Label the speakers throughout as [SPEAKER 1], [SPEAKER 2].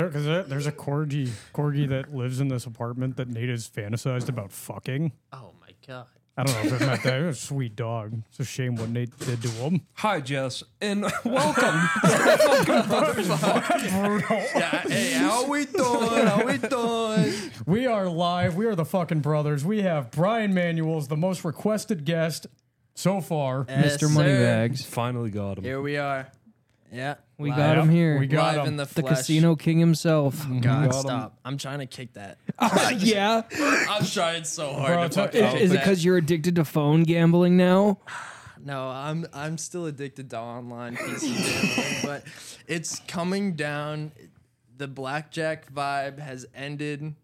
[SPEAKER 1] Because there's a corgi, corgi that lives in this apartment that natives fantasized about fucking.
[SPEAKER 2] Oh my god.
[SPEAKER 1] I don't know if it meant that. It was a sweet dog. It's a shame what Nate did to him.
[SPEAKER 3] Hi, Jess, and welcome. to the fucking Brothers Podcast.
[SPEAKER 2] Yeah, hey, how we doing? How we doing?
[SPEAKER 1] We are live. We are the fucking brothers. We have Brian Manuels, the most requested guest so far.
[SPEAKER 2] Yes,
[SPEAKER 4] Mr.
[SPEAKER 2] sir.
[SPEAKER 4] Moneybags.
[SPEAKER 3] Finally got him.
[SPEAKER 2] Here we are. Yeah.
[SPEAKER 4] We
[SPEAKER 2] live-
[SPEAKER 4] got him here.
[SPEAKER 1] We got
[SPEAKER 2] live
[SPEAKER 1] him.
[SPEAKER 2] in the
[SPEAKER 4] the
[SPEAKER 2] flesh. Oh,
[SPEAKER 4] casino king himself.
[SPEAKER 2] God,
[SPEAKER 3] got him.
[SPEAKER 2] stop. Oh, I'm trying to kick that.
[SPEAKER 4] yeah.
[SPEAKER 2] I'm trying so hard
[SPEAKER 1] Bro,
[SPEAKER 2] to
[SPEAKER 1] it's
[SPEAKER 2] fuck
[SPEAKER 1] okay.
[SPEAKER 4] Is, is it because you're addicted to phone gambling now?
[SPEAKER 2] No, I'm I'm still addicted to online PC gambling, but it's coming down. The blackjack vibe has ended.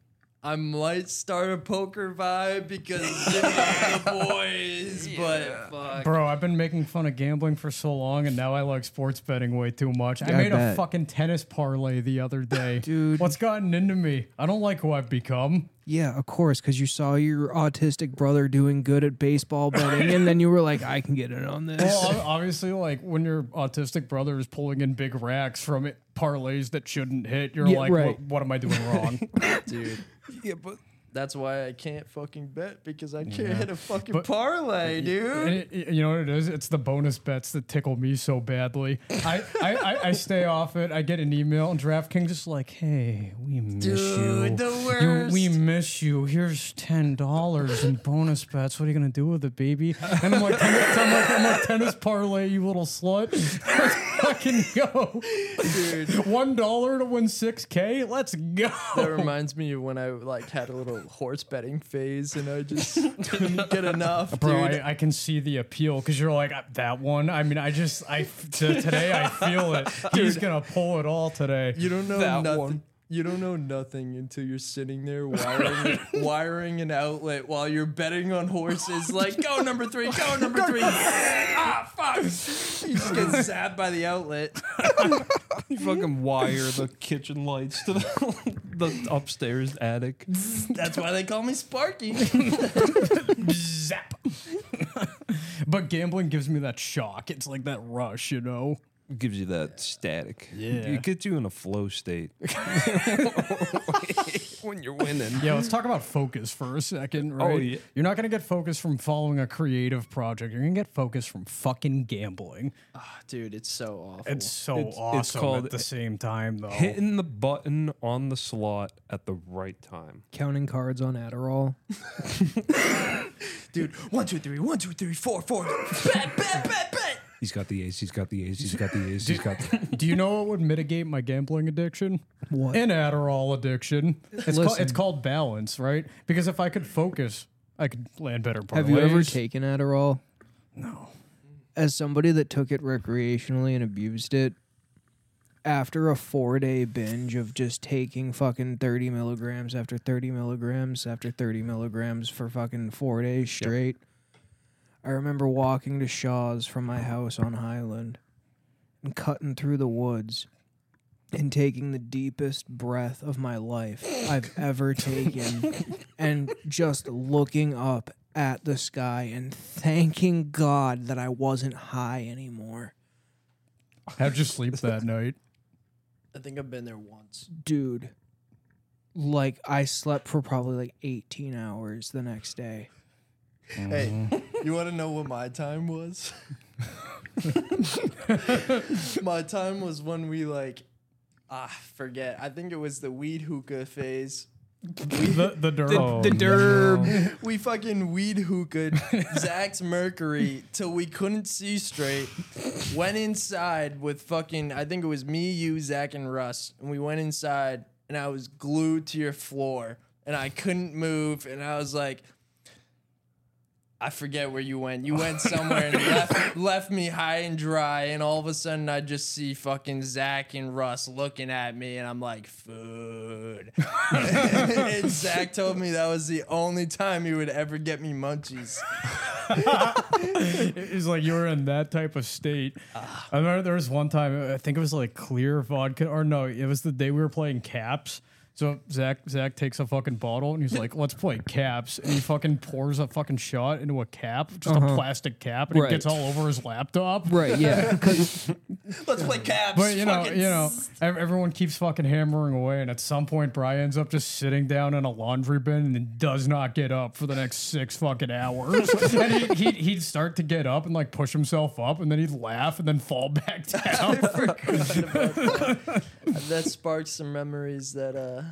[SPEAKER 2] I might start a poker vibe because you know, the boys, but fuck.
[SPEAKER 1] Bro, I've been making fun of gambling for so long, and now I like sports betting way too much. I
[SPEAKER 4] Yeah, I
[SPEAKER 1] made a
[SPEAKER 4] bet.
[SPEAKER 1] fucking tennis parlay the other day.
[SPEAKER 4] Dude.
[SPEAKER 1] What's gotten into me? I don't like who I've become.
[SPEAKER 4] Yeah, of course, because you saw your autistic brother doing good at baseball betting, and then you were like, I can get in on this.
[SPEAKER 1] Well, ob- obviously, like when your autistic brother is pulling in big racks from it, parlays that shouldn't hit, you're
[SPEAKER 4] Yeah,
[SPEAKER 1] like,
[SPEAKER 4] right.
[SPEAKER 1] what, what am I doing wrong?
[SPEAKER 2] dude.
[SPEAKER 3] Yeah, but
[SPEAKER 2] That's why I can't fucking bet because I can't hit a fucking parlay,
[SPEAKER 1] and
[SPEAKER 2] dude.
[SPEAKER 1] it, it- you know what it is? It's the bonus bets that tickle me so badly. I, I, I, I stay off it. I get an email, and DraftKings just like, hey, we miss you.
[SPEAKER 2] Dude, the
[SPEAKER 1] You-
[SPEAKER 2] worst.
[SPEAKER 1] we miss you. Here's ten dollars in bonus bets. What are you gonna do with it, baby? And I'm like, I'm like, I'm like tennis parlay, you little slut. Let's fucking go.
[SPEAKER 2] dude.
[SPEAKER 1] One dollar to win six k. Let's go.
[SPEAKER 2] That reminds me of when I like had a little horse betting phase and I just didn't get enough,
[SPEAKER 1] Bro, I,
[SPEAKER 2] dude.
[SPEAKER 1] uh, I can see the appeal because you're like "Ah, that one. I mean, I just I f- t- today I feel it. He's gonna pull it all today.
[SPEAKER 2] You don't know
[SPEAKER 3] That
[SPEAKER 2] nothing.
[SPEAKER 3] one.
[SPEAKER 2] You don't know nothing until you're sitting there wiring, wiring an outlet while you're betting on horses. Like, go number three, go number three. ah, fuck! You just get zapped by the outlet.
[SPEAKER 3] you fucking wire the kitchen lights to the, the upstairs attic.
[SPEAKER 2] That's why they call me Sparky.
[SPEAKER 1] Zap. but gambling gives me that shock. It's like that rush, you know.
[SPEAKER 3] Gives you that static.
[SPEAKER 1] Yeah.
[SPEAKER 3] It gets you in a flow state. when you're winning.
[SPEAKER 1] Yeah, let's talk about focus for a second, right?
[SPEAKER 3] yeah.
[SPEAKER 1] You're not going to get focus from following a creative project. You're going to get focus from fucking gambling.
[SPEAKER 2] Ah, dude, it's so awful.
[SPEAKER 1] It's so
[SPEAKER 3] It's- it's
[SPEAKER 1] awesome
[SPEAKER 3] called
[SPEAKER 1] at the same time, though.
[SPEAKER 3] Hitting the button on the slot at the right time.
[SPEAKER 4] Counting cards on Adderall.
[SPEAKER 2] dude, one, two, three, one, two, three, four, four. bet, bet, bet, bet.
[SPEAKER 3] He's got the ace, he's got the ace, he's got the ace, he's got the
[SPEAKER 1] Do you know what would mitigate my gambling addiction?
[SPEAKER 4] What?
[SPEAKER 1] An Adderall addiction. It's, called, it's
[SPEAKER 4] Listen.
[SPEAKER 1] called balance, right? Because if I could focus, I could land better parlays.
[SPEAKER 4] Have you ever taken Adderall? No. As somebody that took it recreationally and abused it, after a four day binge of just taking fucking 30 milligrams after 30 milligrams after 30 milligrams for fucking four days straight, I remember walking to Shaw's from my house on Highland and cutting through the woods and taking the deepest breath of my life I've ever taken and just looking up at the sky and thanking God that I wasn't high anymore.
[SPEAKER 1] How'd you sleep that night?
[SPEAKER 2] I think I've been there once.
[SPEAKER 4] Dude, like I slept for probably like 18 hours the next day.
[SPEAKER 2] Hey, you want to know what my time was? my time was when we like, ah, forget. I think it was the weed hookah phase.
[SPEAKER 1] The, the derm.
[SPEAKER 4] derb.
[SPEAKER 2] We fucking weed hookah Zach's Mercury till we couldn't see straight. Went inside with fucking, I think it was me, you, Zach, and Russ. And we went inside and I was glued to your floor and I couldn't move. And I was like, I forget where you went. You went somewhere and left, left me high and dry. And all of a sudden, I just see fucking Zach and Russ looking at me. And I'm like, food. and Zach told me that was the only time he would ever get me munchies.
[SPEAKER 1] It's like you were in that type of state. I remember there was one time, I think it was like clear vodka, or no, it was the day we were playing Caps. So Zach Zach takes a fucking bottle and he's like, "Let's play caps." And he fucking pours a fucking shot into a cap, just a plastic cap, and
[SPEAKER 4] Uh-huh. Right.
[SPEAKER 1] it gets all over his laptop.
[SPEAKER 4] Right, yeah. 'cause-
[SPEAKER 2] Let's play caps.
[SPEAKER 1] But you know,
[SPEAKER 2] fucking
[SPEAKER 1] you know, ev- everyone keeps fucking hammering away, and at some point, Brian ends up just sitting down in a laundry bin and does not get up for the next six fucking hours. and he, he'd, he'd start to get up and like push himself up, and then he'd laugh and then fall back down.
[SPEAKER 2] that sparks some memories that uh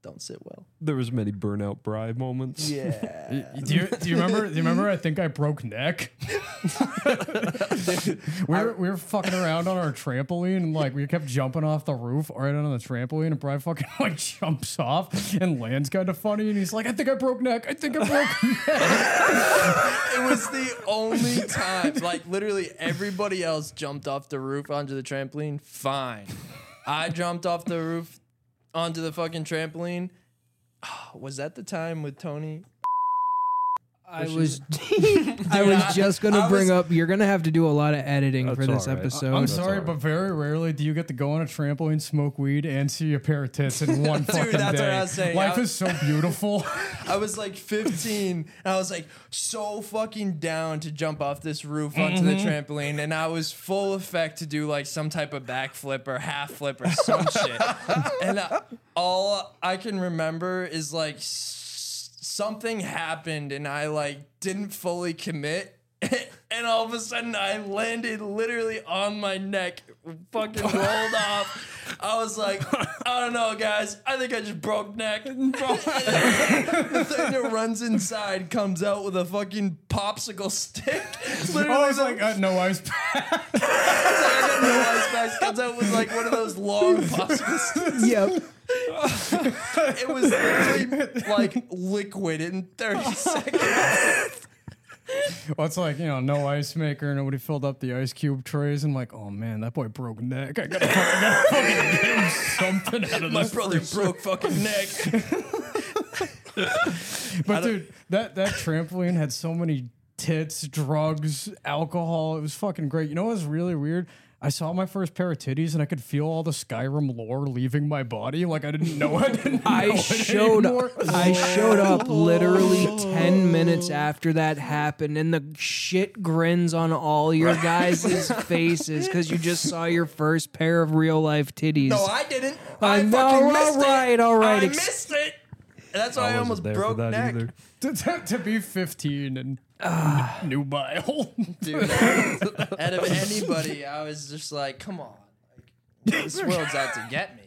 [SPEAKER 2] don't sit well.
[SPEAKER 3] There was many burnout Bri moments.
[SPEAKER 2] Yeah.
[SPEAKER 1] do you do you remember? Do you remember? I think I broke neck. we were we were fucking around on our trampoline and like we kept jumping off the roof right on the trampoline and Brian fucking like jumps off and lands kind of funny and he's like, I think I broke neck. I think I broke. neck."
[SPEAKER 2] it was the only time. Like literally everybody else jumped off the roof onto the trampoline. Fine. I jumped off the roof onto the fucking trampoline. Ah, Was that the time with Tony?
[SPEAKER 4] I was I was
[SPEAKER 2] I-
[SPEAKER 4] just gonna
[SPEAKER 2] I
[SPEAKER 4] bring
[SPEAKER 2] was-
[SPEAKER 4] up you're gonna have to do a lot of editing for
[SPEAKER 3] That's
[SPEAKER 4] this
[SPEAKER 3] all right.
[SPEAKER 4] episode.
[SPEAKER 1] I'm
[SPEAKER 3] That's
[SPEAKER 1] sorry,
[SPEAKER 3] all right.
[SPEAKER 1] but very rarely do you get to go on a trampoline, smoke weed, and see a pair of tits in one fucking
[SPEAKER 2] that's what
[SPEAKER 1] day.
[SPEAKER 2] I was saying.
[SPEAKER 1] Life
[SPEAKER 2] I-
[SPEAKER 1] is so beautiful.
[SPEAKER 2] I was like 15 and I was like so fucking down to jump off this roof onto the trampoline and I was full effect to do like some type of backflip or half flip or some shit. And I, all I can remember is like s- something happened and I like didn't fully commit. And all of a sudden, I landed literally on my neck, fucking rolled off. I was like, I don't know, guys. I think I just broke neck. The thing that runs inside comes out with a fucking popsicle stick. Literally,
[SPEAKER 4] Oh,
[SPEAKER 1] I was
[SPEAKER 2] the-
[SPEAKER 1] like, uh, no, I was.
[SPEAKER 2] I got no ice packs. Comes out with like one of those long popsicle sticks.
[SPEAKER 4] Yep.
[SPEAKER 2] It was literally like liquid in 30 seconds.
[SPEAKER 1] Well, it's like, you know, no ice maker. Nobody filled up the ice cube trays. I'm like, oh man, that boy broke neck. I gotta, I gotta fucking get him something out of
[SPEAKER 2] My
[SPEAKER 1] this.
[SPEAKER 2] brother broke fucking neck.
[SPEAKER 1] But dude, that, that trampoline had so many tits, drugs, alcohol. It was fucking great. You know what was really weird? I saw my first pair of titties and I could feel all the Skyrim lore leaving my body. Like I didn't know I didn't know
[SPEAKER 4] I
[SPEAKER 1] it
[SPEAKER 4] showed
[SPEAKER 1] anymore.
[SPEAKER 4] up. I showed up literally ten minutes after that happened, and the shit grins on all your guys' faces because you just saw your first pair of real life titties.
[SPEAKER 2] No, I didn't.
[SPEAKER 4] I
[SPEAKER 2] I
[SPEAKER 4] know,
[SPEAKER 2] fucking
[SPEAKER 4] all
[SPEAKER 2] missed it.
[SPEAKER 4] right, all right,
[SPEAKER 2] I
[SPEAKER 4] ex-
[SPEAKER 2] missed it. And that's why I, almost broke neck.
[SPEAKER 1] to, to- to be 15 and nubile.
[SPEAKER 2] Dude, out of anybody, I was just like, come on. Like, this world's out to get me.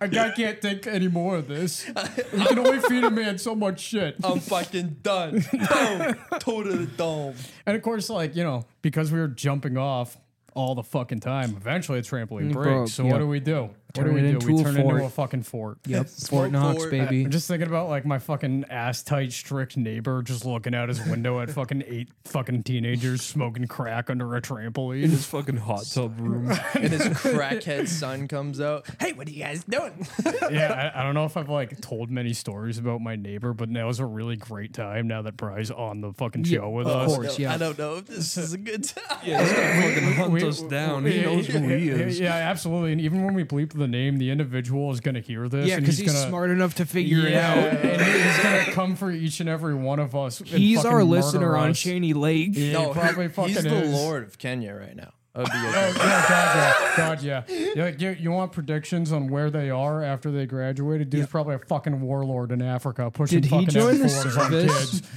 [SPEAKER 1] a guy can't take any more of this. You can only feed a man so much shit.
[SPEAKER 2] I'm fucking done. Boom. Totally dome.
[SPEAKER 1] And of course, like, you know, because we were jumping off all the fucking time, eventually a trampoline breaks.
[SPEAKER 4] Mm, broke,
[SPEAKER 1] so
[SPEAKER 4] yeah.
[SPEAKER 1] what do we do?
[SPEAKER 4] Turn
[SPEAKER 1] what do
[SPEAKER 4] it
[SPEAKER 1] we do?
[SPEAKER 4] into
[SPEAKER 1] We
[SPEAKER 4] a
[SPEAKER 1] turn
[SPEAKER 4] fort.
[SPEAKER 1] into a fucking fort.
[SPEAKER 4] Yep.
[SPEAKER 2] Smoke
[SPEAKER 4] Fort Knox,
[SPEAKER 2] fort.
[SPEAKER 4] baby.
[SPEAKER 1] I'm just thinking about like my fucking ass tight strict neighbor just looking out his window at fucking eight fucking teenagers smoking crack under a trampoline.
[SPEAKER 3] His fucking hot tub room.
[SPEAKER 2] and his crackhead son comes out. Hey, what are you guys doing?
[SPEAKER 1] yeah, I, I don't know if I've like told many stories about my neighbor, but now is a really great time now that Bry's on the fucking
[SPEAKER 4] Yeah,
[SPEAKER 1] show with
[SPEAKER 4] of
[SPEAKER 1] us.
[SPEAKER 4] course. yeah.
[SPEAKER 2] I don't know if this is a good time.
[SPEAKER 3] yeah, he's gonna fucking hunt us down. He
[SPEAKER 1] Yeah,
[SPEAKER 3] knows who he
[SPEAKER 1] yeah,
[SPEAKER 3] is.
[SPEAKER 1] Yeah, absolutely. And even when we bleep the name, the individual is going to hear this.
[SPEAKER 4] yeah,
[SPEAKER 1] and
[SPEAKER 4] because he's,
[SPEAKER 1] gonna,
[SPEAKER 4] smart enough to figure it
[SPEAKER 1] Yeah,
[SPEAKER 4] out.
[SPEAKER 1] and he's going to come for each and every one of us. and
[SPEAKER 4] He's
[SPEAKER 1] fucking
[SPEAKER 4] our
[SPEAKER 1] murder
[SPEAKER 4] listener on
[SPEAKER 1] us.
[SPEAKER 4] Cheney Lake.
[SPEAKER 1] Yeah,
[SPEAKER 2] No,
[SPEAKER 1] he probably
[SPEAKER 2] he-
[SPEAKER 1] fucking
[SPEAKER 2] he's the
[SPEAKER 1] is.
[SPEAKER 2] lord of Kenya right now. Of the-
[SPEAKER 1] Oh, yeah, God, yeah. God, yeah. yeah you, you want predictions on where they are after they graduated? Dude's probably a fucking warlord in Africa pushing
[SPEAKER 4] Did he
[SPEAKER 1] fucking
[SPEAKER 4] join the
[SPEAKER 1] M4s on
[SPEAKER 4] service?
[SPEAKER 1] kids.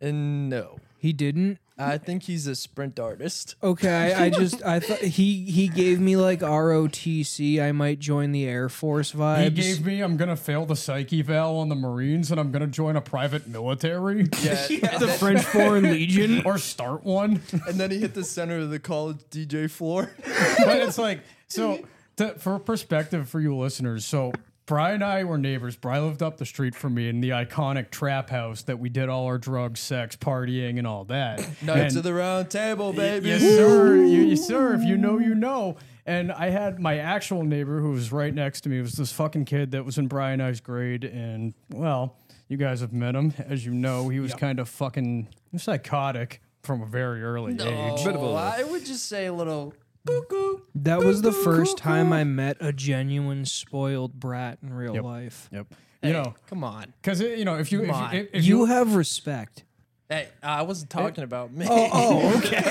[SPEAKER 2] and no,
[SPEAKER 4] He didn't.
[SPEAKER 2] I think he's a sprint artist.
[SPEAKER 4] Okay, I just I thought he he gave me like ROTC. I might join the Air Force vibes.
[SPEAKER 1] He gave me, I'm going to fail the psyche val on the Marines and I'm going to join a private military
[SPEAKER 2] Yeah.
[SPEAKER 4] the French Foreign Legion.
[SPEAKER 1] or start one.
[SPEAKER 2] and then he hit the center of the college DJ floor.
[SPEAKER 1] but it's like so to, for perspective for you listeners so Brian and I were neighbors. Brian lived up the street from me in the iconic trap house that we did all our drugs, sex, partying, and all that.
[SPEAKER 2] Knights
[SPEAKER 1] And-
[SPEAKER 2] of the round table, baby.
[SPEAKER 1] Yes, sir. You, yes, sir. If you know, you know. And I had my actual neighbor who was right next to me was this fucking kid that was in Brian I's grade, and well, you guys have met him, as you know. He was kind of fucking psychotic from a very early age.
[SPEAKER 2] Oh, I would just say a little Cuckoo.
[SPEAKER 4] That was the first time I met a genuine spoiled brat in real
[SPEAKER 1] Yep.
[SPEAKER 4] life.
[SPEAKER 1] Yep.
[SPEAKER 2] Hey,
[SPEAKER 1] You know,
[SPEAKER 2] come on.
[SPEAKER 1] because you know if you if,
[SPEAKER 2] Come on.
[SPEAKER 1] you- if, if
[SPEAKER 4] you
[SPEAKER 1] you,
[SPEAKER 4] have respect.
[SPEAKER 2] Hey, I wasn't talking about me.
[SPEAKER 4] Oh, okay.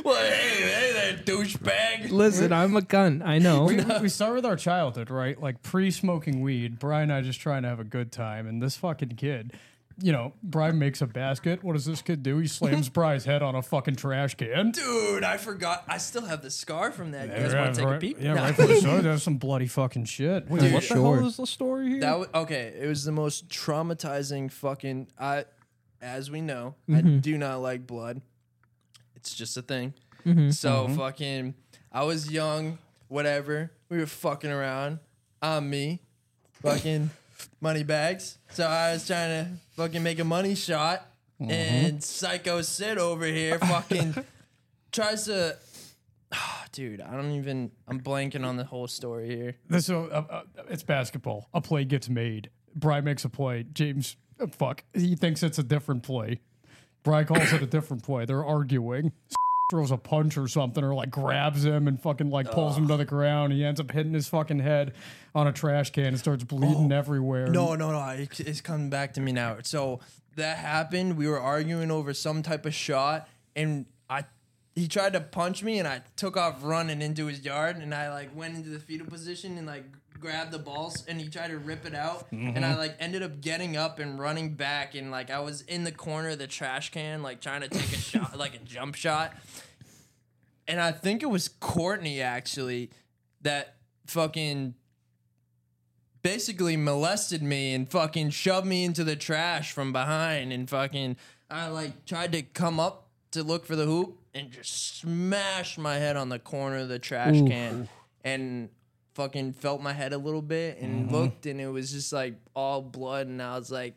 [SPEAKER 2] well, hey, hey there, douchebag.
[SPEAKER 4] Listen, I'm a cunt. I know.
[SPEAKER 1] we, we start with our childhood, right? Like pre-smoking weed, Brian and I just trying to have a good time, and this fucking kid, you know, Brian makes a basket. What does this kid do? He slams Brian's head on a fucking trash can.
[SPEAKER 2] Dude, I forgot. I still have the scar from that. You guys
[SPEAKER 1] yeah,
[SPEAKER 2] want to take
[SPEAKER 1] right,
[SPEAKER 2] a peek?
[SPEAKER 1] Yeah,
[SPEAKER 2] No.
[SPEAKER 1] rightfully so. That's some bloody fucking shit.
[SPEAKER 3] Wait,
[SPEAKER 2] Dude,
[SPEAKER 3] what the
[SPEAKER 4] sure.
[SPEAKER 3] hell is the story here?
[SPEAKER 2] That was, okay. It was the most traumatizing fucking. I, as we know, I do not like blood. It's just a thing. So fucking. I was young. Whatever. We were fucking around. I'm me. Fucking money bags. So I was trying to fucking make a money shot, and Psycho Sid over here fucking tries to. Dude, I don't even. I'm blanking on the whole story here.
[SPEAKER 1] This so uh, uh, it's basketball. A play gets made. Brian makes a play. James, uh, fuck, he thinks it's a different play. Brian calls it a different play. They're arguing. Throws a punch or something, or like grabs him and fucking like pulls him to the ground. He ends up hitting his fucking head on a trash can and starts bleeding everywhere.
[SPEAKER 2] No, no, no. It, it's coming back to me now. So that happened. We were arguing over some type of shot, and I he tried to punch me, and I took off running into his yard, and I like went into the fetal position and like grabbed the balls, and he tried to rip it out, and I like ended up getting up and running back, and like I was in the corner of the trash can, like trying to take a shot, like a jump shot, and I think it was Courtney actually that fucking basically molested me and fucking shoved me into the trash from behind and fucking I like tried to come up to look for the hoop and just smashed my head on the corner of the trash can and fucking felt my head a little bit and looked and it was just like all blood and I was like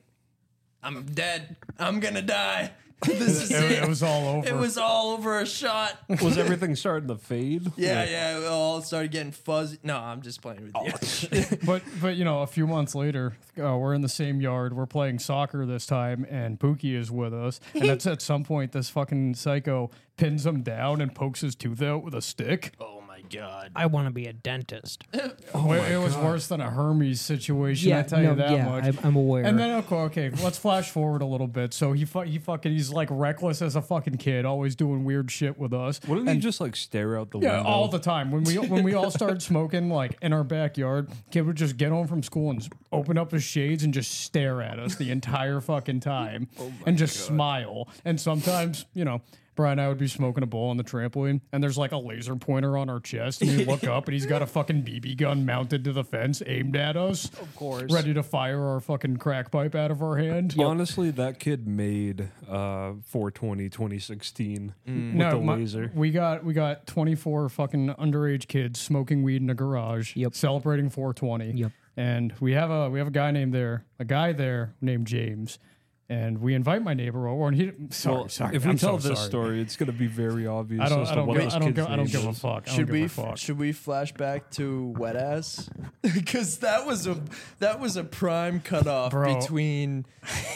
[SPEAKER 2] I'm dead. I'm gonna die. This is
[SPEAKER 1] it,
[SPEAKER 2] it.
[SPEAKER 1] it was all over.
[SPEAKER 2] It was all over a shot.
[SPEAKER 3] was everything starting to fade?
[SPEAKER 2] Yeah,
[SPEAKER 3] Like,
[SPEAKER 2] yeah. It all started getting fuzzy. No, I'm just playing with you.
[SPEAKER 1] but but you know, a few months later, uh, we're in the same yard. We're playing soccer this time, and Pookie is with us. And that's at some point, this fucking psycho pins him down and pokes his tooth out with a stick.
[SPEAKER 2] oh my god.
[SPEAKER 4] I want to be a dentist.
[SPEAKER 1] Well, it was worse than a Hermes situation. I tell you that much.
[SPEAKER 4] I'm aware.
[SPEAKER 1] and then okay, okay, let's flash forward a little bit. So he fu- he fucking he's like reckless as a fucking kid, always doing weird shit with us.
[SPEAKER 3] Wouldn't he just like stare out the
[SPEAKER 1] Yeah,
[SPEAKER 3] window?
[SPEAKER 1] all the time. When we when we all started smoking, like in our backyard, kid would just get home from school and s- open up his shades and just stare at us the entire fucking time, and just smile. And sometimes, you know, Brian and I would be smoking a bowl on the trampoline, and there's like a laser pointer on our chest, and we look up, and he's got a fucking BB gun mounted to the fence, aimed at us, of
[SPEAKER 4] course.
[SPEAKER 1] ready to fire our fucking crack pipe out of our hand.
[SPEAKER 3] Honestly, that kid made uh 420 2016 with the
[SPEAKER 1] my-
[SPEAKER 3] laser.
[SPEAKER 1] We got we got 24 fucking underage kids smoking weed in a garage,
[SPEAKER 4] Yep.
[SPEAKER 1] celebrating 420.
[SPEAKER 4] Yep.
[SPEAKER 1] And we have a we have a guy named there, a guy there named James, and we invite my neighbor over, and he sorry,
[SPEAKER 3] Well,
[SPEAKER 1] sorry,
[SPEAKER 3] if we
[SPEAKER 1] I'm so
[SPEAKER 3] tell this
[SPEAKER 1] sorry.
[SPEAKER 3] story, it's going to be very obvious.
[SPEAKER 1] I don't
[SPEAKER 3] as
[SPEAKER 1] I
[SPEAKER 3] to
[SPEAKER 1] don't
[SPEAKER 3] what
[SPEAKER 1] give,
[SPEAKER 3] this
[SPEAKER 1] I don't
[SPEAKER 3] kid's
[SPEAKER 1] give, I don't
[SPEAKER 3] name
[SPEAKER 1] give a
[SPEAKER 3] is.
[SPEAKER 1] fuck. I don't
[SPEAKER 2] Should
[SPEAKER 1] give
[SPEAKER 2] we
[SPEAKER 1] a fuck.
[SPEAKER 2] should we flash back to wet ass? Because that was a that was a prime cutoff
[SPEAKER 1] Bro.
[SPEAKER 2] between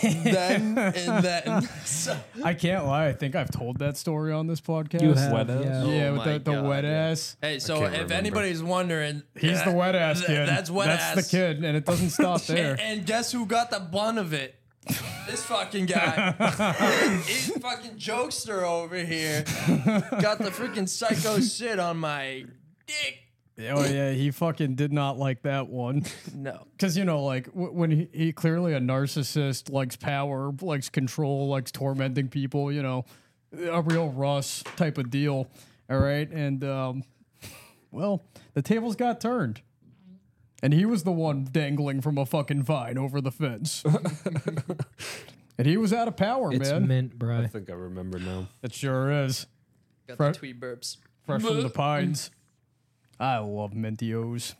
[SPEAKER 2] then and then. So,
[SPEAKER 1] I can't lie. I think I've told that story on this podcast.
[SPEAKER 4] you have,
[SPEAKER 3] Wet ass?
[SPEAKER 4] yeah.
[SPEAKER 1] Yeah,
[SPEAKER 2] Oh
[SPEAKER 1] with
[SPEAKER 2] my
[SPEAKER 1] the, the
[SPEAKER 2] God,
[SPEAKER 1] wet
[SPEAKER 2] yeah.
[SPEAKER 1] ass.
[SPEAKER 2] hey, so
[SPEAKER 3] can't
[SPEAKER 2] if
[SPEAKER 3] remember.
[SPEAKER 2] anybody's wondering,
[SPEAKER 1] He's the wet ass
[SPEAKER 2] th-
[SPEAKER 1] kid.
[SPEAKER 2] That's wet
[SPEAKER 1] That's
[SPEAKER 2] ass.
[SPEAKER 1] the kid, and it doesn't stop there.
[SPEAKER 2] And, and guess who got the bun of it? This fucking guy. He's fucking jokester over here. Got the freaking psycho shit on my dick.
[SPEAKER 1] oh yeah, he fucking did not like that one.
[SPEAKER 2] No.
[SPEAKER 1] because you know, like w- when he, he clearly a narcissist, likes power, likes control, likes tormenting people. You know, a real Russ type of deal. All right, and um, well, the tables got turned, and he was the one dangling from a fucking vine over the fence, and he was out of power,
[SPEAKER 4] It's
[SPEAKER 1] man.
[SPEAKER 4] mint, bro.
[SPEAKER 3] I think I remember now.
[SPEAKER 1] it sure is
[SPEAKER 2] Got
[SPEAKER 1] Fre-
[SPEAKER 2] the tweet burps.
[SPEAKER 1] fresh from the pines. I love Mentios.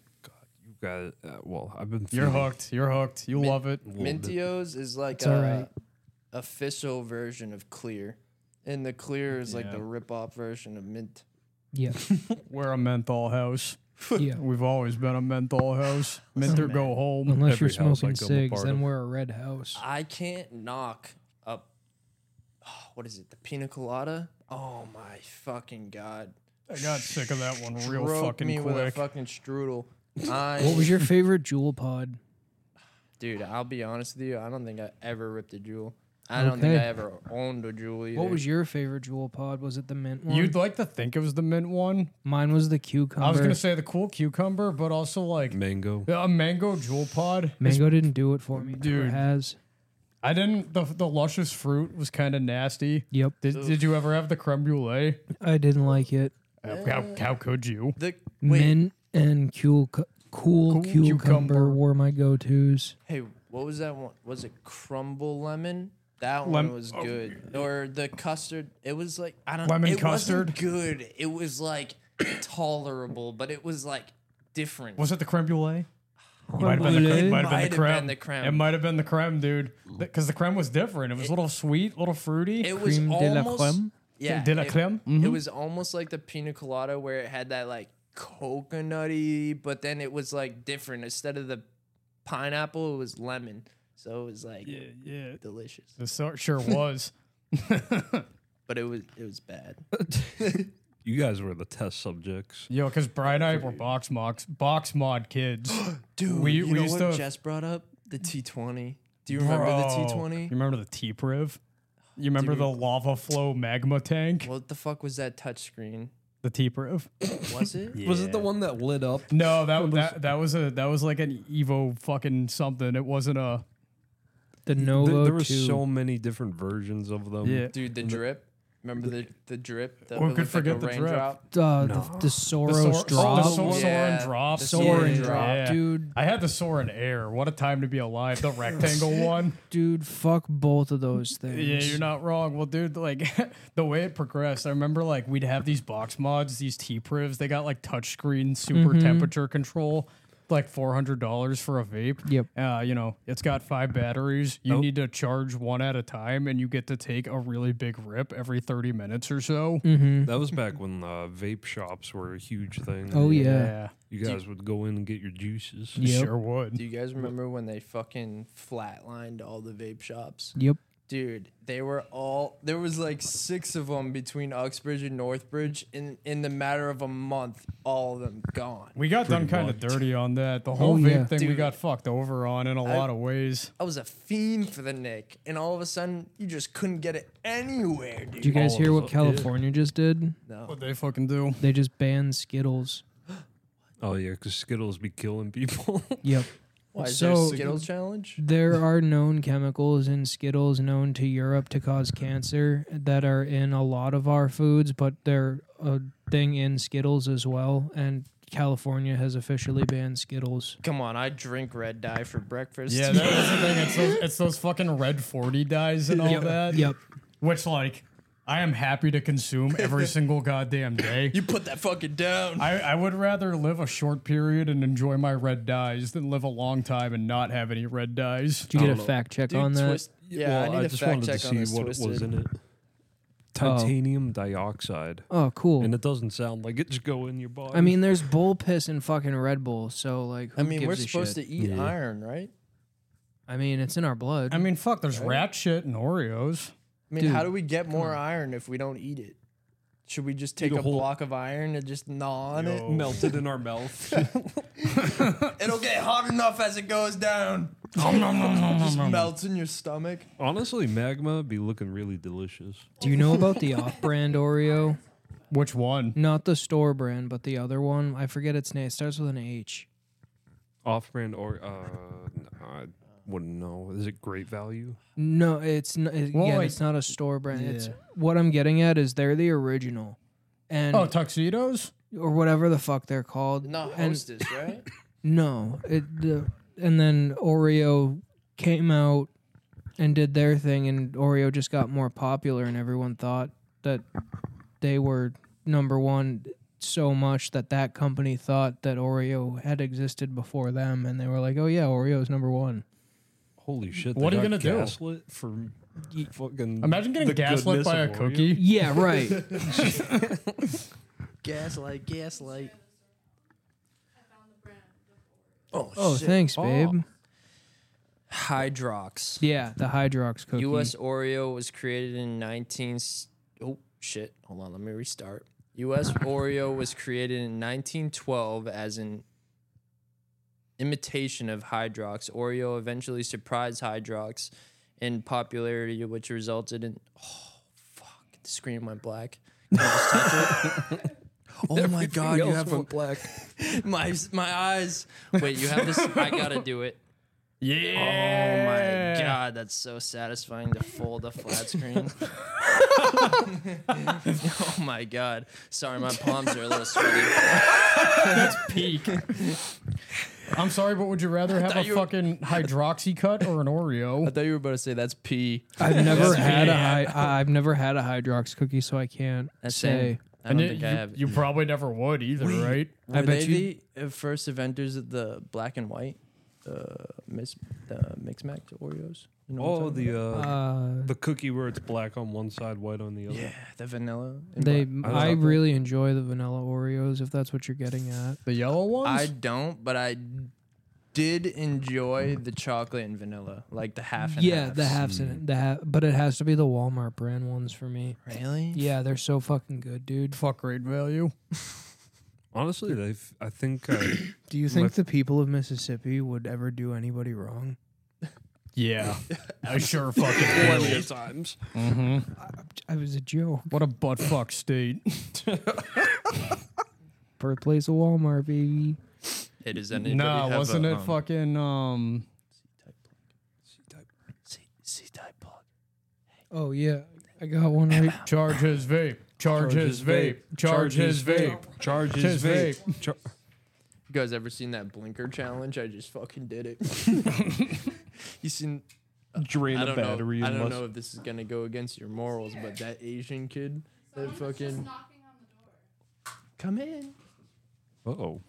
[SPEAKER 3] You guys, uh, well, I've been.
[SPEAKER 1] You're
[SPEAKER 3] feeling
[SPEAKER 1] hooked. You're hooked. You love it.
[SPEAKER 3] a little bit-
[SPEAKER 2] Mintios is like
[SPEAKER 4] all
[SPEAKER 2] a
[SPEAKER 4] right.
[SPEAKER 2] official version of clear. And the clear is like the rip off version of mint.
[SPEAKER 4] Yeah,
[SPEAKER 1] We're a menthol house.
[SPEAKER 4] yeah.
[SPEAKER 1] We've always been a menthol house. Mint or go home.
[SPEAKER 4] Unless you're
[SPEAKER 3] Every house I
[SPEAKER 4] smoking
[SPEAKER 3] come
[SPEAKER 4] cigs,
[SPEAKER 3] apart
[SPEAKER 4] then
[SPEAKER 3] of.
[SPEAKER 4] we're a red house.
[SPEAKER 2] I can't knock up what is it, the pina colada? Oh my Oh fucking god.
[SPEAKER 1] I got sick of that one real
[SPEAKER 2] Stroked me
[SPEAKER 1] fucking
[SPEAKER 2] with a
[SPEAKER 1] quick.
[SPEAKER 2] fucking strudel. I,
[SPEAKER 4] What was your favorite Jewel pod?
[SPEAKER 2] dude, I'll be honest with you. I don't think I ever ripped a jewel. I don't think
[SPEAKER 4] Okay.
[SPEAKER 2] I ever owned a jewel either.
[SPEAKER 4] What was your favorite Jewel pod? Was it the mint one?
[SPEAKER 1] You'd like to think it was the mint one.
[SPEAKER 4] Mine was the cucumber.
[SPEAKER 1] I was gonna say the cool cucumber, but also like
[SPEAKER 3] Mango.
[SPEAKER 1] a mango jewel pod.
[SPEAKER 4] Mango didn't do it for me. Dude,
[SPEAKER 1] Dude.
[SPEAKER 4] has.
[SPEAKER 1] I didn't. The, the luscious fruit was kind of nasty.
[SPEAKER 4] Yep,
[SPEAKER 1] Did, did you ever have the creme brulee?
[SPEAKER 4] I didn't like it.
[SPEAKER 1] How, how, how could you?
[SPEAKER 2] the wait?
[SPEAKER 4] Mint and cool, cu- cool
[SPEAKER 1] Cool
[SPEAKER 4] cucumber,
[SPEAKER 1] cucumber.
[SPEAKER 4] were my go-tos.
[SPEAKER 2] Hey, what was that one? Was it crumble lemon? That
[SPEAKER 1] Lem- oh,
[SPEAKER 2] one was good. Or the custard? It was like I don't.
[SPEAKER 1] Lemon
[SPEAKER 2] it wasn't
[SPEAKER 1] custard?
[SPEAKER 2] good. It was like tolerable, but it was like different.
[SPEAKER 1] Was it the creme brulee? It
[SPEAKER 4] Creme brulee?
[SPEAKER 1] might have been
[SPEAKER 2] Might have
[SPEAKER 1] the
[SPEAKER 2] been
[SPEAKER 1] creme.
[SPEAKER 2] the creme.
[SPEAKER 1] It might have been the creme, dude. Because the creme was different. It was a little sweet, little fruity.
[SPEAKER 2] it was
[SPEAKER 4] Creme de la
[SPEAKER 2] almost
[SPEAKER 4] creme?
[SPEAKER 2] yeah
[SPEAKER 1] De la Mm-hmm.
[SPEAKER 2] it-
[SPEAKER 1] creme?
[SPEAKER 2] It, was almost like the pina colada where it had that like coconutty, but then it was like different. Instead of the pineapple, it was lemon. So it was like
[SPEAKER 1] yeah,
[SPEAKER 2] delicious,
[SPEAKER 1] the sor- sure was.
[SPEAKER 2] but it was it was bad.
[SPEAKER 3] You guys were the test subjects.
[SPEAKER 1] Yo, because Brian and I were box mox, box mod kids.
[SPEAKER 2] Dude,
[SPEAKER 1] We-
[SPEAKER 2] you
[SPEAKER 1] we
[SPEAKER 2] know
[SPEAKER 1] used
[SPEAKER 2] what
[SPEAKER 1] to-
[SPEAKER 2] Jess brought up? The T20. Do you remember the
[SPEAKER 1] Bro. You
[SPEAKER 2] T20?
[SPEAKER 1] remember the T Priv? You remember the lava flow magma tank?
[SPEAKER 2] What the fuck was that touchscreen?
[SPEAKER 1] The T Priv?
[SPEAKER 2] Was it?
[SPEAKER 3] Was it the one that lit up?
[SPEAKER 1] No, that, that that was a that was like an Evo fucking something. It wasn't a
[SPEAKER 4] The
[SPEAKER 3] Th-
[SPEAKER 4] Novo
[SPEAKER 3] there were
[SPEAKER 4] 2.
[SPEAKER 3] so many different versions of them.
[SPEAKER 2] Dude, the drip. Remember the, the drip? The,
[SPEAKER 1] Who
[SPEAKER 2] it
[SPEAKER 1] could
[SPEAKER 2] looked like a
[SPEAKER 1] forget the drip?
[SPEAKER 2] raindrop?
[SPEAKER 4] Uh, the, the
[SPEAKER 1] The
[SPEAKER 4] Soros
[SPEAKER 1] Sor- oh,
[SPEAKER 4] drop.
[SPEAKER 1] The Sor-
[SPEAKER 2] Yeah,
[SPEAKER 1] Soren drop.
[SPEAKER 2] the
[SPEAKER 4] Soren
[SPEAKER 2] Yeah.
[SPEAKER 4] drop,
[SPEAKER 1] Yeah.
[SPEAKER 4] dude.
[SPEAKER 1] I had the Soren Air. What a time to be alive. The rectangle one.
[SPEAKER 4] Dude, fuck both of those things.
[SPEAKER 1] Yeah, you're not wrong. Well, dude, like the way it progressed, I remember like we'd have these box mods, these T privs. They got like touchscreen super
[SPEAKER 4] Mm-hmm.
[SPEAKER 1] temperature control, like four hundred dollars for a vape.
[SPEAKER 4] Yep.
[SPEAKER 1] Uh, you know, it's got five batteries. You need to charge one at a time, and you get to take a really big rip every thirty minutes or so.
[SPEAKER 4] Mm-hmm.
[SPEAKER 3] That was back when uh, vape shops were a huge thing.
[SPEAKER 4] Oh yeah.
[SPEAKER 3] You guys would go in and get your juices.
[SPEAKER 4] Yep.
[SPEAKER 1] sure would.
[SPEAKER 2] Do you guys remember when they fucking flatlined all the vape shops?
[SPEAKER 4] Yep.
[SPEAKER 2] Dude, they were all there was like six of them between Uxbridge and Northbridge in in the matter of a month, all of them gone.
[SPEAKER 1] We got done kind of
[SPEAKER 3] much.
[SPEAKER 1] dirty on that. The whole vape
[SPEAKER 4] Oh, yeah.
[SPEAKER 1] thing we
[SPEAKER 2] Dude.
[SPEAKER 1] got fucked over on in a lot of ways.
[SPEAKER 2] I was a fiend for the Nick, and all of a sudden you just couldn't get it anywhere, dude.
[SPEAKER 4] Did you guys
[SPEAKER 3] All
[SPEAKER 4] hear
[SPEAKER 3] of
[SPEAKER 4] what
[SPEAKER 3] us.
[SPEAKER 4] California just did?
[SPEAKER 2] no.
[SPEAKER 1] What they fucking do?
[SPEAKER 4] They just banned Skittles.
[SPEAKER 3] Oh yeah, because Skittles be killing people.
[SPEAKER 4] Yep.
[SPEAKER 2] Why is there
[SPEAKER 4] So-
[SPEAKER 2] a Skittle challenge?
[SPEAKER 4] There are known chemicals in Skittles known to Europe to cause cancer that are in a lot of our foods, but they're a thing in Skittles as well. And California has officially banned Skittles.
[SPEAKER 2] Come on, I drink red dye for breakfast.
[SPEAKER 1] Yeah, that was the thing. It's those, it's those fucking red 40 dyes and all that.
[SPEAKER 4] Yep.
[SPEAKER 1] Which, like, I am happy to consume every single goddamn day.
[SPEAKER 2] you put that fucking down.
[SPEAKER 1] I, I would rather live a short period and enjoy my red dyes than live a long time and not have any red dyes.
[SPEAKER 4] Did you get a
[SPEAKER 3] don't know.
[SPEAKER 4] fact check
[SPEAKER 2] Dude,
[SPEAKER 4] on that?
[SPEAKER 2] twist- yeah,
[SPEAKER 3] Well,
[SPEAKER 2] I need a
[SPEAKER 3] just
[SPEAKER 2] fact
[SPEAKER 3] wanted
[SPEAKER 2] check
[SPEAKER 3] to
[SPEAKER 2] on
[SPEAKER 3] see
[SPEAKER 2] this
[SPEAKER 3] what
[SPEAKER 2] twisted.
[SPEAKER 3] was in it. Titanium dioxide,
[SPEAKER 4] Oh, cool.
[SPEAKER 3] and it doesn't sound like it should go in your body.
[SPEAKER 4] I mean, there's bull piss in fucking Red Bull, so like, who
[SPEAKER 2] I mean,
[SPEAKER 4] gives
[SPEAKER 2] we're
[SPEAKER 4] a
[SPEAKER 2] supposed
[SPEAKER 4] shit?
[SPEAKER 2] to eat
[SPEAKER 3] Yeah.
[SPEAKER 2] iron, right?
[SPEAKER 4] I mean, it's in our blood.
[SPEAKER 1] I mean, fuck, there's rat shit and Oreos.
[SPEAKER 2] I mean,
[SPEAKER 4] Dude,
[SPEAKER 2] how do we get more iron if we don't eat it? Should we just take
[SPEAKER 3] a
[SPEAKER 2] a,
[SPEAKER 3] whole-
[SPEAKER 2] block of iron and just gnaw on it?
[SPEAKER 3] melted in our mouth.
[SPEAKER 2] It'll get hot enough as it goes down. just melts in your stomach.
[SPEAKER 3] Honestly, magma be looking really delicious.
[SPEAKER 4] Do you know about the off-brand Oreo?
[SPEAKER 1] Which one?
[SPEAKER 2] Mm.
[SPEAKER 4] Not the store brand, but the other one. I forget its name. It starts with an H.
[SPEAKER 3] Off-brand or uh, I wouldn't know. Is it great value?
[SPEAKER 4] No, it's not. It,
[SPEAKER 1] Well,
[SPEAKER 4] again,
[SPEAKER 1] like-
[SPEAKER 4] it's not a store brand. It's
[SPEAKER 1] Yeah.
[SPEAKER 4] what I'm getting at is they're the original, and
[SPEAKER 1] Oh, tuxedos?
[SPEAKER 4] or whatever the fuck they're called.
[SPEAKER 2] Not
[SPEAKER 4] and,
[SPEAKER 2] hostess, right?
[SPEAKER 4] No, it the and then Oreo came out and did their thing, and Oreo just got more popular, and everyone thought that they were number one so much that that company thought that Oreo had existed before them, and they were like, "Oh yeah, Oreo is number one."
[SPEAKER 3] Holy shit!
[SPEAKER 1] What
[SPEAKER 3] they
[SPEAKER 1] are you
[SPEAKER 3] got
[SPEAKER 1] gonna do?
[SPEAKER 3] gaslit do? For fucking
[SPEAKER 1] Imagine getting
[SPEAKER 3] the
[SPEAKER 1] gaslit
[SPEAKER 3] goodness
[SPEAKER 1] by a
[SPEAKER 3] of Oreo?
[SPEAKER 1] cookie.
[SPEAKER 4] Yeah, right.
[SPEAKER 2] gaslight, gaslight. Oh,
[SPEAKER 4] oh, thanks, babe.
[SPEAKER 2] Hydrox.
[SPEAKER 4] Yeah, the Hydrox cookie.
[SPEAKER 2] Mm-hmm. U.S. Oreo was created in 19. s- Oh shit! Hold on, let me restart. U.S. Oreo was created in 1912 as an imitation of Hydrox. Oreo eventually surprised Hydrox in popularity, which resulted in. Oh, fuck. The screen went black. Can I just touch it? Oh my god, you have a,
[SPEAKER 3] black.
[SPEAKER 2] my my eyes. Wait, you have this. I gotta do it.
[SPEAKER 1] Yeah.
[SPEAKER 2] Oh my god, that's so satisfying to fold a flat screen. oh my god. Sorry, my palms are a little sweaty.
[SPEAKER 1] Peak. I'm sorry, but would you rather have a
[SPEAKER 2] thought you were-
[SPEAKER 1] fucking hydroxy cut or an Oreo?
[SPEAKER 2] thought you were about to say that's pee.
[SPEAKER 4] I've never had a high, I've never had a Hydrox cookie, so I can't
[SPEAKER 2] That's
[SPEAKER 4] say.
[SPEAKER 2] same. I don't
[SPEAKER 1] And
[SPEAKER 2] think
[SPEAKER 1] you,
[SPEAKER 2] I have.
[SPEAKER 1] you probably never would either, right?
[SPEAKER 2] Were
[SPEAKER 4] I bet
[SPEAKER 2] they
[SPEAKER 4] you-
[SPEAKER 2] the uh, first inventors of the black and white uh, mis- uh, mix match Oreos? You know what I'm
[SPEAKER 3] Oh,
[SPEAKER 2] talking
[SPEAKER 3] the uh,
[SPEAKER 4] Uh,
[SPEAKER 3] the cookie where it's black on one side, white on the
[SPEAKER 2] about?
[SPEAKER 3] other.
[SPEAKER 2] yeah, the vanilla. and
[SPEAKER 4] they,
[SPEAKER 2] black.
[SPEAKER 3] I
[SPEAKER 4] I
[SPEAKER 3] love
[SPEAKER 4] really enjoy the vanilla Oreos if that's what you're getting at.
[SPEAKER 1] The yellow ones?
[SPEAKER 2] I don't, but I did enjoy the chocolate and vanilla, like the half and
[SPEAKER 4] yeah,
[SPEAKER 2] halves.
[SPEAKER 4] the halves in it, the half, but it has to be the Walmart brand ones for me.
[SPEAKER 2] Really?
[SPEAKER 4] Yeah, they're so fucking good, dude.
[SPEAKER 1] Fuck great value.
[SPEAKER 3] Honestly, they've. I think. uh, I,
[SPEAKER 4] Do you
[SPEAKER 3] think
[SPEAKER 4] think the people of Mississippi would ever do anybody wrong?
[SPEAKER 1] Yeah. I sure fucking
[SPEAKER 3] plenty of times.
[SPEAKER 1] Mm-hmm.
[SPEAKER 4] I was a joke.
[SPEAKER 1] What a butt fuck state.
[SPEAKER 4] Birthplace of Walmart, baby.
[SPEAKER 2] It is anybody.
[SPEAKER 1] nah,
[SPEAKER 2] have
[SPEAKER 1] wasn't
[SPEAKER 2] a,
[SPEAKER 1] it
[SPEAKER 2] um,
[SPEAKER 1] fucking um
[SPEAKER 2] C type plug.
[SPEAKER 4] Oh yeah, I got one right.
[SPEAKER 1] charge his vape. Charge his vape. Charge his vape.
[SPEAKER 3] Charge
[SPEAKER 1] his
[SPEAKER 3] his vape. Char-
[SPEAKER 2] You guys ever seen that blinker challenge? I just fucking did it. you seen?
[SPEAKER 3] drain
[SPEAKER 2] I
[SPEAKER 3] a
[SPEAKER 2] don't
[SPEAKER 3] battery.
[SPEAKER 2] know. I don't
[SPEAKER 3] unless-
[SPEAKER 2] know if this is gonna go against your morals, but that Asian kid, that fucking come in.
[SPEAKER 3] Uh-oh.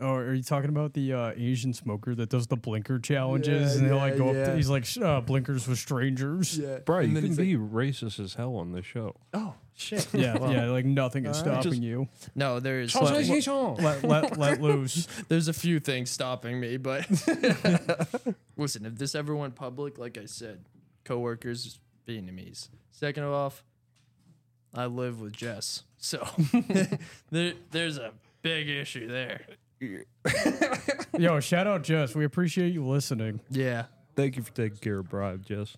[SPEAKER 1] Oh, are you talking about the uh, Asian smoker that does the blinker challenges
[SPEAKER 2] Yeah,
[SPEAKER 1] and they
[SPEAKER 2] yeah,
[SPEAKER 1] like go up?
[SPEAKER 2] yeah.
[SPEAKER 1] To, he's like "Sh- uh, blinkers with strangers.
[SPEAKER 2] Yeah,
[SPEAKER 3] Bro,
[SPEAKER 2] And
[SPEAKER 3] you
[SPEAKER 2] then
[SPEAKER 3] can
[SPEAKER 2] he's like,
[SPEAKER 3] be racist as hell on this show.
[SPEAKER 2] oh shit.
[SPEAKER 1] Yeah, yeah, like nothing is
[SPEAKER 2] Alright.
[SPEAKER 1] stopping
[SPEAKER 2] Just-
[SPEAKER 1] you.
[SPEAKER 2] No, there is.
[SPEAKER 1] Let let let loose.
[SPEAKER 2] There's a few things stopping me, but listen, if this ever went public, like I said, coworkers Vietnamese. Second of off, I live with Jess, so there, there's a big issue there.
[SPEAKER 1] Yo, shout out Jess. We appreciate you listening.
[SPEAKER 2] Yeah.
[SPEAKER 3] Thank you for taking care of bribe, Jess.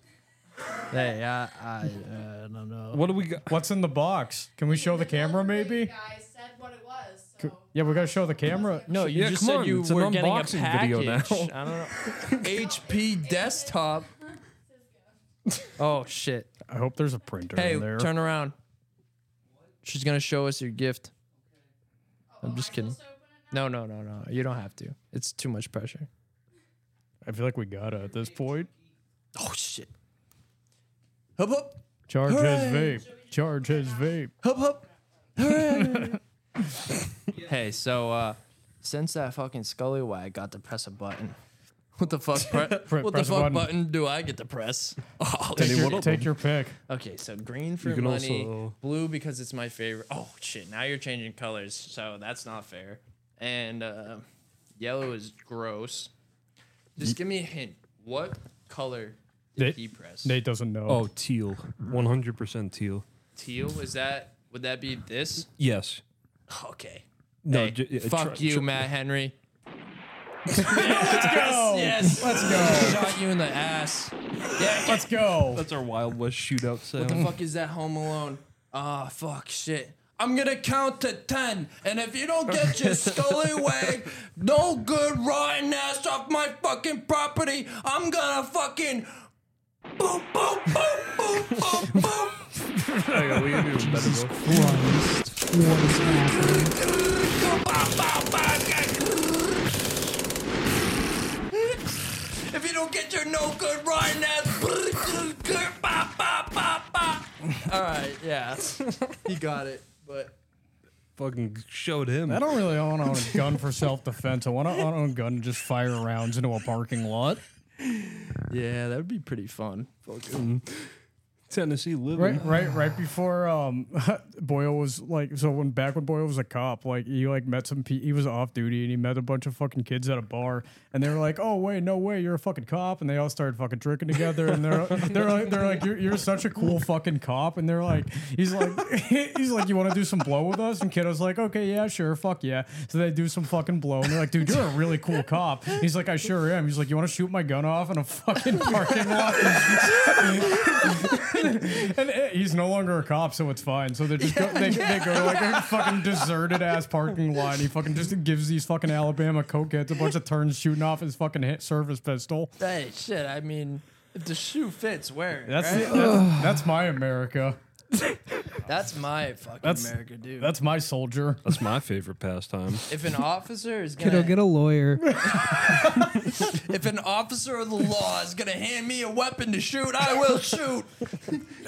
[SPEAKER 2] Hey, I, I, uh, don't know.
[SPEAKER 3] What do we got?
[SPEAKER 1] What's in the box? Can we show the camera maybe?
[SPEAKER 5] Guys said what it was. So.
[SPEAKER 1] Yeah, we gotta show the camera.
[SPEAKER 2] No, you
[SPEAKER 3] Yeah,
[SPEAKER 2] just
[SPEAKER 3] come
[SPEAKER 2] said
[SPEAKER 3] on,
[SPEAKER 2] you
[SPEAKER 3] it's an
[SPEAKER 2] were getting a
[SPEAKER 3] unboxing video now.
[SPEAKER 2] package. I don't know. HP desktop. Oh shit!
[SPEAKER 1] I hope there's a printer
[SPEAKER 2] Hey,
[SPEAKER 1] in there.
[SPEAKER 2] turn around. She's gonna show us your gift. I'm just kidding. No, no, no, no. You don't have to. It's too much pressure.
[SPEAKER 1] I feel like we gotta at this point.
[SPEAKER 2] Oh shit. Hup hup
[SPEAKER 1] Charge
[SPEAKER 2] Hooray.
[SPEAKER 1] his vape. Charge his vape.
[SPEAKER 2] hup hup. Hooray. hey, so uh since that fucking scullywag got to press a button. What the fuck? Pre- what the
[SPEAKER 1] press a
[SPEAKER 2] fuck
[SPEAKER 1] button.
[SPEAKER 2] button. do I get to press? Oh,
[SPEAKER 1] Take
[SPEAKER 2] shit.
[SPEAKER 1] your, take your pick.
[SPEAKER 2] Okay, so green for
[SPEAKER 3] can
[SPEAKER 2] money,
[SPEAKER 3] also-
[SPEAKER 2] blue because it's my favorite. Oh shit! Now you're changing colors, so that's not fair. And uh, yellow is gross. Just give me a hint. What color did
[SPEAKER 1] They-
[SPEAKER 2] he press?
[SPEAKER 1] Nate doesn't know.
[SPEAKER 3] Oh, teal. 100% teal.
[SPEAKER 2] Teal. Is that? Would that be this?
[SPEAKER 3] Yes.
[SPEAKER 2] Okay.
[SPEAKER 3] No,
[SPEAKER 2] Hey,
[SPEAKER 3] ju- yeah,
[SPEAKER 2] fuck
[SPEAKER 3] tr-
[SPEAKER 2] you,
[SPEAKER 3] tr-
[SPEAKER 2] Matt Henry. Yes, yes. Let's go. Shot you in the ass. Yeah.
[SPEAKER 1] Let's go.
[SPEAKER 3] That's our Wild West shootout sound.
[SPEAKER 2] What the fuck is that Home Alone? Ah, fuck, shit. I'm gonna count to ten, and if you don't get your scullywag, no good rotten ass off my fucking property, I'm gonna fucking boop boop boop boop boop boop.
[SPEAKER 3] Hang on, we can do a better voice.
[SPEAKER 2] If you don't get your no good rotten ass, all right, yeah, he got it, but.
[SPEAKER 3] Fucking showed him.
[SPEAKER 1] I don't really want to own a gun for self defense. I want to own a gun to just fire rounds into a parking lot.
[SPEAKER 2] Yeah, that would be pretty fun. Fucking
[SPEAKER 3] Tennessee living.
[SPEAKER 1] Right, right, right before um, Boyle was like, so when back when Boyle was a cop, like he like met some, pe- he was off duty and he met a bunch of fucking kids at a bar, and they were like, oh wait, no way, you're a fucking cop, and they all started fucking drinking together, and they're they're like, they're like, you're, you're such a cool fucking cop, and they're like, he's like, he's like, you want to do some blow with us? And kiddo's like, okay, yeah, sure, fuck yeah. So they do some fucking blow, and they're like, dude, you're a really cool cop. He's like, I sure am. He's like, you want to shoot my gun off in a fucking parking lot? And eh, he's no longer a cop, so it's fine. So they just go, they, they go to like a fucking deserted ass parking lot. And he fucking just gives these fucking Alabama cokeheads a bunch of turns shooting off his fucking hit service pistol.
[SPEAKER 2] Hey, shit. I mean, if the shoe fits, wear it.
[SPEAKER 1] That's
[SPEAKER 2] right?
[SPEAKER 1] that's, that's my America.
[SPEAKER 2] That's my fucking
[SPEAKER 1] That's-
[SPEAKER 2] America, dude.
[SPEAKER 1] That's my soldier.
[SPEAKER 3] That's my favorite pastime.
[SPEAKER 2] if an officer is gonna
[SPEAKER 4] Kiddo, get a lawyer.
[SPEAKER 2] if an officer of the law is gonna hand me a weapon to shoot, I will shoot.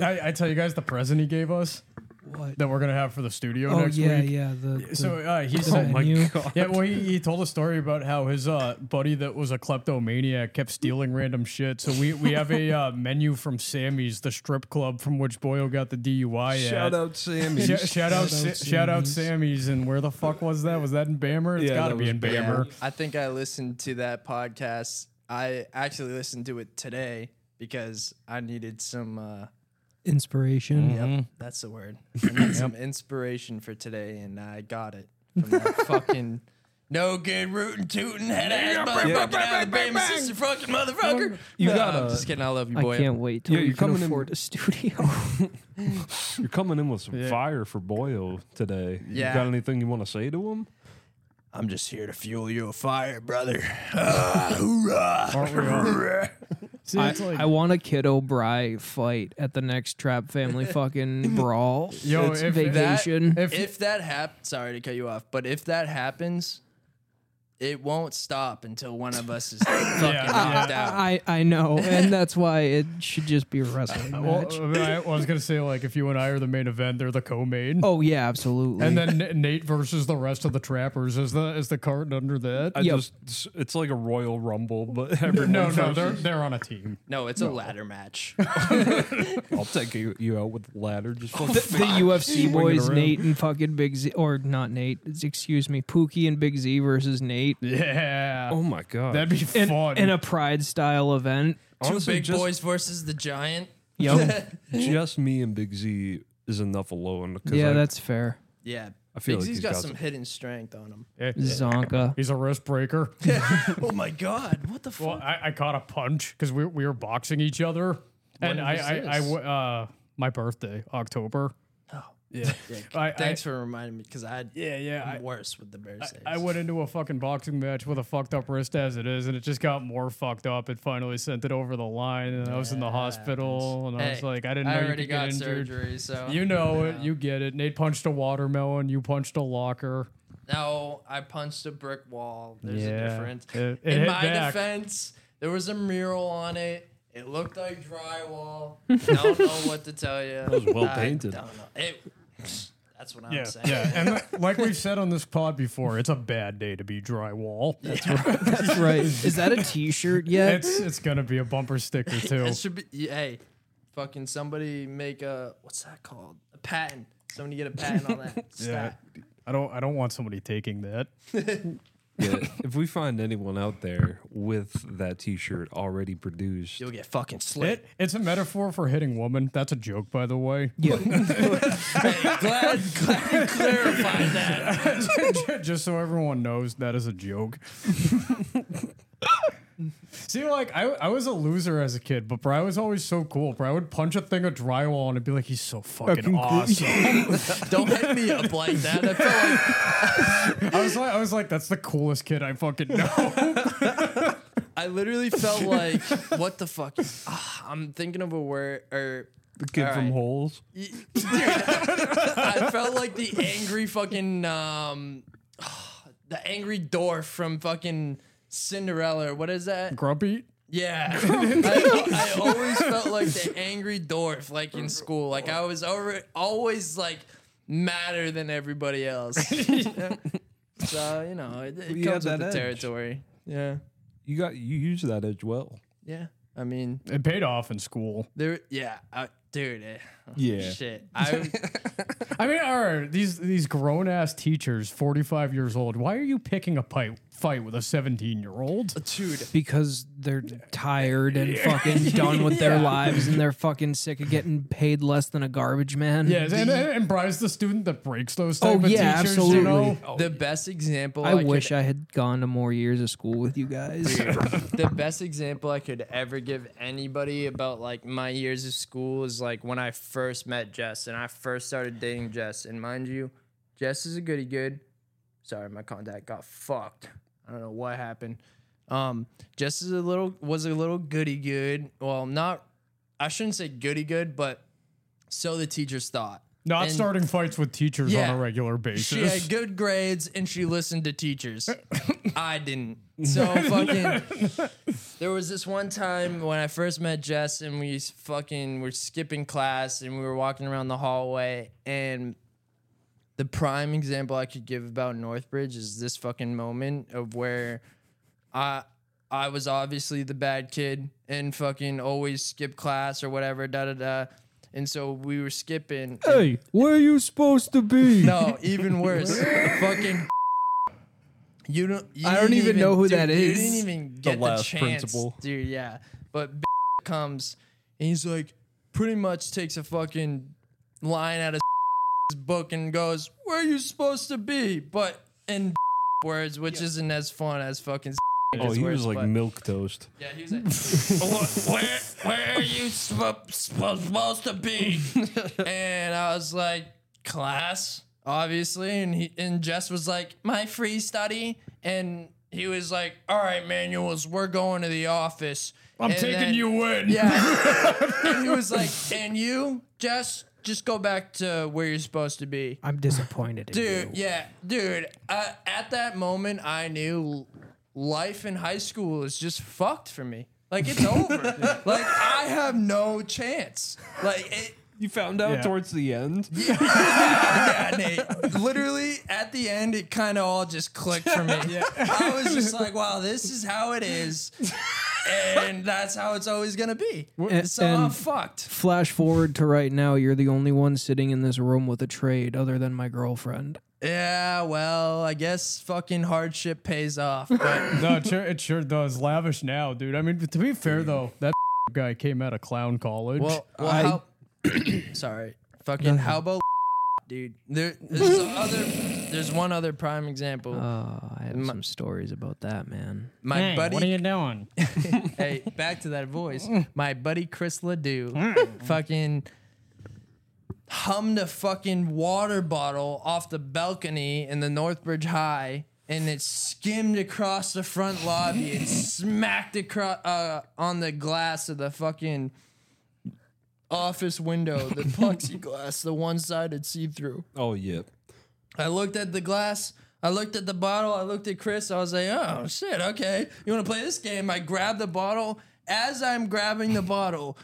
[SPEAKER 1] I, I tell you guys the present he gave us
[SPEAKER 4] What?
[SPEAKER 1] that we're gonna have for the studio
[SPEAKER 4] Oh
[SPEAKER 1] next
[SPEAKER 4] yeah,
[SPEAKER 1] week.
[SPEAKER 4] yeah. The, the
[SPEAKER 1] So uh, he
[SPEAKER 4] Oh
[SPEAKER 1] said,
[SPEAKER 4] my You-
[SPEAKER 3] god.
[SPEAKER 1] Yeah, well, he, he told a story about how his uh, buddy that was a kleptomaniac kept stealing random shit. So we, we have a uh, menu from Sammy's, the strip club from which Boyle got the DUI
[SPEAKER 3] Shout
[SPEAKER 1] at.
[SPEAKER 3] out Sammy.
[SPEAKER 1] Sh- shout out,
[SPEAKER 4] Shout
[SPEAKER 1] Sa-
[SPEAKER 4] out
[SPEAKER 1] shout out,
[SPEAKER 4] Sammy's.
[SPEAKER 1] Sammy's, and where the fuck was that? Was that in Bammer? It's
[SPEAKER 3] Yeah,
[SPEAKER 1] got to
[SPEAKER 3] that
[SPEAKER 1] be
[SPEAKER 3] was
[SPEAKER 1] in Bammer.
[SPEAKER 2] I think I listened to that podcast. I actually listened to it today because I needed some. Uh,
[SPEAKER 4] inspiration.
[SPEAKER 1] Mm-hmm.
[SPEAKER 2] Yep, that's the word. I need some inspiration for today, and I got it from that fucking no good rootin' tootin' head ass motherfucking Alabama sister fucking motherfucker.
[SPEAKER 3] You
[SPEAKER 2] No,
[SPEAKER 3] got
[SPEAKER 2] I'm
[SPEAKER 3] a-
[SPEAKER 2] just kidding. I love you,
[SPEAKER 4] I
[SPEAKER 2] boy.
[SPEAKER 4] can't wait till
[SPEAKER 3] Yeah,
[SPEAKER 4] you
[SPEAKER 3] you're
[SPEAKER 4] can
[SPEAKER 3] coming in-
[SPEAKER 4] afford a studio.
[SPEAKER 3] You're coming in with some
[SPEAKER 1] Yeah.
[SPEAKER 3] fire for Boyle today.
[SPEAKER 2] Yeah.
[SPEAKER 3] You got anything you want to say to him?
[SPEAKER 2] I'm just here to fuel you a fire, brother. Ah, hoorah.
[SPEAKER 1] Aren't we all? See,
[SPEAKER 4] I,
[SPEAKER 1] it's like,
[SPEAKER 4] I want a kiddo Bry fight at the next Trap Family fucking brawl.
[SPEAKER 1] Yo,
[SPEAKER 4] it's
[SPEAKER 1] if-
[SPEAKER 4] vacation.
[SPEAKER 1] if,
[SPEAKER 2] If that happens, sorry to cut you off, but if that happens, it won't stop until one of us is fucking
[SPEAKER 1] yeah.
[SPEAKER 2] knocked out.
[SPEAKER 4] I, I know, and that's why it should just be a wrestling
[SPEAKER 1] well, uh,
[SPEAKER 4] match.
[SPEAKER 1] I, mean, oh, I- I was gonna say like if you and I are the main event, they're the co-main,
[SPEAKER 4] Oh yeah, absolutely.
[SPEAKER 1] and then N- Nate versus the rest of the trappers is the is the card under that.
[SPEAKER 3] I
[SPEAKER 4] Yep.
[SPEAKER 3] just it's like a royal rumble, but everyone
[SPEAKER 1] no, no,
[SPEAKER 3] versus-
[SPEAKER 1] they're they're on a team.
[SPEAKER 2] No, it's a ladder match.
[SPEAKER 3] I'll take you, you out with the ladder. Just
[SPEAKER 4] the,
[SPEAKER 3] fucking
[SPEAKER 4] the UFC
[SPEAKER 3] Swing it
[SPEAKER 4] boys,
[SPEAKER 3] around.
[SPEAKER 4] Nate and fucking Big Z, or not Nate, it's- excuse me, Pookie and Big Z versus Nate
[SPEAKER 1] Yeah.
[SPEAKER 3] Oh my god.
[SPEAKER 1] That'd be
[SPEAKER 4] in,
[SPEAKER 1] fun.
[SPEAKER 4] in a Pride style event.
[SPEAKER 2] Two
[SPEAKER 3] Honestly,
[SPEAKER 2] big
[SPEAKER 3] just,
[SPEAKER 2] boys versus the giant.
[SPEAKER 4] Yep.
[SPEAKER 3] Just me and Big Z is enough alone. 'cause
[SPEAKER 4] yeah,
[SPEAKER 3] I,
[SPEAKER 4] that's fair.
[SPEAKER 2] Yeah.
[SPEAKER 3] I feel
[SPEAKER 2] Big
[SPEAKER 3] like
[SPEAKER 2] Z's
[SPEAKER 3] he's
[SPEAKER 2] got,
[SPEAKER 3] got
[SPEAKER 2] some
[SPEAKER 3] some-
[SPEAKER 2] hidden strength on him.
[SPEAKER 1] Yeah.
[SPEAKER 4] Zonka.
[SPEAKER 1] He's a wrist breaker.
[SPEAKER 2] oh my god, what the fuck?
[SPEAKER 1] Well, I, I caught a punch because we, we were boxing each other, and I,
[SPEAKER 2] was
[SPEAKER 1] I, I w- uh my birthday October.
[SPEAKER 2] Yeah,
[SPEAKER 1] I-
[SPEAKER 2] thanks for reminding me because I had
[SPEAKER 1] Yeah, yeah. I,
[SPEAKER 2] worse with the bear saves.
[SPEAKER 1] I went into a fucking boxing match with a fucked up wrist as it is, and it just got more fucked up. It finally sent it over the line, and I was in the hospital, and I was
[SPEAKER 2] Hey,
[SPEAKER 1] like, I didn't know
[SPEAKER 2] I
[SPEAKER 1] you
[SPEAKER 2] already
[SPEAKER 1] could
[SPEAKER 2] got
[SPEAKER 1] get injured.
[SPEAKER 2] surgery, so
[SPEAKER 1] You know it. You get it. Nate punched a watermelon. You punched a locker.
[SPEAKER 2] no, I punched a brick wall. There's
[SPEAKER 1] Yeah.
[SPEAKER 2] a difference.
[SPEAKER 1] It- it
[SPEAKER 2] In
[SPEAKER 1] hit
[SPEAKER 2] my
[SPEAKER 1] back.
[SPEAKER 2] defense, there was a mural on it. It looked like drywall. don't know what to tell you. It
[SPEAKER 3] was well painted.
[SPEAKER 2] I don't know. It, that's what I'm
[SPEAKER 1] Yeah,
[SPEAKER 2] saying.
[SPEAKER 1] yeah. And li- like we've said on this pod before, it's a bad day to be drywall.
[SPEAKER 4] That's right. Is that a T-shirt yet?
[SPEAKER 1] It's it's gonna be a bumper sticker too.
[SPEAKER 2] It should be. yeah, Hey, fucking somebody make a what's that called? A patent. Somebody get a patent on that.
[SPEAKER 1] Yeah.
[SPEAKER 2] stat.
[SPEAKER 1] I don't I don't want somebody taking that.
[SPEAKER 3] Yeah, if we find anyone out there with that T-shirt already produced,
[SPEAKER 2] You'll get fucking slit.
[SPEAKER 1] It it's a metaphor for hitting woman. That's a joke, by the way.
[SPEAKER 2] Hey, glad, glad you clarified that.
[SPEAKER 1] Just so everyone knows, that is a joke. See, like I, I was a loser as a kid, but Bry was always so cool. Bry would punch a thing of drywall and it'd be like, he's so fucking awesome.
[SPEAKER 2] Don't hit me up like that. I feel like
[SPEAKER 1] I was like, I was like, that's the coolest kid I fucking know.
[SPEAKER 2] I literally felt like what the fuck. is- Ah, I'm thinking of a word or.
[SPEAKER 3] the kid from
[SPEAKER 2] alright.
[SPEAKER 3] Holes.
[SPEAKER 2] y- Dude, I felt like the angry fucking um, the angry dwarf from fucking Cinderella. What is that?
[SPEAKER 1] Grumpy.
[SPEAKER 2] Yeah, I, I always felt like the angry dwarf, like in school. Like I was alre always like madder than everybody else. so you know, it, it
[SPEAKER 3] You
[SPEAKER 2] comes with
[SPEAKER 3] had that
[SPEAKER 2] the
[SPEAKER 3] edge.
[SPEAKER 2] territory. Yeah,
[SPEAKER 3] You got you use that as well.
[SPEAKER 2] yeah. I mean,
[SPEAKER 1] It paid off in school.
[SPEAKER 2] there. Yeah, I, dude. eh,
[SPEAKER 3] Yeah.
[SPEAKER 2] Shit. I
[SPEAKER 1] I mean, all right, these these grown ass teachers, forty five years old. Why are you picking a pipe, fight with a seventeen year old?
[SPEAKER 2] dude.
[SPEAKER 4] because they're tired and fucking done with their lives and they're fucking sick of getting paid less than a garbage man.
[SPEAKER 1] Yes, and, and, and Brian's the student that breaks those
[SPEAKER 4] Oh,
[SPEAKER 1] type of
[SPEAKER 4] yeah,
[SPEAKER 1] teachers.
[SPEAKER 4] absolutely.
[SPEAKER 1] You know?
[SPEAKER 2] The best example
[SPEAKER 4] I, wish
[SPEAKER 2] could
[SPEAKER 4] I had gone to more years of school with you guys.
[SPEAKER 2] the best example I could ever give anybody about like my years of school is like when I first met Jess and I first started dating Jess. And mind you, Jess is a goody good. Sorry, my contact got fucked. I don't know what happened. Um, Jess is a little was a little goody good. Well, not I shouldn't say goody good, but so the teachers thought.
[SPEAKER 1] Not
[SPEAKER 2] And-
[SPEAKER 1] starting fights with teachers
[SPEAKER 2] Yeah.
[SPEAKER 1] on a regular basis.
[SPEAKER 2] she had good grades and she listened to teachers. I didn't. So fucking. There was this one time when I first met Jess and we s- fucking were skipping class and we were walking around the hallway and the prime example I could give about Northbridge is this fucking moment of where I I was obviously the bad kid and fucking always skip class or whatever da da da. And so we were skipping. and-
[SPEAKER 4] hey, where are you supposed to be?
[SPEAKER 2] no, even worse. fucking. You don't. You
[SPEAKER 4] I don't
[SPEAKER 2] didn't
[SPEAKER 4] even know who
[SPEAKER 2] dude,
[SPEAKER 4] that
[SPEAKER 2] You
[SPEAKER 4] is.
[SPEAKER 2] didn't even get the,
[SPEAKER 3] last
[SPEAKER 2] chance,
[SPEAKER 3] principal.
[SPEAKER 2] dude. Yeah, but b- comes and he's like, pretty much takes a fucking line out of his book and goes, "Where you supposed to be?" But in words, which isn't as fun as fucking.
[SPEAKER 3] Oh, he was like
[SPEAKER 2] but-
[SPEAKER 3] milk toast.
[SPEAKER 2] yeah, he was like, where, where are you sp- sp- supposed to be? and I was like, class, obviously. And he and Jess was like, my free study. And he was like, all right, Manuels, we're going to the office.
[SPEAKER 1] I'm
[SPEAKER 2] And
[SPEAKER 1] taking
[SPEAKER 2] then-
[SPEAKER 1] you in.
[SPEAKER 2] Yeah. and he was like, and you, Jess, just go back to where you're supposed to be.
[SPEAKER 4] I'm disappointed. in you.
[SPEAKER 2] Dude, yeah, dude. Uh, at that moment, I knew life in high school is just fucked for me. Like it's over. like I have no chance. Like it.
[SPEAKER 3] You found out
[SPEAKER 1] Yeah.
[SPEAKER 3] towards the end.
[SPEAKER 2] Yeah, Nate. Literally at the end, it kind of all just clicked for me. I was just like, wow, this is how it is, and that's how it's always gonna be.
[SPEAKER 4] And-
[SPEAKER 2] so I'm
[SPEAKER 4] and-
[SPEAKER 2] fucked.
[SPEAKER 4] Flash forward to right now, you're the only one sitting in this room with a trade other than my girlfriend.
[SPEAKER 2] Yeah. Well, I guess fucking hardship pays off. But
[SPEAKER 1] no, it sure, it sure does. Lavish now, dude. I mean, to be fair though, that guy came out of clown college.
[SPEAKER 2] Well, well
[SPEAKER 4] I-
[SPEAKER 2] how, sorry, fucking. How about, dude? There, there's other. There's one other prime example.
[SPEAKER 4] Oh, I have
[SPEAKER 2] My-
[SPEAKER 4] some stories about that, man.
[SPEAKER 2] My buddy.
[SPEAKER 1] doing?
[SPEAKER 2] hey, back to that voice. My buddy Chris Ledoux, fucking hummed a fucking water bottle off the balcony in the Northbridge High. And it skimmed across the front lobby and smacked across uh, on the glass of the fucking office window, the plexiglass, the one-sided see-through.
[SPEAKER 3] Oh yeah.
[SPEAKER 2] I looked at the glass. I looked at the bottle. I looked at Chris. I was like, oh, shit, okay. You want to play this game? I grab the bottle. As I'm grabbing the bottle,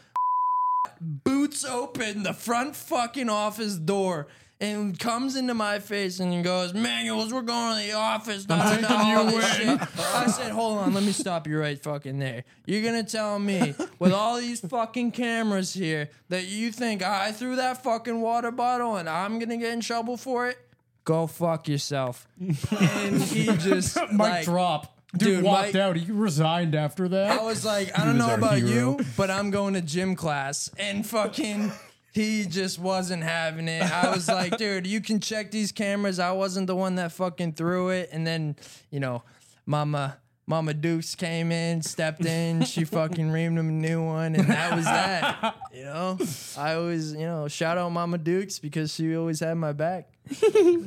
[SPEAKER 2] boots open the front fucking office door and comes into my face and goes, Manuals, we're going to the office. da, da, da, all this shit. I said, Hold on, let me stop you right fucking there. You're going to tell me, with all these fucking cameras here, that you think I threw that fucking water bottle and I'm going to get in trouble for it? Go fuck yourself. and he just.
[SPEAKER 1] Mic
[SPEAKER 2] like,
[SPEAKER 1] drop. Dude,
[SPEAKER 2] Dude,
[SPEAKER 1] walked
[SPEAKER 2] Mike-
[SPEAKER 1] out. He resigned after that.
[SPEAKER 2] I was like, I don't know about you, but I'm going to gym class. And fucking, he just wasn't having it. I was like, dude, you can check these cameras. I wasn't the one that fucking threw it. And then, you know, Mama. Mama Deuce came in, stepped in, she fucking reamed him a new one, and that was that. You know? I always, you know, shout out Mama Dukes because she always had my back.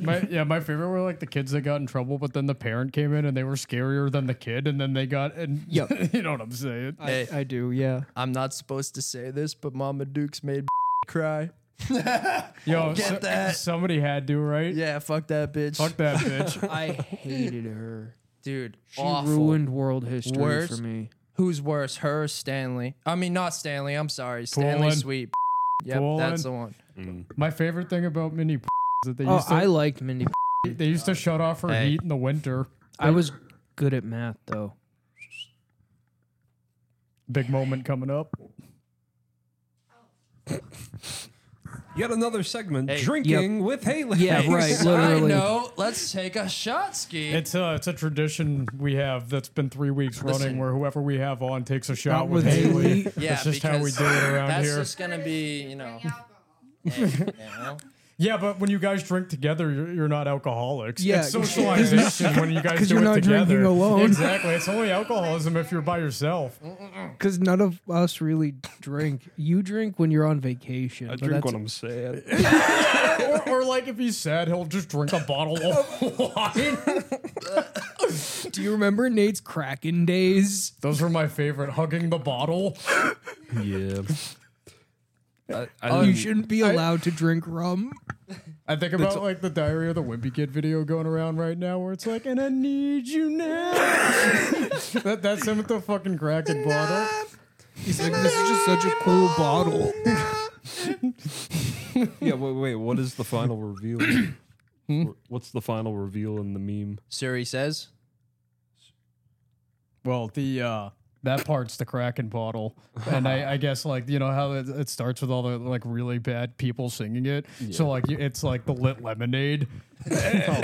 [SPEAKER 1] My, yeah, my favorite were like the kids that got in trouble, but then the parent came in and they were scarier than the kid, and then they got and
[SPEAKER 4] Yep.
[SPEAKER 1] you know what I'm saying.
[SPEAKER 2] Hey.
[SPEAKER 4] I do, yeah.
[SPEAKER 2] I'm not supposed to say this, but Mama Dukes made cry.
[SPEAKER 1] Yo,
[SPEAKER 2] Get
[SPEAKER 1] so-
[SPEAKER 2] that.
[SPEAKER 1] somebody had to, right?
[SPEAKER 2] Yeah, fuck that bitch.
[SPEAKER 1] Fuck that bitch.
[SPEAKER 4] I hated her.
[SPEAKER 2] Dude,
[SPEAKER 4] She
[SPEAKER 2] awful.
[SPEAKER 4] ruined world history
[SPEAKER 2] Worst-
[SPEAKER 4] for me.
[SPEAKER 2] Who's worse, her or Stanley? I mean, not Stanley. I'm sorry, Stanley
[SPEAKER 1] Poland.
[SPEAKER 2] Sweep. Yep,
[SPEAKER 1] Poland.
[SPEAKER 2] that's the one.
[SPEAKER 1] my favorite thing about Minnie is that they
[SPEAKER 4] Oh,
[SPEAKER 1] used to
[SPEAKER 4] I liked Mindy.
[SPEAKER 1] they used to shut off her
[SPEAKER 2] Hey.
[SPEAKER 1] heat in the winter.
[SPEAKER 4] I was good at math, though.
[SPEAKER 1] Big moment coming up.
[SPEAKER 3] Yet another segment,
[SPEAKER 2] Hey.
[SPEAKER 3] drinking with Haley.
[SPEAKER 4] Yeah, right.
[SPEAKER 2] I
[SPEAKER 4] Literally.
[SPEAKER 2] know. Let's take a shot ski.
[SPEAKER 1] It's a it's a tradition we have that's been three weeks
[SPEAKER 2] Listen.
[SPEAKER 1] running where whoever we have on takes a shot
[SPEAKER 4] Not
[SPEAKER 1] with
[SPEAKER 4] with
[SPEAKER 1] Haley.
[SPEAKER 4] Haley.
[SPEAKER 2] yeah,
[SPEAKER 1] that's just how we
[SPEAKER 2] because
[SPEAKER 1] do it around
[SPEAKER 2] That's
[SPEAKER 1] here.
[SPEAKER 2] just gonna be, you know. you know.
[SPEAKER 1] Yeah, but when you guys drink together, you're, you're not alcoholics.
[SPEAKER 4] Yeah,
[SPEAKER 1] it's
[SPEAKER 4] 'cause-
[SPEAKER 1] socialization when you guys
[SPEAKER 4] 'cause
[SPEAKER 1] do
[SPEAKER 4] you're
[SPEAKER 1] it
[SPEAKER 4] not
[SPEAKER 1] together.
[SPEAKER 4] drinking alone.
[SPEAKER 1] Exactly. It's only alcoholism if you're by yourself.
[SPEAKER 4] Because none of us really drink. You drink when you're on vacation.
[SPEAKER 3] I
[SPEAKER 4] but
[SPEAKER 3] drink
[SPEAKER 4] that's-
[SPEAKER 3] when I'm sad.
[SPEAKER 1] or, or like if he's sad, he'll just drink a bottle of wine.
[SPEAKER 4] Do you remember Nate's Kraken days?
[SPEAKER 1] Those were my favorite. Hugging the bottle.
[SPEAKER 3] Yeah. I, I
[SPEAKER 2] Um,
[SPEAKER 4] you
[SPEAKER 3] didn't-
[SPEAKER 4] shouldn't be allowed to drink rum.
[SPEAKER 1] I think about like the Diary of the Wimpy Kid video going around right now, where it's like, "And I need you now." that, that's him with the fucking Kraken bottle.
[SPEAKER 4] He's like, this is just such a cool bottle.
[SPEAKER 3] yeah, wait, wait. What is the final reveal? What's the final reveal in the meme?
[SPEAKER 2] Siri says.
[SPEAKER 1] Well, the uh that part's the Kraken bottle, and I, I guess like you know how it, it starts with all the like really bad people singing it. So like you- it's like the lit lemonade. oh my god!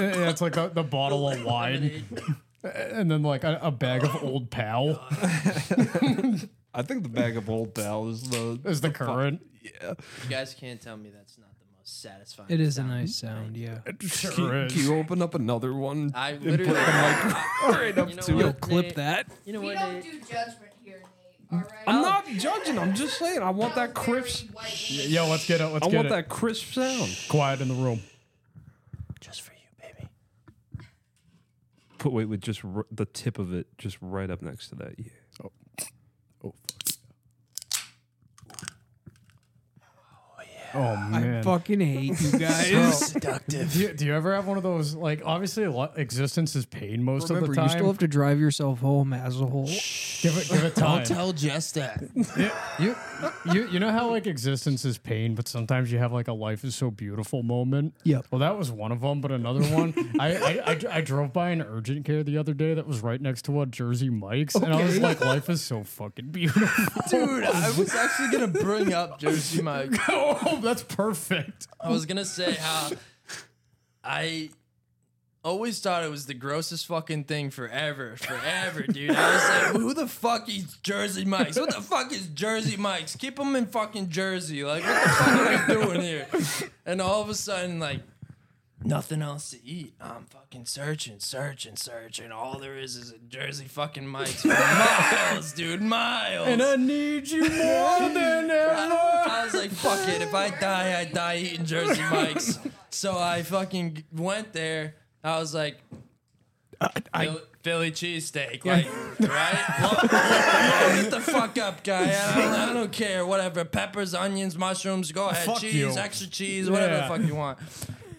[SPEAKER 1] it's like the, the bottle of wine, and then like a, a bag of old pal
[SPEAKER 3] I think the bag of old Dal is the.
[SPEAKER 1] is the current.
[SPEAKER 2] You guys can't tell me that's not the most satisfying.
[SPEAKER 4] It is a
[SPEAKER 2] sound.
[SPEAKER 4] nice sound, yeah.
[SPEAKER 1] Sure
[SPEAKER 3] Can,
[SPEAKER 1] is.
[SPEAKER 3] can you open up another one?
[SPEAKER 2] I literally
[SPEAKER 3] right up
[SPEAKER 2] You know
[SPEAKER 3] to
[SPEAKER 2] what?
[SPEAKER 3] it.
[SPEAKER 4] Yo, clip
[SPEAKER 2] Nate.
[SPEAKER 4] that.
[SPEAKER 2] You know
[SPEAKER 5] We
[SPEAKER 2] what?
[SPEAKER 5] don't
[SPEAKER 2] Nate?
[SPEAKER 5] do judgment here, Nate. All right.
[SPEAKER 3] I'm not judging. I'm just saying. I want that crisp.
[SPEAKER 1] Yo, let's get it. Let's
[SPEAKER 3] I
[SPEAKER 1] get
[SPEAKER 3] want
[SPEAKER 1] it.
[SPEAKER 3] that crisp sound.
[SPEAKER 1] Quiet in the room.
[SPEAKER 2] Just for you, baby.
[SPEAKER 3] Put wait with just r- the tip of it, just right up next to that. Yeah.
[SPEAKER 1] Oh man.
[SPEAKER 4] I fucking hate you guys.
[SPEAKER 1] do, you, do you ever have one of those? Like, obviously, lo- existence is pain most
[SPEAKER 4] Remember,
[SPEAKER 1] of the time.
[SPEAKER 4] you still have to drive yourself home, asshole.
[SPEAKER 1] give it, give it time.
[SPEAKER 2] Jess that.
[SPEAKER 1] You, you you know how like existence is pain, but sometimes you have like a life is so beautiful moment.
[SPEAKER 4] Yep.
[SPEAKER 1] Well, that was one of them, but another one, I, I, I I drove by an urgent care the other day that was right next to a Jersey Mike's, and I was like, life is so fucking beautiful.
[SPEAKER 2] Dude, I was actually gonna bring up Jersey Mike.
[SPEAKER 1] oh, that's perfect.
[SPEAKER 2] I was gonna say how I always thought it was the grossest fucking thing forever, forever, dude. I was like, who the fuck eats Jersey Mike's? What the fuck is Jersey Mike's? Keep them in fucking Jersey. Like, what the fuck are we doing here? And all of a sudden, like, nothing else to eat. I'm fucking searching, searching, searching. All there is is a Jersey fucking Mike's for miles, dude, miles.
[SPEAKER 1] And I need you more than ever.
[SPEAKER 2] I was like, fuck it. If I die, I die eating Jersey Mike's. so I fucking went there. I was like, Philly, Philly cheesesteak, like, right? Well, yeah, get the fuck up, guy. I don't, I don't care. Whatever. Peppers, onions, mushrooms. Go ahead.
[SPEAKER 1] Fuck
[SPEAKER 2] cheese,
[SPEAKER 1] you.
[SPEAKER 2] extra cheese, whatever
[SPEAKER 1] Yeah.
[SPEAKER 2] the fuck you want.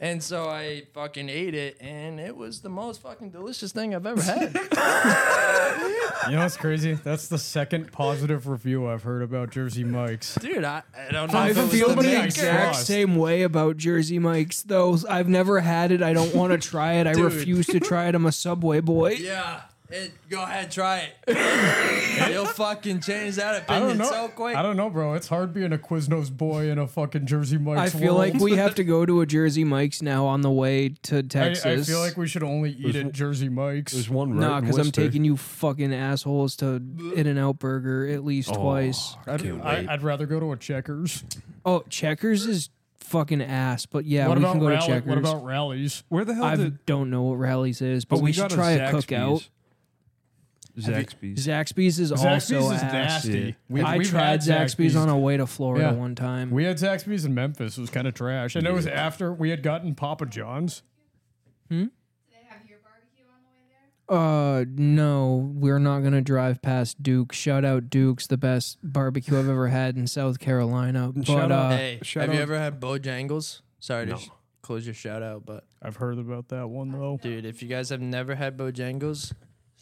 [SPEAKER 2] And so I fucking ate it, and it was the most fucking delicious thing I've ever had.
[SPEAKER 1] You know what's crazy? That's the second positive review I've heard about Jersey Mike's.
[SPEAKER 2] Dude, I, I don't know.
[SPEAKER 1] I
[SPEAKER 2] if it was
[SPEAKER 1] feel
[SPEAKER 2] the
[SPEAKER 1] the
[SPEAKER 2] maker.
[SPEAKER 1] exact
[SPEAKER 4] exact same way about Jersey Mike's, though. I've never had it. I don't want to try it. I
[SPEAKER 2] Dude.
[SPEAKER 4] refuse to try it. I'm a Subway boy.
[SPEAKER 2] Yeah. It, go ahead, try it. You'll fucking change that
[SPEAKER 1] I don't
[SPEAKER 2] opinion
[SPEAKER 1] know.
[SPEAKER 2] so quick.
[SPEAKER 1] I don't know, bro. It's hard being a Quiznos boy in a fucking Jersey
[SPEAKER 4] I
[SPEAKER 1] Mike's.
[SPEAKER 4] feel like
[SPEAKER 1] world.
[SPEAKER 4] we have to go to a Jersey Mike's now on the way to
[SPEAKER 1] I,
[SPEAKER 4] Texas.
[SPEAKER 1] I feel like we should only eat at Jersey Mike's.
[SPEAKER 3] There's one right.
[SPEAKER 4] Nah,
[SPEAKER 3] in
[SPEAKER 4] because I'm
[SPEAKER 3] Worcester.
[SPEAKER 4] taking you fucking assholes to In and Out Burger at least twice.
[SPEAKER 1] I'd,
[SPEAKER 3] Can't
[SPEAKER 1] I,
[SPEAKER 3] wait.
[SPEAKER 1] I'd rather go to a Checkers.
[SPEAKER 4] Oh, Checkers is fucking ass, but yeah,
[SPEAKER 1] what
[SPEAKER 4] we
[SPEAKER 1] about
[SPEAKER 4] can go to
[SPEAKER 1] rally?
[SPEAKER 4] Checkers.
[SPEAKER 1] What about rallies?
[SPEAKER 3] Where the hell
[SPEAKER 4] I
[SPEAKER 3] did?
[SPEAKER 4] don't know what rallies is, but we,
[SPEAKER 3] got
[SPEAKER 4] should try a
[SPEAKER 3] Zaxby's.
[SPEAKER 4] cookout.
[SPEAKER 3] Zaxby's.
[SPEAKER 4] Zaxby's is
[SPEAKER 1] Zaxby's
[SPEAKER 4] also
[SPEAKER 1] is
[SPEAKER 4] ass.
[SPEAKER 1] nasty.
[SPEAKER 3] Yeah.
[SPEAKER 1] We,
[SPEAKER 4] I
[SPEAKER 1] we've
[SPEAKER 4] tried
[SPEAKER 1] had
[SPEAKER 4] Zaxby's, on a way to Florida
[SPEAKER 1] Yeah.
[SPEAKER 4] one time.
[SPEAKER 1] We had Zaxby's in Memphis. It was kind of trash, and it was after we had gotten Papa John's.
[SPEAKER 4] uh, no, we're not gonna drive past Duke. Shout out Duke's, the best barbecue I've ever had in South Carolina. But
[SPEAKER 3] shout out-
[SPEAKER 4] uh,
[SPEAKER 2] hey,
[SPEAKER 3] shout
[SPEAKER 2] have you
[SPEAKER 3] out-
[SPEAKER 2] ever had Bojangles? Sorry to sh- close your shout out, but
[SPEAKER 1] I've heard about that one though.
[SPEAKER 2] dude, if you guys have never had Bojangles,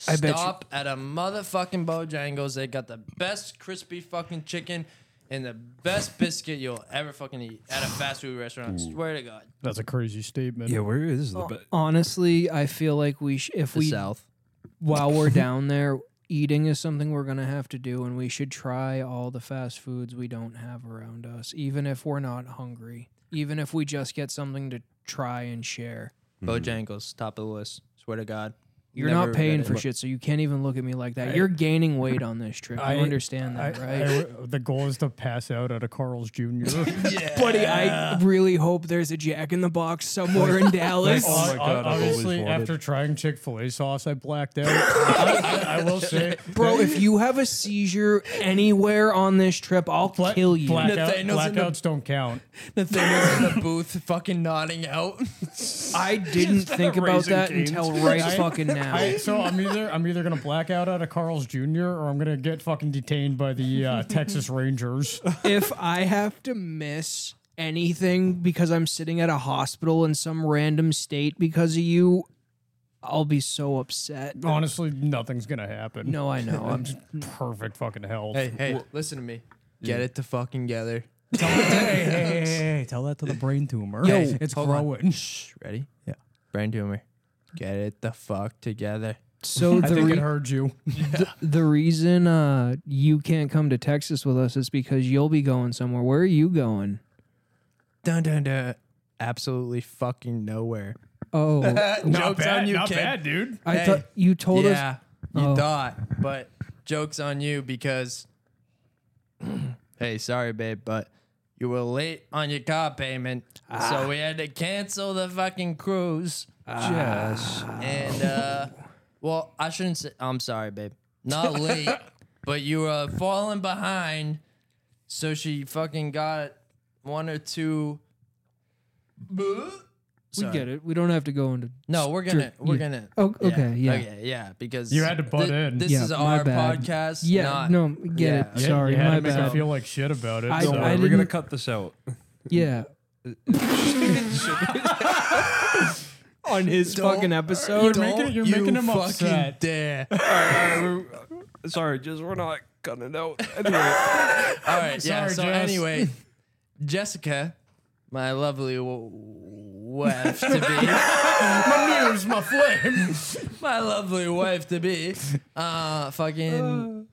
[SPEAKER 4] I bet you-
[SPEAKER 2] stop at a motherfucking Bojangles. They got the best crispy fucking chicken and the best biscuit you'll ever fucking eat at a fast food restaurant. Swear to God.
[SPEAKER 1] That's a crazy statement.
[SPEAKER 3] Yeah, where
[SPEAKER 4] Oh,
[SPEAKER 3] is the? Be-
[SPEAKER 4] honestly, I feel like we sh- if we
[SPEAKER 2] South.
[SPEAKER 4] while we're down there, eating is something we're going to have to do, and we should try all the fast foods we don't have around us, even if we're not hungry, even if we just get something to try and share.
[SPEAKER 2] Mm-hmm. Bojangles, top of the list. Swear to God.
[SPEAKER 4] You're
[SPEAKER 2] Never
[SPEAKER 4] not paying
[SPEAKER 2] regret
[SPEAKER 4] for
[SPEAKER 2] it.
[SPEAKER 4] shit, so you can't even look at me like that. You're gaining weight on this trip.
[SPEAKER 1] I-
[SPEAKER 4] you understand
[SPEAKER 1] I,
[SPEAKER 4] that, right?
[SPEAKER 1] I- the goal is to pass out at a Carl's Jr.
[SPEAKER 4] Buddy, I really hope there's a Jack in the Box somewhere in Dallas.
[SPEAKER 3] Oh my God, I've always
[SPEAKER 1] Obviously,
[SPEAKER 3] wanted-
[SPEAKER 1] after trying Chick Fil A sauce, I blacked out. I, I- I will say,
[SPEAKER 4] Bro, if you have a seizure anywhere on this trip, I'll
[SPEAKER 1] bla-
[SPEAKER 4] kill you.
[SPEAKER 1] Blackout,
[SPEAKER 2] Nathaniel's in the-
[SPEAKER 1] blackouts don't count.
[SPEAKER 2] Nathaniel's in the booth fucking nodding out.
[SPEAKER 4] I didn't think about
[SPEAKER 3] raising
[SPEAKER 4] that
[SPEAKER 3] Cane's.
[SPEAKER 4] until right
[SPEAKER 1] I-
[SPEAKER 4] fucking now.
[SPEAKER 1] I, so I'm either I'm either gonna black out at a Carl's Jr. or I'm gonna get fucking detained by the uh, Texas Rangers.
[SPEAKER 4] if I have to miss anything because I'm sitting at a hospital in some random state because of you, I'll be so upset.
[SPEAKER 1] Honestly, nothing's gonna happen.
[SPEAKER 4] No, I know. I'm
[SPEAKER 1] perfect fucking health.
[SPEAKER 2] Hey, hey, listen to me. Mm. Get it to fucking gather.
[SPEAKER 1] Tell, hey, hey, hey, hey, hey, tell that to the brain tumor.
[SPEAKER 2] Yo,
[SPEAKER 1] it's
[SPEAKER 2] hold on.
[SPEAKER 1] growing.
[SPEAKER 2] Ready? Yeah. Brain tumor. Get it the fuck together.
[SPEAKER 4] so
[SPEAKER 1] I
[SPEAKER 4] the,
[SPEAKER 1] think
[SPEAKER 4] re-
[SPEAKER 1] it heard you.
[SPEAKER 4] the the reason uh you can't come to Texas with us is because you'll be going somewhere. Where are you going?
[SPEAKER 2] Dun dun dun. Absolutely fucking nowhere.
[SPEAKER 4] Oh,
[SPEAKER 2] Uh, Jokes on you,
[SPEAKER 1] not
[SPEAKER 2] kid.
[SPEAKER 1] bad, dude.
[SPEAKER 4] I
[SPEAKER 2] Hey.
[SPEAKER 4] thought you told us
[SPEAKER 2] Yeah, you
[SPEAKER 4] Oh.
[SPEAKER 2] thought, but jokes on you because. hey, sorry, babe, but you were late on your car payment, so we had to cancel the fucking cruise.
[SPEAKER 4] ah,
[SPEAKER 3] Yes.
[SPEAKER 2] And
[SPEAKER 1] Oh.
[SPEAKER 2] uh, well, I shouldn't say. I'm sorry, babe. Not late, but you were falling behind. So she fucking got one or two.
[SPEAKER 4] we get it. We don't have to go into
[SPEAKER 2] No, we're gonna we're gonna.
[SPEAKER 4] Oh, okay, yeah.
[SPEAKER 2] okay, yeah. Because
[SPEAKER 1] You had to butt
[SPEAKER 2] thi-
[SPEAKER 1] in.
[SPEAKER 2] This
[SPEAKER 4] Yeah,
[SPEAKER 2] is
[SPEAKER 4] my
[SPEAKER 2] our
[SPEAKER 4] bad.
[SPEAKER 2] podcast.
[SPEAKER 4] Yeah,
[SPEAKER 2] not-
[SPEAKER 4] no, get
[SPEAKER 2] yeah.
[SPEAKER 4] it.
[SPEAKER 1] You-
[SPEAKER 4] Sorry,
[SPEAKER 1] you had
[SPEAKER 4] my
[SPEAKER 1] to make her
[SPEAKER 4] bad.
[SPEAKER 1] feel like shit about it.
[SPEAKER 4] I-
[SPEAKER 1] so.
[SPEAKER 3] Don't
[SPEAKER 4] I
[SPEAKER 3] worry, we're gonna
[SPEAKER 4] didn't-
[SPEAKER 3] cut this out.
[SPEAKER 4] yeah. On his fucking episode.
[SPEAKER 1] You're making- you're making him
[SPEAKER 2] fucking
[SPEAKER 1] upset.
[SPEAKER 2] Dare.
[SPEAKER 3] Sorry, just we're not cutting it out. Anyway,
[SPEAKER 2] All right, yeah.
[SPEAKER 1] Sorry,
[SPEAKER 2] so
[SPEAKER 1] Jess.
[SPEAKER 2] anyway, Jessica, my lovely w- wife to be,
[SPEAKER 1] my muse, my flame.
[SPEAKER 2] my lovely wife to be, uh, fucking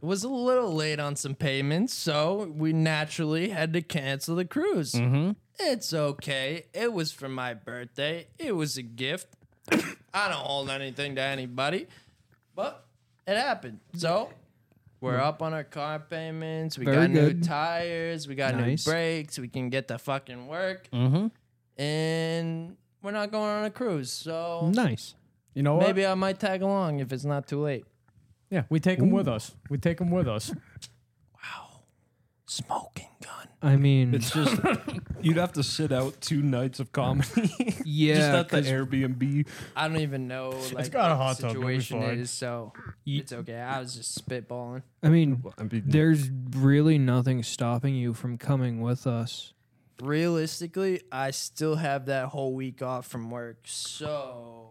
[SPEAKER 2] was a little late on some payments, so we naturally had to cancel the cruise.
[SPEAKER 4] Mm-hmm.
[SPEAKER 2] It's okay. It was for my birthday. It was a gift. I don't hold anything to anybody, but it happened. So we're up on our car payments. We
[SPEAKER 4] Mm. Very
[SPEAKER 2] got
[SPEAKER 4] good.
[SPEAKER 2] new tires. We got
[SPEAKER 4] Nice. Mm-hmm.
[SPEAKER 2] new brakes. We can get the fucking work. And we're not going on a cruise. So
[SPEAKER 4] Nice.
[SPEAKER 1] You know what?
[SPEAKER 2] maybe I might tag along if it's not too late.
[SPEAKER 1] yeah, we take him with us. We take him with us.
[SPEAKER 2] Smoking gun.
[SPEAKER 4] I mean,
[SPEAKER 3] it's just you'd have to sit out two nights of comedy. just
[SPEAKER 4] yeah,
[SPEAKER 3] at the
[SPEAKER 4] 'cause
[SPEAKER 3] Airbnb.
[SPEAKER 2] I don't even know like
[SPEAKER 1] got a
[SPEAKER 2] what
[SPEAKER 1] hot
[SPEAKER 2] the
[SPEAKER 1] tub, it'll be
[SPEAKER 2] situation
[SPEAKER 1] fine.
[SPEAKER 2] is, so it's okay. I was just spitballing.
[SPEAKER 4] I mean,
[SPEAKER 3] I mean,
[SPEAKER 4] there's really nothing stopping you from coming with us.
[SPEAKER 2] realistically, I still have that whole week off from work, so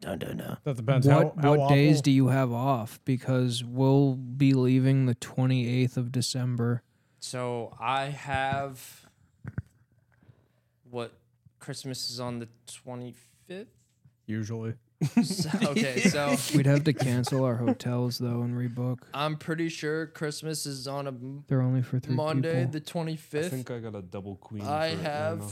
[SPEAKER 2] dun dun dun.
[SPEAKER 1] That depends. how,
[SPEAKER 4] What
[SPEAKER 1] how
[SPEAKER 4] what days
[SPEAKER 1] awful-
[SPEAKER 4] do you have off? Because we'll be leaving the 28th of December.
[SPEAKER 2] So I have what Christmas is on the twenty fifth.
[SPEAKER 1] usually?
[SPEAKER 2] okay, so
[SPEAKER 4] We'd have to cancel our hotels though and rebook.
[SPEAKER 2] I'm pretty sure Christmas is on a m-
[SPEAKER 4] They're only for three
[SPEAKER 2] Monday,
[SPEAKER 4] people.
[SPEAKER 2] the twenty
[SPEAKER 3] I
[SPEAKER 2] fifth.
[SPEAKER 3] think I got a double queen.
[SPEAKER 2] I
[SPEAKER 3] for it right
[SPEAKER 2] have-
[SPEAKER 3] now.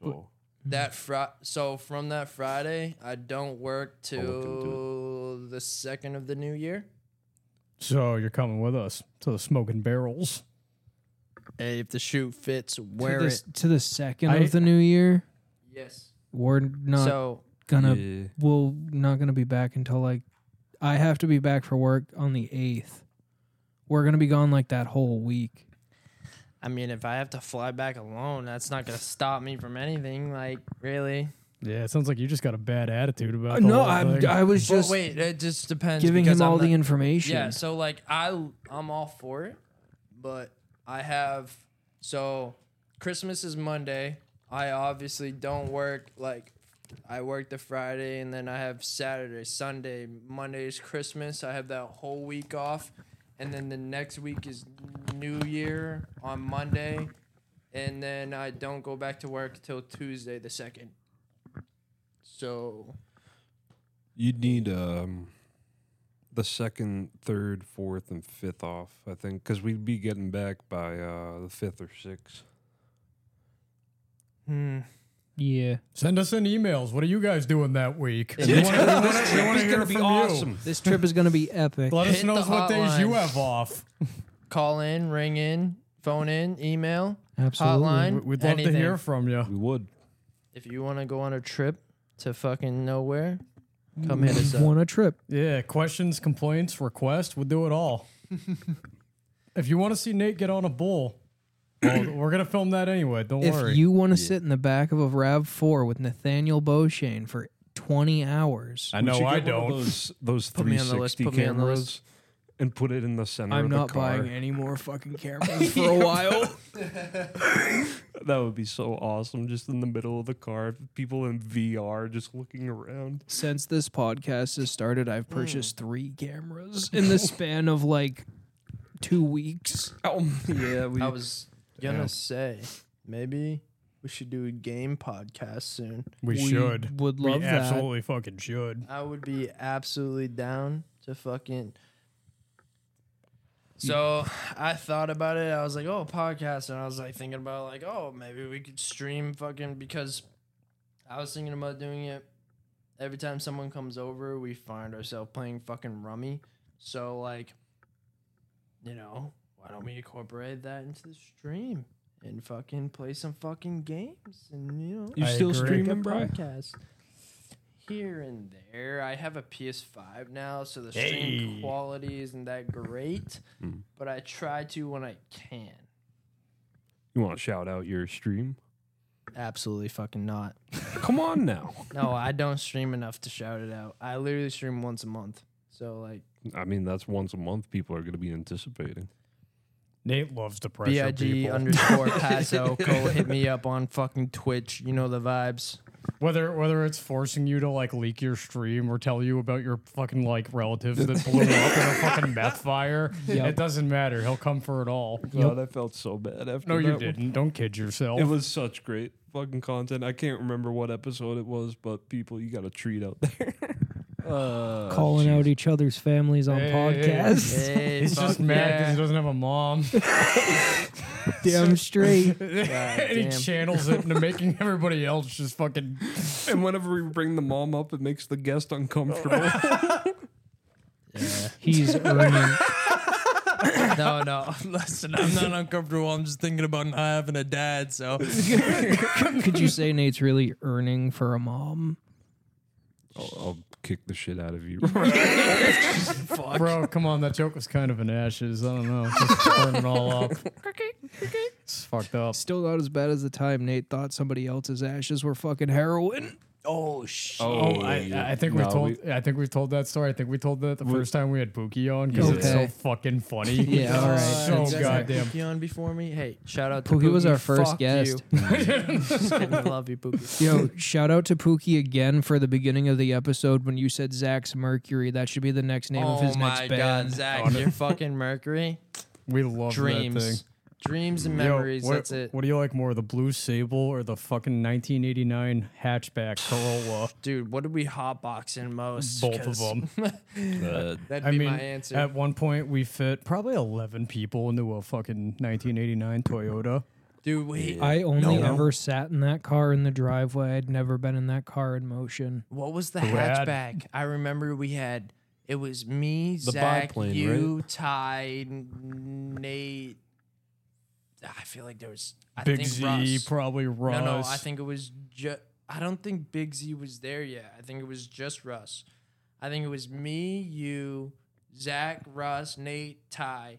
[SPEAKER 3] So
[SPEAKER 2] That Friday, so from that Friday, I don't work
[SPEAKER 4] Oh,
[SPEAKER 3] look into it.
[SPEAKER 2] till the second of the new year.
[SPEAKER 1] So you're coming with us to the smoking barrels.
[SPEAKER 2] Hey, if the shoe fits, wear
[SPEAKER 4] to, the,
[SPEAKER 2] it.
[SPEAKER 4] to the second
[SPEAKER 1] I-
[SPEAKER 4] of the new year.
[SPEAKER 2] Yes.
[SPEAKER 4] We're not
[SPEAKER 2] so
[SPEAKER 4] gonna.
[SPEAKER 3] yeah.
[SPEAKER 4] We'll not gonna be back until like. I have to be back for work on the eighth. We're gonna be gone like that whole week.
[SPEAKER 2] I mean, if I have to fly back alone, that's not gonna stop me from anything. Like, really?
[SPEAKER 1] Yeah, it sounds like you just got a bad attitude about.
[SPEAKER 4] Uh,
[SPEAKER 1] the
[SPEAKER 4] no,
[SPEAKER 1] whole
[SPEAKER 4] I,
[SPEAKER 1] thing.
[SPEAKER 4] I was just
[SPEAKER 2] Well, wait, it just depends.
[SPEAKER 4] giving
[SPEAKER 2] because
[SPEAKER 4] him
[SPEAKER 2] I'm
[SPEAKER 4] all the
[SPEAKER 2] not-
[SPEAKER 4] information.
[SPEAKER 2] Yeah, so like I, I'm all for it, but I have so Christmas is Monday. I obviously don't work like I work the Friday and then I have Saturday, Sunday, Monday is Christmas. I have that whole week off, and then the next week is New Year on Monday, and then I don't go back to work till Tuesday the second. So
[SPEAKER 3] You'd need um, the second, third, fourth, and fifth off, I think, because we'd be getting back by uh, the fifth or sixth.
[SPEAKER 2] Hmm.
[SPEAKER 4] Yeah.
[SPEAKER 1] Send us in emails. What are you guys doing that week? We wanna- we wanna- we wanna hear from you.
[SPEAKER 4] This trip is gonna be epic.
[SPEAKER 1] Let us
[SPEAKER 2] Hit
[SPEAKER 1] know
[SPEAKER 2] the
[SPEAKER 1] what days you
[SPEAKER 2] hotline.
[SPEAKER 1] have off.
[SPEAKER 2] Call in, ring in, phone in, email,
[SPEAKER 4] Absolutely.
[SPEAKER 1] We-
[SPEAKER 2] hotline.
[SPEAKER 1] We'd love
[SPEAKER 2] anything.
[SPEAKER 1] to hear from you.
[SPEAKER 3] We would.
[SPEAKER 2] If you want to go on a trip to fucking nowhere, come hit us up.
[SPEAKER 4] Want a trip?
[SPEAKER 1] Yeah, questions, complaints, requests, we'll do it all. if you want to see Nate get on a bull, well, we're gonna film that anyway. Don't worry.
[SPEAKER 4] If you want to sit in the back of a Rav Four with Nathaniel Beauchesne for twenty hours,
[SPEAKER 1] I know I
[SPEAKER 3] get one of
[SPEAKER 1] don't.
[SPEAKER 3] Those, those
[SPEAKER 2] Put me on the list,
[SPEAKER 3] 360
[SPEAKER 2] put me on the
[SPEAKER 3] cameras and put it in the center
[SPEAKER 4] I'm
[SPEAKER 3] of
[SPEAKER 4] not
[SPEAKER 3] the car.
[SPEAKER 4] buying any more fucking cameras for a while.
[SPEAKER 3] That would be so awesome, just in the middle of the car, people in VR just looking around.
[SPEAKER 4] Since this podcast has started, I've purchased three cameras in the span of like two weeks.
[SPEAKER 3] Oh, yeah. We,
[SPEAKER 2] I was gonna
[SPEAKER 3] Yeah.
[SPEAKER 2] say maybe we should do a game podcast soon.
[SPEAKER 1] We, should.
[SPEAKER 4] Would love
[SPEAKER 1] we
[SPEAKER 4] that.
[SPEAKER 1] absolutely fucking should.
[SPEAKER 2] I would be absolutely down to fucking. So I thought about it. I was like, oh, podcast, and I was like thinking about like, oh, maybe we could stream fucking because I was thinking about doing it. Every time someone comes over, we find ourselves playing fucking rummy. So like, you know, why don't we incorporate that into the stream and fucking play some fucking games and you know
[SPEAKER 3] you
[SPEAKER 1] I
[SPEAKER 3] still
[SPEAKER 1] agree.
[SPEAKER 2] a
[SPEAKER 3] streaming, bro?
[SPEAKER 2] podcast here and there. I have a PS5 now, so the stream quality isn't that great,
[SPEAKER 1] Hmm.
[SPEAKER 2] but I try to when I can.
[SPEAKER 3] You want to shout out your stream?
[SPEAKER 2] Absolutely fucking not.
[SPEAKER 3] Come on now.
[SPEAKER 2] No, I don't stream enough to shout it out. I literally stream once a month. So like
[SPEAKER 3] I mean, that's once a month. People are going to be anticipating.
[SPEAKER 1] Nate loves to pressure
[SPEAKER 2] BIG
[SPEAKER 1] people.
[SPEAKER 2] underscore Paso, go hit me up on fucking Twitch. You know the vibes.
[SPEAKER 1] whether whether it's forcing you to like leak your stream or tell you about your fucking like relatives that blew up in a fucking meth fire, it doesn't matter. He'll come for it all.
[SPEAKER 3] God, I felt so bad after
[SPEAKER 1] No,
[SPEAKER 3] that
[SPEAKER 1] you
[SPEAKER 3] one.
[SPEAKER 1] didn't. Don't kid yourself.
[SPEAKER 3] It was such great fucking content. I can't remember what episode it was, but people, you got a treat out there. uh,
[SPEAKER 4] Calling out each other's families on
[SPEAKER 1] Oh, Hey,
[SPEAKER 4] podcasts.
[SPEAKER 2] Hey,
[SPEAKER 1] He's
[SPEAKER 2] fuck
[SPEAKER 1] just mad because
[SPEAKER 2] yeah.
[SPEAKER 1] he doesn't have a mom.
[SPEAKER 4] Damn straight.
[SPEAKER 1] and he
[SPEAKER 2] damn.
[SPEAKER 1] channels it into making everybody else just fucking.
[SPEAKER 3] and whenever we bring the mom up, it makes the guest uncomfortable.
[SPEAKER 4] He's earning.
[SPEAKER 2] No, no. Listen, I'm not uncomfortable. I'm just thinking about not having a dad. So
[SPEAKER 4] Could you say Nate's really earning for a mom?
[SPEAKER 3] I'll, I'll kick the shit out of you.
[SPEAKER 1] Bro, come on. That joke was kind of in ashes. I don't know. Just burn it all up. It's fucked up.
[SPEAKER 4] Still not as bad as the time Nate thought somebody else's ashes were fucking heroin. Oh shit!
[SPEAKER 1] Oh, I, I think we
[SPEAKER 3] No,
[SPEAKER 1] told. I think we've told that story. I think we told that the first time we had Pookie on because it's so
[SPEAKER 4] Okay.
[SPEAKER 1] fucking funny.
[SPEAKER 4] Yeah, all right.
[SPEAKER 1] So
[SPEAKER 4] That's
[SPEAKER 2] you guys had
[SPEAKER 1] goddamn.
[SPEAKER 2] Pookie on before me. Hey, shout out to Pookie.
[SPEAKER 4] Pookie was our first
[SPEAKER 2] Fuck
[SPEAKER 4] guest.
[SPEAKER 2] You. Just kidding. Love you, Pookie.
[SPEAKER 4] Yo, shout out to Pookie again for the beginning of the episode when you said Zach's Mercury. That should be the next name of his next band.
[SPEAKER 2] Oh Zach, you're fucking Mercury.
[SPEAKER 1] We love that thing.
[SPEAKER 2] Dreams, dreams and memories.
[SPEAKER 1] what,
[SPEAKER 2] that's it,
[SPEAKER 1] What do you like more, the Blue Sable or the fucking 1989 hatchback Corolla?
[SPEAKER 2] dude. What did we hotbox in most?
[SPEAKER 1] Both of
[SPEAKER 2] 'Cause
[SPEAKER 1] them.
[SPEAKER 2] That'd
[SPEAKER 1] I
[SPEAKER 2] be
[SPEAKER 1] mean,
[SPEAKER 2] my answer.
[SPEAKER 1] at one point we fit probably 11 people into a fucking 1989 Toyota.
[SPEAKER 2] dude, we.
[SPEAKER 4] I only
[SPEAKER 2] No.
[SPEAKER 4] ever sat in that car in the driveway. I'd never been in that car in motion.
[SPEAKER 2] What was the
[SPEAKER 1] Rad.
[SPEAKER 2] hatchback? I remember we had. It was me,
[SPEAKER 3] The
[SPEAKER 2] Zach,
[SPEAKER 3] biplane,
[SPEAKER 2] you, Ty, Nate. I feel like there was I
[SPEAKER 1] Big
[SPEAKER 2] think
[SPEAKER 1] Z,
[SPEAKER 2] Russ.
[SPEAKER 1] probably Russ.
[SPEAKER 2] No, no, I think it was just. I don't think Big Z was there yet. I think it was just Russ. I think it was me, you, Zach, Russ, Nate, Ty,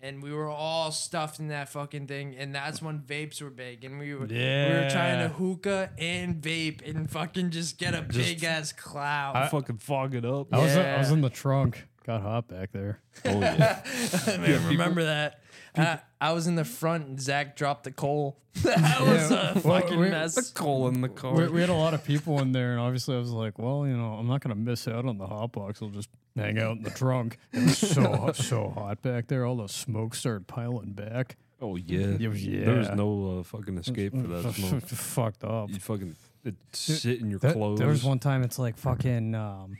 [SPEAKER 2] and we were all stuffed in that fucking thing. And that's when vapes were big, and we were we were trying
[SPEAKER 1] Yeah.
[SPEAKER 2] to hookah and vape and fucking just get a big ass cloud.
[SPEAKER 3] fucking fog it up.
[SPEAKER 1] I was, I was
[SPEAKER 2] Yeah.
[SPEAKER 1] in the trunk. Got hot back there.
[SPEAKER 3] Oh, yeah.
[SPEAKER 2] I remember that. I, I was in the front, and Zach dropped the coal. that was a
[SPEAKER 1] Well,
[SPEAKER 2] fucking
[SPEAKER 1] we-
[SPEAKER 2] mess.
[SPEAKER 3] coal in the car.
[SPEAKER 1] We, we had a lot of people in there, and obviously I was like, well, you know, I'm not going to miss out on the hot box. I'll just hang out in the trunk. It was so, hot- so hot back there. All the smoke started piling back.
[SPEAKER 3] oh yeah.
[SPEAKER 1] Yeah, yeah.
[SPEAKER 3] There was no uh, fucking escape for that smoke.
[SPEAKER 1] Fucked up.
[SPEAKER 3] You fucking it sit in your
[SPEAKER 1] That-
[SPEAKER 3] clothes.
[SPEAKER 1] There was one time it's like fucking. Um,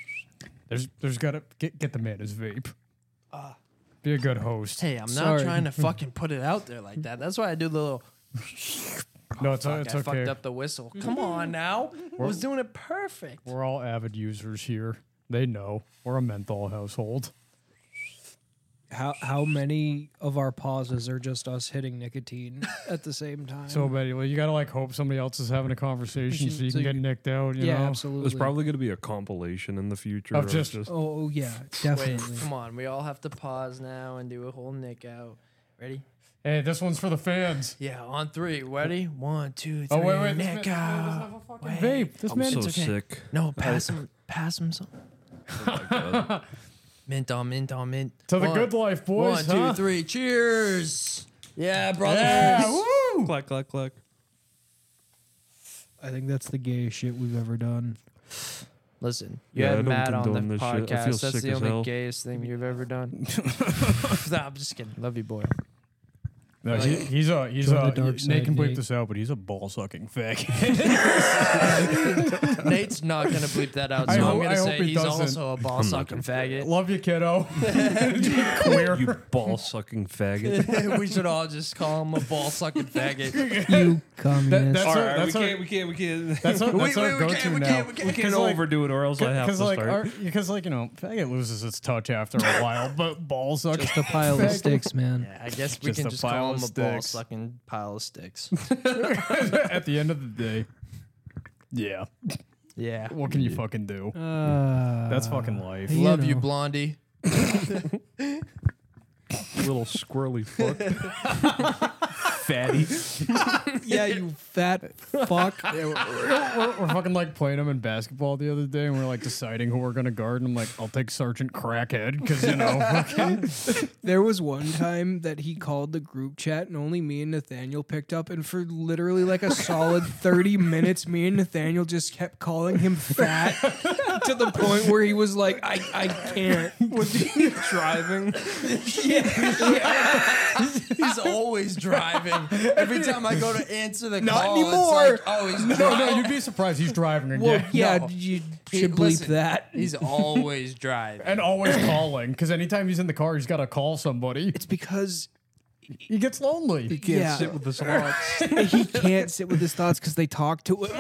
[SPEAKER 1] there's there's gotta get get the man his vape.
[SPEAKER 2] Ah.
[SPEAKER 1] Be a good host.
[SPEAKER 2] Hey, I'm
[SPEAKER 4] Sorry.
[SPEAKER 2] not trying to fucking put it out there like that. That's why I do the little.
[SPEAKER 1] no, it's,
[SPEAKER 2] Fuck,
[SPEAKER 1] it's
[SPEAKER 2] I
[SPEAKER 1] okay.
[SPEAKER 2] fucked up the whistle. Come on now. I was doing it perfect.
[SPEAKER 1] We're all avid users here. They know we're a menthol household.
[SPEAKER 4] How how many of our pauses are just us hitting nicotine at the same time?
[SPEAKER 1] So many. Well, you gotta like hope somebody else is having a conversation so you
[SPEAKER 4] So
[SPEAKER 1] can
[SPEAKER 4] you-
[SPEAKER 1] get nicked out. You
[SPEAKER 4] yeah,
[SPEAKER 1] know,
[SPEAKER 4] absolutely.
[SPEAKER 3] There's probably going to be a compilation in the future
[SPEAKER 1] Of
[SPEAKER 3] of
[SPEAKER 1] just-
[SPEAKER 3] just,
[SPEAKER 4] Oh oh, yeah,
[SPEAKER 2] Wait,
[SPEAKER 4] definitely.
[SPEAKER 2] come on. We all have to pause now and do a whole nick out. Ready?
[SPEAKER 1] hey, this one's for the fans.
[SPEAKER 2] Yeah, on three. Ready? One, two, three.
[SPEAKER 1] Oh wait, wait, this man-
[SPEAKER 2] nick out. Wait.
[SPEAKER 1] Vape. This
[SPEAKER 3] I'm
[SPEAKER 1] Oh, man.
[SPEAKER 3] so
[SPEAKER 2] it's okay.
[SPEAKER 3] sick.
[SPEAKER 2] No, pass him. Pass him some.
[SPEAKER 3] Oh my God.
[SPEAKER 2] Mint on mint on mint.
[SPEAKER 1] To the
[SPEAKER 2] One-
[SPEAKER 1] good life, boys.
[SPEAKER 2] one, two,
[SPEAKER 1] huh?
[SPEAKER 2] three. Cheers. Yeah, brothers.
[SPEAKER 1] Yeah, woo!
[SPEAKER 3] clack, clack, clack.
[SPEAKER 4] I think that's the gayest shit we've ever done.
[SPEAKER 2] Listen, you
[SPEAKER 3] Yeah,
[SPEAKER 2] had
[SPEAKER 3] I don't
[SPEAKER 2] Matt on the
[SPEAKER 3] condone this shit. I feel
[SPEAKER 2] podcast. That's
[SPEAKER 3] sick
[SPEAKER 2] the
[SPEAKER 3] as
[SPEAKER 2] only
[SPEAKER 3] hell.
[SPEAKER 2] gayest thing you've ever done. nah, I'm just kidding. Love you, boy.
[SPEAKER 1] No, he, he's a he's
[SPEAKER 4] Join the
[SPEAKER 1] a.
[SPEAKER 4] dark
[SPEAKER 1] Nate
[SPEAKER 4] side,
[SPEAKER 1] can bleep
[SPEAKER 4] Nate.
[SPEAKER 1] this out, but he's a ball sucking fag.
[SPEAKER 2] Nate's not gonna bleep that out, so
[SPEAKER 1] I
[SPEAKER 2] I am
[SPEAKER 1] hope-
[SPEAKER 2] gonna
[SPEAKER 1] I hope
[SPEAKER 2] say
[SPEAKER 1] he
[SPEAKER 2] he's
[SPEAKER 1] doesn't.
[SPEAKER 2] also a ball sucking faggot.
[SPEAKER 1] Love you, kiddo. Queer.
[SPEAKER 3] You ball sucking faggot.
[SPEAKER 2] we should all just call him a ball sucking faggot.
[SPEAKER 4] You communist.
[SPEAKER 1] that's
[SPEAKER 3] All
[SPEAKER 1] our-
[SPEAKER 3] right, we
[SPEAKER 1] that's our-
[SPEAKER 3] can't, we can't, we can't.
[SPEAKER 1] That's our, that's
[SPEAKER 2] we,
[SPEAKER 1] our
[SPEAKER 2] we, we
[SPEAKER 1] go-to
[SPEAKER 2] can't, we
[SPEAKER 1] now.
[SPEAKER 2] can't, we can't.
[SPEAKER 3] we can't
[SPEAKER 1] 'Cause, like-
[SPEAKER 3] overdo it, or else I have to
[SPEAKER 1] Because
[SPEAKER 3] start.
[SPEAKER 1] like, our, because like you know, faggot loses its touch after a while, but ball sucking.
[SPEAKER 4] just a pile of sticks, man.
[SPEAKER 2] Yeah, I guess we
[SPEAKER 1] Just
[SPEAKER 2] can
[SPEAKER 1] a
[SPEAKER 2] just
[SPEAKER 1] pile
[SPEAKER 2] call him
[SPEAKER 1] of
[SPEAKER 2] a ball
[SPEAKER 1] sticks.
[SPEAKER 2] sucking pile of sticks.
[SPEAKER 1] At the end of the day, yeah.
[SPEAKER 2] yeah.
[SPEAKER 1] What can you fucking do?
[SPEAKER 4] Uh,
[SPEAKER 1] That's fucking life.
[SPEAKER 4] You
[SPEAKER 2] Love you,
[SPEAKER 4] know.
[SPEAKER 2] Blondie.
[SPEAKER 3] little squirrely fuck.
[SPEAKER 1] Fatty.
[SPEAKER 4] yeah, you fat fuck.
[SPEAKER 1] We're, we're fucking like playing them in basketball the other day, and we're like deciding who we're gonna guard. And I'm like, I'll take Sergeant Crackhead because you know, fucking-
[SPEAKER 4] There was one time that he called the group chat and only me and Nathaniel picked up, and for literally like a solid 30 minutes, me and Nathaniel just kept calling him fat to the point where he was like, I, I can't.
[SPEAKER 3] driving.
[SPEAKER 2] He's always driving. Every time I go to answer the
[SPEAKER 4] Not
[SPEAKER 2] call,
[SPEAKER 4] anymore.
[SPEAKER 2] it's like, oh, he's
[SPEAKER 1] no, no, you'd be surprised. He's driving again,
[SPEAKER 4] Well, yeah,
[SPEAKER 2] no.
[SPEAKER 4] you
[SPEAKER 2] Hey,
[SPEAKER 4] should bleep
[SPEAKER 2] listen.
[SPEAKER 4] that.
[SPEAKER 2] He's always driving.
[SPEAKER 1] and always calling because anytime he's in the car, he's got to call somebody.
[SPEAKER 4] It's because
[SPEAKER 1] He gets lonely.
[SPEAKER 3] Can't
[SPEAKER 4] yeah,
[SPEAKER 3] sit with the slots.
[SPEAKER 4] he can't sit with his thoughts because they talk to him.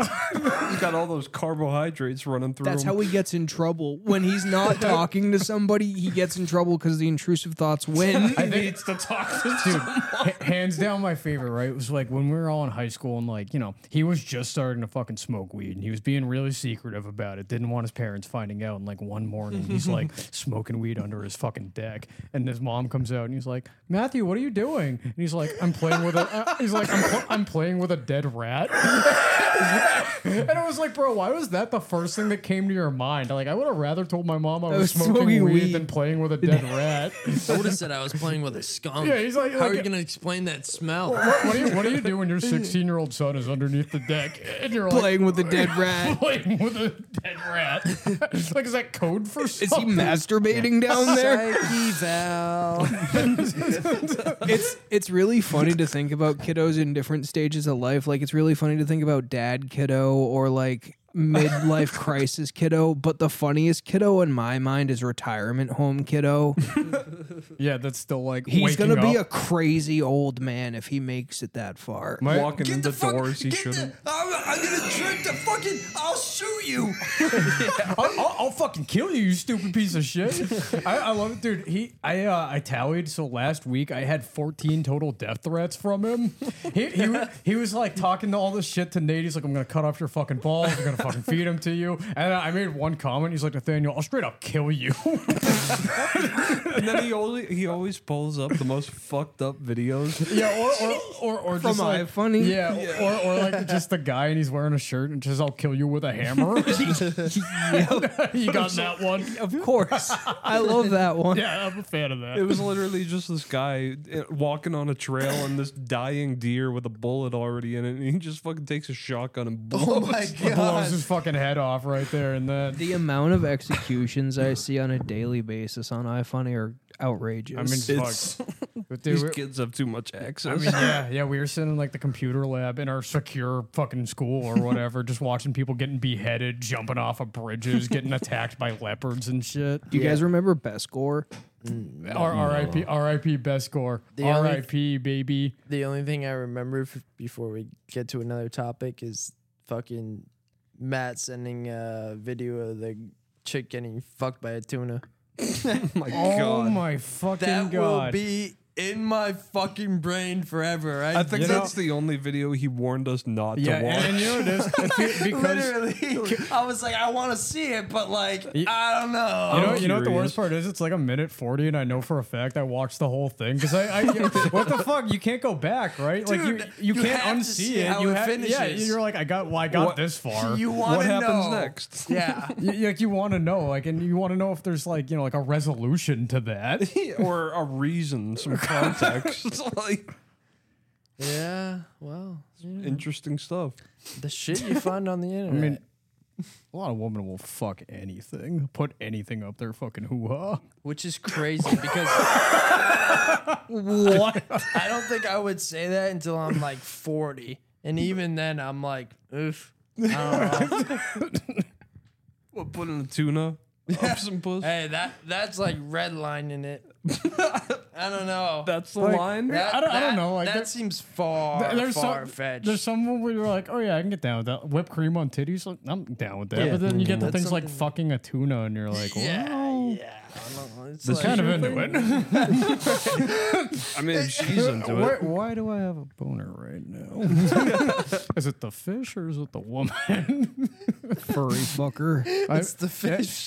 [SPEAKER 3] He's got all those carbohydrates running through
[SPEAKER 4] That's
[SPEAKER 3] him.
[SPEAKER 4] how he gets in trouble. When he's not talking to somebody, he gets in trouble because the intrusive thoughts win.
[SPEAKER 1] I think it's the talk dude. ha- hands down, my favorite. Right, it was like when we were all in high school, and like you know, he was just starting to fucking smoke weed, and he was being really secretive about it. Didn't want his parents finding out. And like one morning, he's like smoking weed under his fucking deck, and his mom comes out, and he's like, "Matthew, what are you doing?" And he's like, "I'm playing with a." uh," he's like, I'm, pl- "I'm playing with a dead rat." and I was like, "Bro, why was that the first thing that came to your mind?" Like, I would have rather told my mom I was, smoking, weed, than playing with a dead rat.
[SPEAKER 2] I would have said I was playing with a skunk.
[SPEAKER 1] Yeah, he's like-
[SPEAKER 2] how are
[SPEAKER 1] like-
[SPEAKER 2] you gonna explain that smell?
[SPEAKER 1] What, what, do you, what do you do when your 16 year old son is underneath the deck and you're like,
[SPEAKER 4] Playing with the dead rat.
[SPEAKER 1] playing with a dead rat? like, is that code for
[SPEAKER 4] Is he
[SPEAKER 1] something?
[SPEAKER 4] masturbating down there?
[SPEAKER 2] Psyche Val.
[SPEAKER 4] It's it's really funny to think about kiddos in different stages of life. Like it's really funny to think about dad kiddo or like midlife crisis kiddo. But the funniest kiddo in my mind is retirement home kiddo.
[SPEAKER 1] yeah, that's still like,
[SPEAKER 4] He's
[SPEAKER 1] waking
[SPEAKER 4] gonna be a
[SPEAKER 1] up.
[SPEAKER 4] crazy old man if he makes it that far.
[SPEAKER 1] My-
[SPEAKER 3] walking in the, doors he
[SPEAKER 2] get
[SPEAKER 3] shouldn't.
[SPEAKER 2] The, I'm, I'm gonna trip the fucking. I'll shoot you.
[SPEAKER 1] I'll, I'll, I'll fucking kill you, you stupid piece of shit. I, I love it, dude. He, I, uh, I tallied. So last week I had 14 total death threats from him. He, he, wa- he was like talking to all this shit to Nate. He's like, I'm gonna cut off your fucking balls. I'm gonna fucking feed them to you. And I made one comment. He's like, Nathaniel, I'll straight up kill you.
[SPEAKER 3] And then he only he always pulls up the most fucked up videos.
[SPEAKER 1] Yeah, or or or, or just like,
[SPEAKER 4] iFunny?
[SPEAKER 1] Yeah, Or, or like just the guy and he's wearing a shirt and says, "I'll kill you with a hammer." you got that one?
[SPEAKER 4] Of course, I love that one.
[SPEAKER 1] Yeah, I'm a fan of
[SPEAKER 3] It
[SPEAKER 1] that.
[SPEAKER 3] was literally just this guy uh, walking on a trail and this dying deer with a bullet already in it, and he just fucking takes a shotgun and blows.
[SPEAKER 2] Oh my
[SPEAKER 1] Blows
[SPEAKER 2] god.
[SPEAKER 1] his fucking head off right there, and then
[SPEAKER 4] The amount of executions I see on a daily basis on iFunny are outrageous.
[SPEAKER 1] I mean,
[SPEAKER 3] It's,
[SPEAKER 1] fuck. But dude,
[SPEAKER 3] these
[SPEAKER 1] we-
[SPEAKER 3] kids have too much access.
[SPEAKER 1] I mean, yeah, yeah. We were sitting in like the computer lab in our secure fucking school or whatever, just watching people getting beheaded, jumping off of bridges, getting attacked by leopards and shit.
[SPEAKER 4] do you guys remember Best Gore?
[SPEAKER 1] R- R.I.P. R.I.P. Best score.
[SPEAKER 2] The only-
[SPEAKER 1] R.I.P. Baby.
[SPEAKER 2] The only thing I remember f- before we get to another topic is fucking Matt sending a video of the chick getting fucked by a tuna.
[SPEAKER 3] oh my
[SPEAKER 1] Oh
[SPEAKER 3] god.
[SPEAKER 1] my fucking
[SPEAKER 2] That
[SPEAKER 1] god.
[SPEAKER 2] will be in my fucking brain forever. Right?
[SPEAKER 3] I think
[SPEAKER 1] You know-
[SPEAKER 3] that's the only video he warned us not
[SPEAKER 1] yeah,
[SPEAKER 3] to watch.
[SPEAKER 1] and, and you know what it is? It's be- because
[SPEAKER 2] literally. I was like, I want to see it, but like, I don't know.
[SPEAKER 1] You know, you know what the
[SPEAKER 3] curious.
[SPEAKER 1] worst part is? It's like a minute 40, and I know for a fact I watched the whole thing because I, I what the fuck? You can't go back, right? like, you,
[SPEAKER 2] Dude,
[SPEAKER 1] you,
[SPEAKER 2] you
[SPEAKER 1] can't
[SPEAKER 2] have to
[SPEAKER 1] unsee
[SPEAKER 2] see
[SPEAKER 1] it.
[SPEAKER 2] how
[SPEAKER 1] you
[SPEAKER 2] it
[SPEAKER 1] ha- Yeah,
[SPEAKER 2] finishes.
[SPEAKER 1] you're like, I got, well, I got this far.
[SPEAKER 2] You want
[SPEAKER 3] what
[SPEAKER 2] to
[SPEAKER 3] happens
[SPEAKER 2] know.
[SPEAKER 3] next?
[SPEAKER 2] Yeah.
[SPEAKER 1] You- you- like, you want to know, like, and you want to know if there's like, you know, like a resolution to that.
[SPEAKER 3] or a reason, some context. It's like
[SPEAKER 2] yeah. Well,
[SPEAKER 3] interesting stuff.
[SPEAKER 2] the shit you find on the internet.
[SPEAKER 1] I mean, a lot of women will fuck anything, put anything up their fucking hoo ha.
[SPEAKER 2] which is crazy because
[SPEAKER 1] What?
[SPEAKER 2] I don't think I would say that until I'm like 40, and even then, I'm like, oof. I don't know.
[SPEAKER 3] What putting a tuna up some puss?
[SPEAKER 2] hey, that that's like redlining it. I don't know.
[SPEAKER 3] That's the
[SPEAKER 1] Like-
[SPEAKER 3] line.
[SPEAKER 2] That-
[SPEAKER 1] I don't- I don't
[SPEAKER 2] that-
[SPEAKER 1] know, like, there-
[SPEAKER 2] that seems far,
[SPEAKER 1] there's
[SPEAKER 2] far
[SPEAKER 1] some,
[SPEAKER 2] fetched.
[SPEAKER 1] there's someone where you're like, oh yeah, I can get down with that. Whipped cream on titties, like, I'm down with that.
[SPEAKER 2] Yeah.
[SPEAKER 1] But then you get the
[SPEAKER 2] That's
[SPEAKER 1] things like
[SPEAKER 2] something-
[SPEAKER 1] fucking a tuna, and you're like,
[SPEAKER 2] yeah,
[SPEAKER 1] wow.
[SPEAKER 2] yeah. I don't know. It's
[SPEAKER 3] This
[SPEAKER 2] like,
[SPEAKER 1] kind of into it.
[SPEAKER 3] I mean, if she's into
[SPEAKER 1] why,
[SPEAKER 3] it.
[SPEAKER 1] why do I have a boner right now? is it the fish or is it the woman?
[SPEAKER 4] Furry fucker.
[SPEAKER 1] I-
[SPEAKER 2] it's the fish.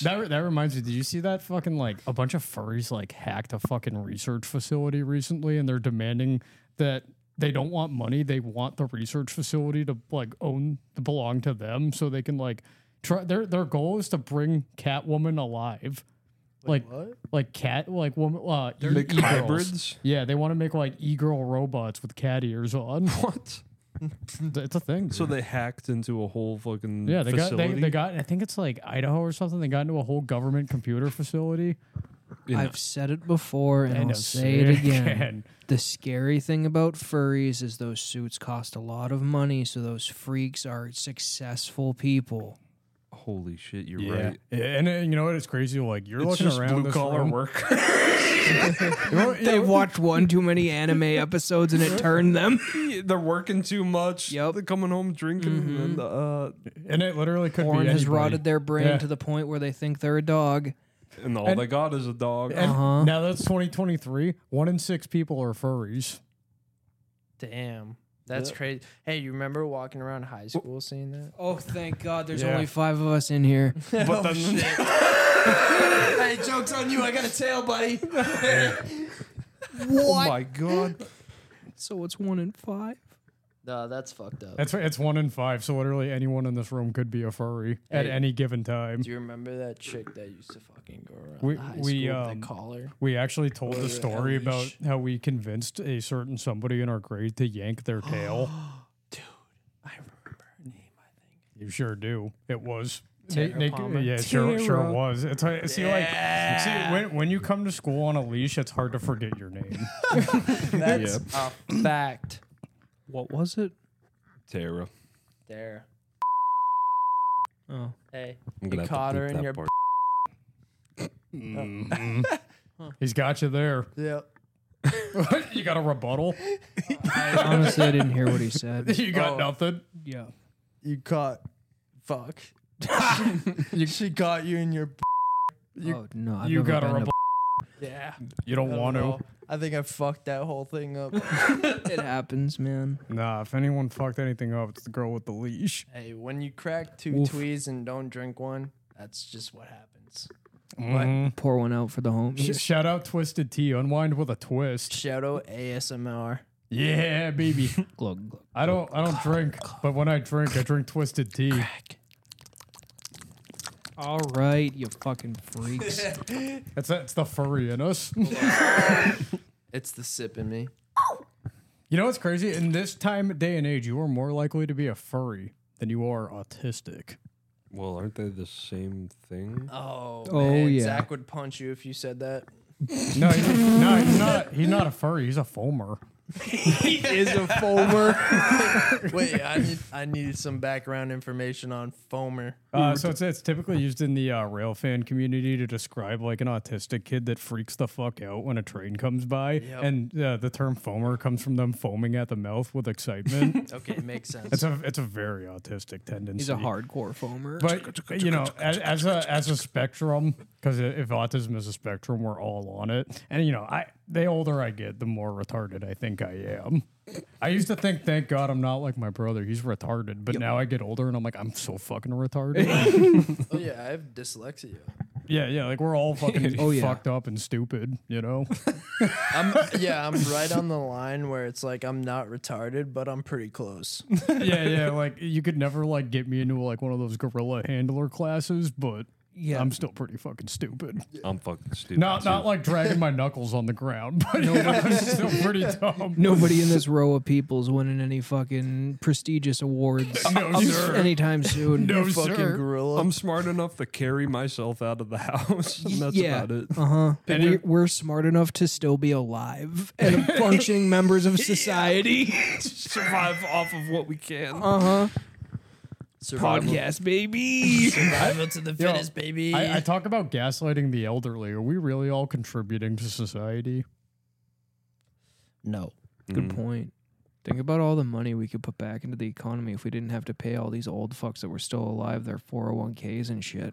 [SPEAKER 1] that, re- that reminds me. Did you see that fucking like a bunch of furries like hacked a fucking research facility recently, and they're demanding that they don't want money. They want the research facility to like own to belong to them, so they can like try. Their their goal is to bring Catwoman alive. Like
[SPEAKER 2] what?
[SPEAKER 1] like cat like woman uh, e-
[SPEAKER 3] Make
[SPEAKER 1] e-girls.
[SPEAKER 3] hybrids?
[SPEAKER 1] Yeah, they want to make like e-girl robots with cat ears on.
[SPEAKER 3] What?
[SPEAKER 1] It's a thing.
[SPEAKER 3] So they hacked into a whole fucking
[SPEAKER 1] yeah, they got
[SPEAKER 3] facility.
[SPEAKER 1] they, they got I think it's like Idaho or something. They got into a whole government computer facility.
[SPEAKER 3] Yeah.
[SPEAKER 4] I've said it before and,
[SPEAKER 1] And
[SPEAKER 4] I'll
[SPEAKER 1] I'll
[SPEAKER 4] say
[SPEAKER 1] say
[SPEAKER 4] it
[SPEAKER 1] it
[SPEAKER 4] again.
[SPEAKER 1] again.
[SPEAKER 4] The scary thing about furries is those suits cost a lot of money, so those freaks are successful people.
[SPEAKER 3] Holy shit! You're right.
[SPEAKER 1] Yeah, And uh, you know what? It's crazy. Like you're looking around this room-
[SPEAKER 3] work.
[SPEAKER 1] You know what-
[SPEAKER 4] They've watched one too many anime episodes and it turned them.
[SPEAKER 3] They're working too much.
[SPEAKER 4] Yep.
[SPEAKER 3] They're coming home drinking. And, uh,
[SPEAKER 1] and it literally could
[SPEAKER 4] Porn
[SPEAKER 1] be
[SPEAKER 4] has
[SPEAKER 1] anybody.
[SPEAKER 4] rotted their brain
[SPEAKER 1] Yeah.
[SPEAKER 4] to the point where they think they're a dog.
[SPEAKER 3] and all
[SPEAKER 1] And-
[SPEAKER 3] they got is a dog.
[SPEAKER 1] And
[SPEAKER 4] Uh-huh.
[SPEAKER 1] now that's 2023. One in six people are furries.
[SPEAKER 2] Damn. That's crazy. Hey, you remember walking around high school seeing that?
[SPEAKER 4] Oh, thank God! There's
[SPEAKER 1] Yeah.
[SPEAKER 4] only five of us in here.
[SPEAKER 3] but then
[SPEAKER 2] hey, joke's on you. I got a tail, buddy.
[SPEAKER 3] oh my god.
[SPEAKER 4] So it's one in five.
[SPEAKER 2] no, that's fucked up.
[SPEAKER 1] That's it's one in five. So literally anyone in this room could be a furry at
[SPEAKER 2] Hey.
[SPEAKER 1] any given time.
[SPEAKER 2] Do you remember that chick that used to fucking go around
[SPEAKER 1] We-
[SPEAKER 2] high
[SPEAKER 1] we,
[SPEAKER 2] school
[SPEAKER 1] um,
[SPEAKER 2] with the collar?
[SPEAKER 1] We actually told
[SPEAKER 2] Or
[SPEAKER 1] the
[SPEAKER 2] a
[SPEAKER 1] story about
[SPEAKER 2] leash.
[SPEAKER 1] how we convinced a certain somebody in our grade to yank their tail.
[SPEAKER 2] I remember her name. I think.
[SPEAKER 1] you sure do. It was.
[SPEAKER 2] Tara
[SPEAKER 1] Nick-
[SPEAKER 2] Palmer.
[SPEAKER 1] yeah, sure, sure
[SPEAKER 4] Tara.
[SPEAKER 1] was. It's like, see, like, see,
[SPEAKER 2] Yeah.
[SPEAKER 1] when, when you come to school on a leash, it's hard to forget your name.
[SPEAKER 2] That's a fact.
[SPEAKER 4] What was it?
[SPEAKER 3] Tara.
[SPEAKER 2] There.
[SPEAKER 4] Oh,
[SPEAKER 2] Hey,
[SPEAKER 3] I'm
[SPEAKER 2] you
[SPEAKER 3] have to
[SPEAKER 2] caught her
[SPEAKER 3] bleep
[SPEAKER 2] in
[SPEAKER 3] that
[SPEAKER 2] your.
[SPEAKER 3] part.
[SPEAKER 1] Mhm.
[SPEAKER 2] Mm-hmm.
[SPEAKER 1] He's got you there.
[SPEAKER 2] Yeah.
[SPEAKER 1] you got a rebuttal.
[SPEAKER 4] honestly, I didn't hear what he said.
[SPEAKER 1] You got
[SPEAKER 2] Oh.
[SPEAKER 1] nothing.
[SPEAKER 4] Yeah.
[SPEAKER 2] You caught. Fuck. you, she caught you in your. b- You-
[SPEAKER 4] oh no, I've
[SPEAKER 1] you
[SPEAKER 4] never
[SPEAKER 1] got a
[SPEAKER 4] been to-
[SPEAKER 1] rebuttal.
[SPEAKER 2] Yeah.
[SPEAKER 1] You don't,
[SPEAKER 2] I don't
[SPEAKER 1] want
[SPEAKER 2] know.
[SPEAKER 1] to.
[SPEAKER 2] I think I fucked that whole thing up.
[SPEAKER 4] It happens, man.
[SPEAKER 1] Nah, if anyone fucked anything up, it's the girl with the leash.
[SPEAKER 2] hey, when you crack two
[SPEAKER 4] Oof.
[SPEAKER 2] tweeds and don't drink one, that's just what happens.
[SPEAKER 1] Mhm.
[SPEAKER 4] Pour one out for the
[SPEAKER 1] Sh-
[SPEAKER 4] homies.
[SPEAKER 1] shout out Twisted Tea. Unwind with a twist.
[SPEAKER 2] Shout out ASMR.
[SPEAKER 1] Yeah, baby.
[SPEAKER 4] Glug, glug.
[SPEAKER 1] I don't I don't drink, but when I drink, I drink twisted tea.
[SPEAKER 4] All right, you fucking freaks.
[SPEAKER 1] That's that's the furry in us.
[SPEAKER 2] It's the sip in me.
[SPEAKER 1] you know what's crazy? In this time day and age, you are more likely to be a furry than you are autistic.
[SPEAKER 3] Well, aren't they the same thing?
[SPEAKER 2] Oh,
[SPEAKER 4] Oh,
[SPEAKER 2] man.
[SPEAKER 4] yeah.
[SPEAKER 2] Zach would punch you if you said that.
[SPEAKER 1] No, he, no, he's not. He's not a furry. He's a foamer.
[SPEAKER 4] is a foamer.
[SPEAKER 2] Wait, I need I need some background information on Fomer.
[SPEAKER 1] Uh, so it's it's typically used in the uh, rail fan community to describe like an autistic kid that freaks the fuck out when a train comes by,
[SPEAKER 2] Yep.
[SPEAKER 1] and uh, the term foamer comes from them foaming at the mouth with excitement.
[SPEAKER 2] Okay, makes
[SPEAKER 1] it's
[SPEAKER 2] sense.
[SPEAKER 1] a it's a very autistic tendency.
[SPEAKER 4] He's a hardcore foamer.
[SPEAKER 1] But you know, as, as a as a spectrum, because if autism is a spectrum, we're all on it. And you know, I the older I get, the more retarded I think I am. I used to think, thank God, I'm not like my brother. He's retarded. But now I get older, and I'm like, I'm so fucking retarded.
[SPEAKER 2] oh yeah, I have dyslexia.
[SPEAKER 1] yeah, yeah. Like we're all fucking
[SPEAKER 4] Oh, yeah.
[SPEAKER 1] fucked up and stupid. You know.
[SPEAKER 2] I'm yeah, I'm right on the line where it's like I'm not retarded, but I'm pretty close.
[SPEAKER 1] yeah, yeah. Like you could never like get me into like one of those gorilla handler classes, but.
[SPEAKER 4] Yeah.
[SPEAKER 1] I'm still pretty fucking stupid.
[SPEAKER 3] I'm fucking stupid.
[SPEAKER 1] Not
[SPEAKER 3] too.
[SPEAKER 1] not like dragging my knuckles on the ground, but you know, I'm still pretty dumb.
[SPEAKER 4] Nobody in this row of people's winning any fucking prestigious awards
[SPEAKER 1] No, sir.
[SPEAKER 4] anytime soon.
[SPEAKER 1] No,
[SPEAKER 2] You fucking
[SPEAKER 1] sir.
[SPEAKER 2] gorilla.
[SPEAKER 3] I'm smart enough to carry myself out of the house. And that's
[SPEAKER 4] yeah.
[SPEAKER 3] about it.
[SPEAKER 4] Uh huh.
[SPEAKER 1] And
[SPEAKER 4] We're,
[SPEAKER 1] it-
[SPEAKER 4] we're smart enough to still be alive and functioning members of society.
[SPEAKER 3] Survive off of what we can.
[SPEAKER 4] Uh huh.
[SPEAKER 2] survival,
[SPEAKER 4] Podcast, baby.
[SPEAKER 2] survival to the fittest, baby.
[SPEAKER 1] I, I talk about gaslighting the elderly. Are we really all contributing to society?
[SPEAKER 2] no.
[SPEAKER 4] Good
[SPEAKER 1] Mm-hmm.
[SPEAKER 4] point. Think about all the money we could put back into the economy if we didn't have to pay all these old fucks that were still alive their 401ks and shit.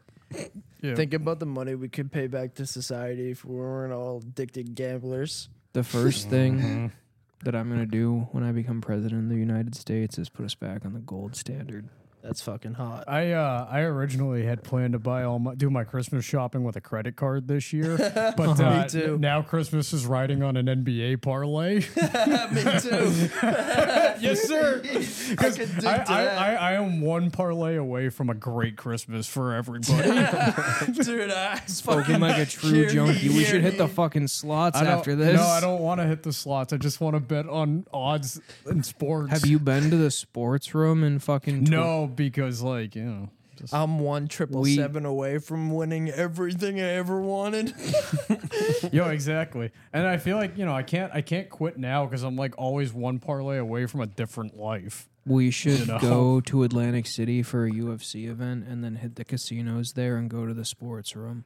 [SPEAKER 1] Yeah.
[SPEAKER 2] Think about the money we could pay back to society if we weren't all addicted gamblers.
[SPEAKER 4] The first
[SPEAKER 1] Mm-hmm.
[SPEAKER 4] thing that I'm going to do when I become president of the United States is put us back on the gold standard.
[SPEAKER 2] That's fucking hot.
[SPEAKER 1] I uh, I originally had planned to buy all my do my Christmas shopping with a credit card this year, but uh,
[SPEAKER 2] Me too.
[SPEAKER 1] n- now Christmas is riding on an NBA parlay.
[SPEAKER 2] Me too.
[SPEAKER 1] yes, sir.
[SPEAKER 2] I could dig to
[SPEAKER 1] I, I,
[SPEAKER 2] that.
[SPEAKER 1] I, I am one parlay away from a great Christmas for everybody.
[SPEAKER 2] Dude, I
[SPEAKER 4] Spoken
[SPEAKER 2] fucking
[SPEAKER 4] like a true
[SPEAKER 2] hear
[SPEAKER 4] junkie.
[SPEAKER 2] me,
[SPEAKER 4] We
[SPEAKER 2] hear
[SPEAKER 4] should hit the
[SPEAKER 2] me.
[SPEAKER 4] fucking slots
[SPEAKER 1] I don't-
[SPEAKER 4] after this.
[SPEAKER 1] no, I don't want to hit the slots. I just want to bet on odds in sports.
[SPEAKER 4] Have you been to the sports room and fucking? Tw-
[SPEAKER 1] No, because like you know. just-
[SPEAKER 2] I'm one triple
[SPEAKER 4] We-
[SPEAKER 2] seven away from winning everything I ever wanted.
[SPEAKER 1] Yo, exactly. And I feel like you know I can't I can't quit now because I'm like always one parlay away from a different life.
[SPEAKER 4] We should
[SPEAKER 1] know.
[SPEAKER 4] go to Atlantic City for a UFC event and then hit the casinos there and go to the sports room.